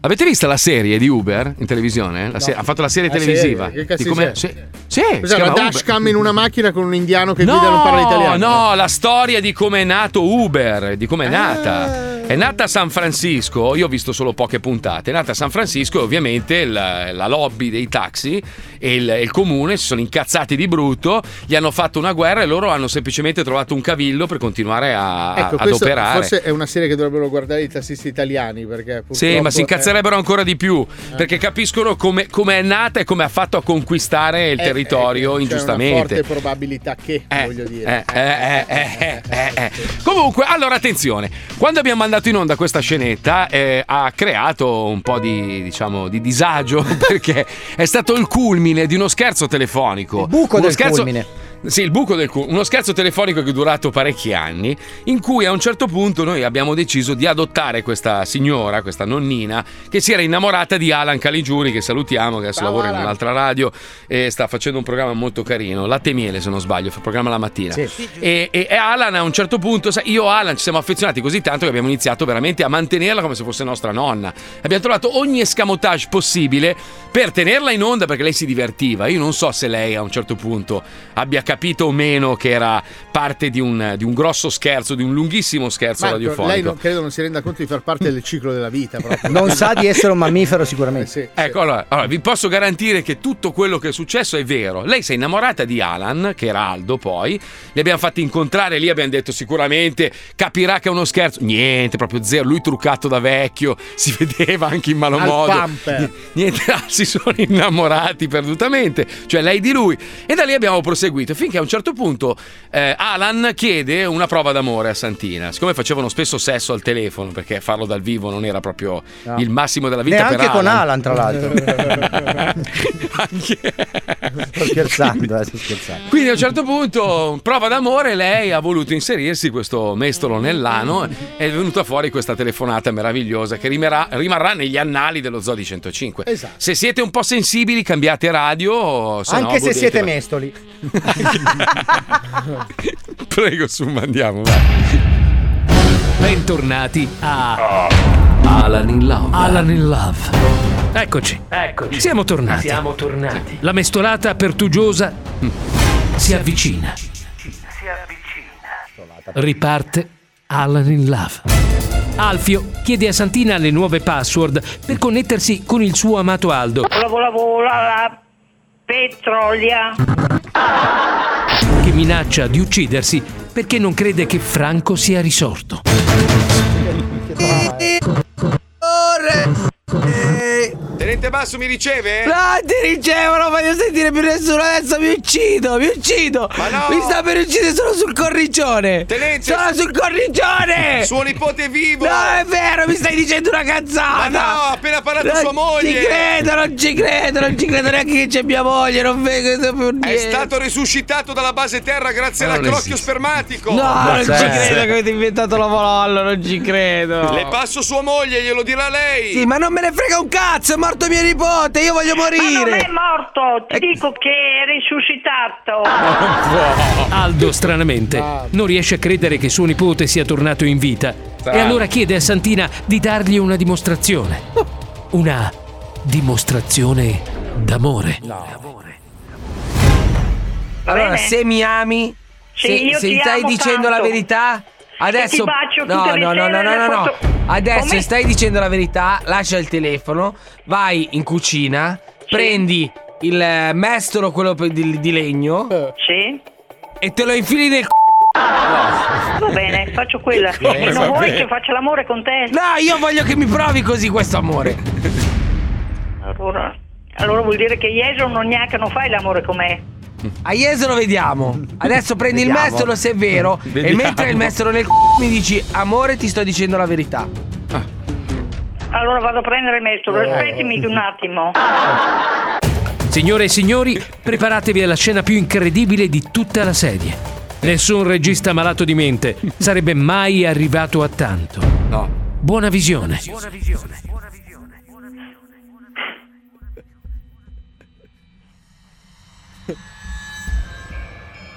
B: Avete visto la serie di Uber in televisione? La se- Ha fatto la serie
H: La
B: televisiva.
H: serie? Che cazzo
B: Di come-
H: c'è?
B: Sì, sì, si
H: Cos'è,
B: chiama
H: una
B: Uber.
H: dashcam in una macchina con un indiano che
B: no,
H: guida e non parla l'italiano?
B: No, la storia di come è nato Uber, di
H: Ah.
B: come è nata. È nata a San Francisco, io ho visto solo poche puntate, è nata a San Francisco e ovviamente la, la lobby dei taxi e il, e il comune si sono incazzati di brutto, gli hanno fatto una guerra e loro hanno semplicemente trovato un cavillo per continuare a,
H: Ecco,
B: ad
H: questo
B: operare.
H: forse è una serie che dovrebbero guardare i tassisti italiani perché
B: Sì,
H: purtroppo- eh,
B: ma si incazzerebbero ancora di più perché capiscono come, come è nata e come ha fatto a conquistare il
H: Eh,
B: territorio
H: eh, C'è
B: ingiustamente.
H: una forte probabilità che, voglio dire.
B: Eh, eh, eh, eh, eh, eh. Comunque, allora attenzione, quando abbiamo mandato in onda questa scenetta eh, ha creato un po' di, diciamo, di disagio perché è stato il culmine di uno scherzo telefonico. Il
C: buco
B: uno
C: del culmine.
B: Sì, il buco del cu- uno scherzo telefonico che è durato parecchi anni, in cui a un certo punto noi abbiamo deciso di adottare questa signora, questa nonnina, che si era innamorata di Alan Caligiuri, che salutiamo, che adesso lavora in un'altra radio e sta facendo un programma molto carino, Latte e Miele se non sbaglio, fa il programma la mattina. E, e- e Alan a un certo punto, sai, io e Alan ci siamo affezionati così tanto che abbiamo iniziato veramente a mantenerla come se fosse nostra nonna. Abbiamo trovato ogni escamotage possibile per tenerla in onda perché lei si divertiva. Io non so se lei a un certo punto abbia capito o meno che era parte di un, di un grosso scherzo, di un lunghissimo scherzo
H: Marco,
B: radiofonico.
H: lei non, credo non si renda conto di far parte del ciclo della vita. proprio. Eh,
C: Non sa di essere un mammifero sicuramente.
B: Ecco, allora, allora, vi posso garantire che tutto quello che è successo è vero. Lei si è innamorata di Alan, che era Aldo poi, li abbiamo fatti incontrare lì, abbiamo detto sicuramente capirà che è uno scherzo. Niente, proprio zero, lui truccato da vecchio, si vedeva anche in malo
H: Al
B: modo.
H: pumper.
B: Niente, ah, si sono innamorati perdutamente, cioè lei di lui. E da lì abbiamo proseguito finché a un certo punto eh, Alan chiede una prova d'amore a Santina. Siccome facevano spesso sesso al telefono, perché farlo dal vivo non era proprio
C: No.
B: il massimo della vita
C: Neanche
B: per
C: con Alan, tra l'altro. Sto scherzando, eh, sto scherzando.
B: Quindi a un certo punto, prova d'amore, lei ha voluto inserirsi questo mestolo nell'ano è venuta fuori questa telefonata meravigliosa che rimarrà, rimarrà negli annali dello Zoo di 105.
C: Esatto.
B: Se siete un po' sensibili, cambiate radio. Se no,
C: Anche se
B: godetela.
C: siete mestoli.
B: Prego, su, mandiamo. Vai.
P: Bentornati a
A: Oh.
P: Alan in Love. Alan in Love. Eccoci. Eccoci. Siamo tornati. Siamo tornati. La mestolata pertugiosa mm, si avvicina. Riparte Alan in Love. Alfio chiede a Santina le nuove password per connettersi con il suo amato Aldo,
Q: Vola vola la petrolia.
P: che minaccia di uccidersi perché non crede che Franco sia risorto.
B: Tenente Basso mi riceve?
F: No, ti ricevo, non voglio sentire più nessuno adesso, mi uccido, mi uccido! Mi sta per uccidere solo sul cornicione! Sono sul cornicione!
B: Suo nipote è vivo!
F: No, è vero, mi stai dicendo una cazzata!
P: Ma no, ha appena parlato
F: Non
P: sua moglie.
F: Ci credo, non ci credo, non ci credo neanche che c'è mia moglie, non vedo più niente!
P: È stato
B: risuscitato dalla base terra grazie
P: non all'accrocchio
B: spermatico!
F: No,
P: Ma
F: non ci
P: certo.
F: credo che avete inventato la polollo, non ci credo!
P: Le
B: passo sua moglie, glielo dirà lei!
F: Sì, ma non me ne frega un cazzo, è morto mio nipote, io voglio morire! Ecco.
Q: Ma non è morto, ti dico che è risuscitato.
P: Aldo, stranamente, non riesce a credere che suo nipote sia tornato in vita e allora chiede a Santina di dargli una dimostrazione. Una dimostrazione d'amore.
F: Allora, se mi ami,
Q: Sì,
F: se,
Q: io
F: se
Q: ti
F: stai
Q: amo
F: dicendo la
Q: tanto.
F: verità,
R: Adesso.
Q: e ti bacio
R: no,
Q: tutte le
R: no, no, no, no,
Q: sere nella
R: no, no.
Q: foto-
R: Adesso
Q: Come?
R: stai dicendo la verità, lascia il telefono, vai in cucina, prendi il eh, mestolo, quello pe- di, di legno.
Q: Sì.
R: E te lo infili nel c***o.
Q: Va bene, Eh, faccio quella.
R: Come?
Q: e non
R: Va
Q: vuoi
R: bene.
Q: che faccia l'amore con te?
R: No, io voglio che mi provi così questo amore.
Q: Allora, allora vuol dire che Ieso non neanche non fai l'amore con me.
R: A Ieso lo vediamo. Adesso prendi
Q: Vediamo.
R: il mestolo se è vero.
Q: Vediamo.
R: E mentre il mestolo nel c***o mi dici, amore, ti sto dicendo la verità.
Q: Allora vado a prendere il mestolo,
R: Eh.
Q: aspettami un attimo.
P: Signore e signori, preparatevi alla scena più incredibile di tutta la serie. Nessun regista malato di mente sarebbe mai arrivato a tanto. No. Buona visione.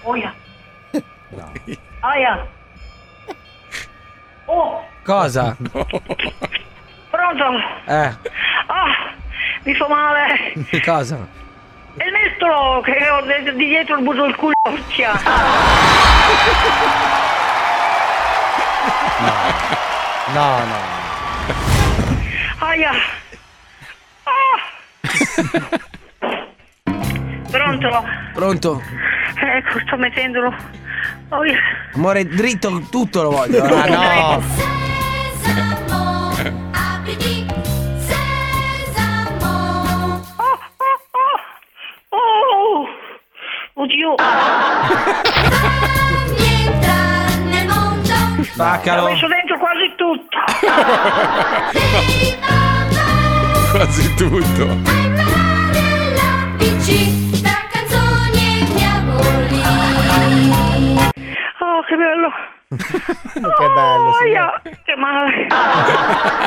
Q: Oia. Aia. Oh,
R: Cosa?
Q: pronto?
R: Eh,
Q: Ah, mi fa male.
R: cosa?
Q: È il mestolo che ho de- di dietro il buso del culo. Tia.
E: No, no.
Q: Aia. Ah. Pronto?
R: Pronto?
Q: Ecco, sto mettendolo. Oh, Oia.
R: Amore, dritto, tutto lo voglio. eh.
Q: Ah, Oh, oddio.
R: Spaccalo.
B: Ah,
Q: Ho messo dentro quasi tutto.
B: Quasi tutto.
F: PC da canzoni e Ah, diavoli.
Q: Oh, che bello.
E: Che bello.
Q: Aia, che male.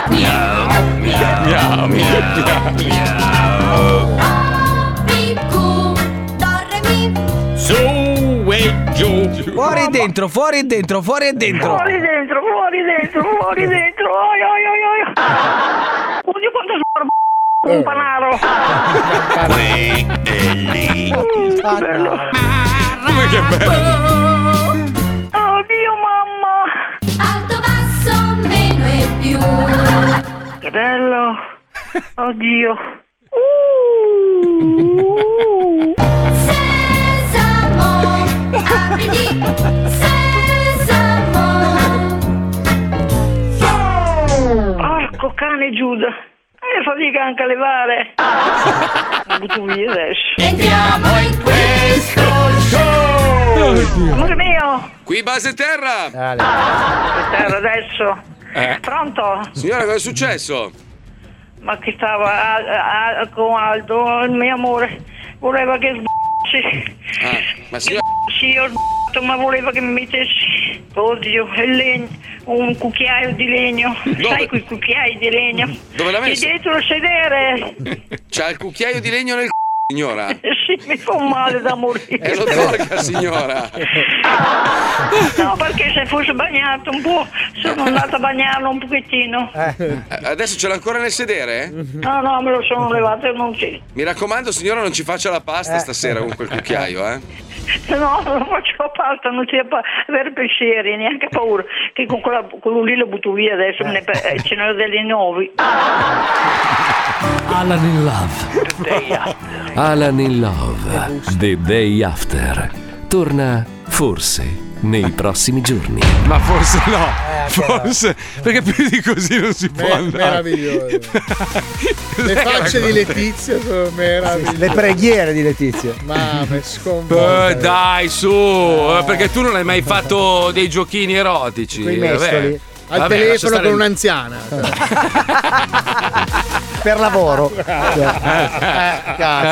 B: Miau, miau, miau, miau.
R: Su e giù. Fuori e dentro, fuori e dentro, fuori e dentro.
Q: Fuori dentro, fuori dentro, fuori dentro. Oi, oi, oi, oi. Oddio quanto sbarbo un panaro.
F: Qui e lì.
B: Come che bello.
Q: Oddio Oh, mamma.
F: Alto, basso, meno e più.
Q: Che bello. Oddio.
F: Sesamo, apriti, sesamo.
Q: Porco cane Giuda. E fatica anche a levare. Mi butto via adesso.
F: Entriamo in questo
B: Oh,
Q: show. Amore mio.
B: Qui base terra.
Q: Terra adesso.
B: Eh.
Q: Pronto?
B: Signora, cosa è successo?
Q: Ma che stava a- a- con Aldo, il mio amore. Voleva che sbassi.
B: Ah, ma signora.
Q: Sì, ho sbagliato, ma voleva che mi mettessi, oddio, il legno, un cucchiaio di legno. Sai quei cucchiai di legno?
B: Dove l'ha
Q: Di
B: messo?
Q: dietro il sedere.
B: C'ha il cucchiaio di legno nel c***o, signora.
H: Eh,
Q: Sì, mi fa male da morire.
B: E Eh, lo tolga, signora.
H: Eh.
Q: No, perché se fosse bagnato un po', sono andata a bagnarlo un pochettino.
B: Eh. Adesso ce l'ha ancora nel sedere?
H: Mm-hmm.
Q: No, no, me lo sono levato e non ci.
B: Mi raccomando, signora, non ci faccia la pasta
Q: Eh.
B: stasera con quel cucchiaio, eh.
Q: No, non faccio pasta, non c'è pa- avere pensieri, neanche paura. Che con quella, quello lì lo butto via adesso, me ne pe- eh, ce ne ho delle nuovi.
P: Alan in Love.
A: Alan in Love, The Day After, torna forse nei prossimi giorni.
B: Ma forse no, Ah.
F: Eh,
B: forse perché più di così non si può
H: Mer-
B: andare.
H: meraviglioso. Le
B: Era
H: facce di
B: contento.
H: Letizia sono meravigliose.
E: Le preghiere di Letizia.
H: Mamma, è
B: Eh,
H: sconvolta.
B: dai, su, eh, perché tu non hai mai fatto dei giochini erotici.
H: Quei
B: vabbè.
H: mestoli. Al
B: Vabbè,
H: telefono
B: lascia stare
H: con
B: il-
H: un'anziana.
E: per lavoro.
B: Eh,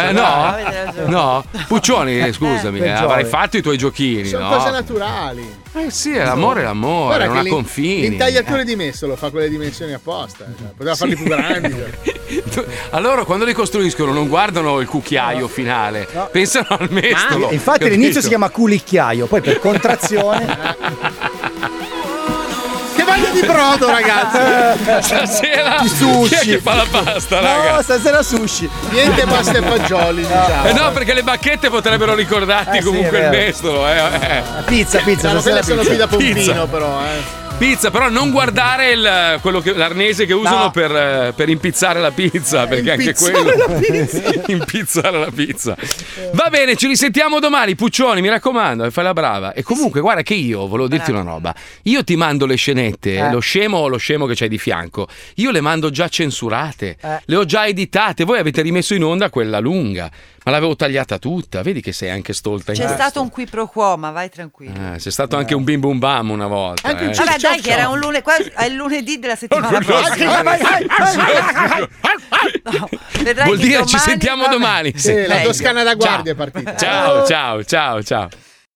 B: eh, no, no, Puccioni, scusami,
H: per
B: eh,
H: gioia.
B: avrai fatto i tuoi giochini,
H: Sono
B: no?
H: cose naturali.
B: Eh sì, l'amore è l'amore, non ha
H: l'in-
B: confini.
H: L'intagliatore di messolo fa quelle dimensioni apposta. cioè, poteva
B: Sì. Eh,
H: farli più grandi. cioè.
B: Allora, quando li costruiscono, non guardano il cucchiaio finale, pensano al mestolo.
E: Infatti l'inizio si chiama culicchiaio, poi per contrazione.
H: che voglia di di brodo, ragazzi.
B: Stasera
H: Di sushi.
B: eh, chi è che fa la pasta, raga?
E: No, stasera sushi.
H: Niente pasta e fagioli, diciamo.
B: Eh no, perché le bacchette potrebbero ricordarti
H: Eh sì,
B: comunque
H: è
B: il
H: vero. Ah,
B: mestolo. Eh. eh.
E: Pizza, pizza.
H: Sono
E: stasera
H: quelle sono qui da pompino,
B: Pizza.
H: però, eh.
B: Pizza, però non guardare il- quello che- l'arnese che usano per, eh, per impizzare la pizza, perché anche
F: impizzare
B: quello.
F: la pizza.
B: impizzare la pizza. Va bene, ci risentiamo domani, Puccioni, mi raccomando, e fai la brava. E comunque, guarda che io volevo dirti una roba. Io ti mando le scenette,
F: Eh.
B: lo scemo o lo scemo che c'hai di fianco. Io le mando già censurate,
F: Eh.
B: le ho già editate. Voi avete rimesso in onda quella lunga, ma l'avevo tagliata tutta. Vedi che sei anche stolta in
J: C'è
B: questo.
J: stato un qui pro quo, ma vai tranquillo.
B: Eh, sei stato anche un bim bum bam una volta. eh.
J: Vabbè, dai, che era un lunedì, qua è il lunedì della settimana
B: Silenzio.
J: prossima. No, vedrai
B: Vuol
J: che
B: dire ci
J: domani-
B: sentiamo domani.
H: Sì, la Toscana da guardia è partita.
B: Ciao, ciao, ciao, ciao.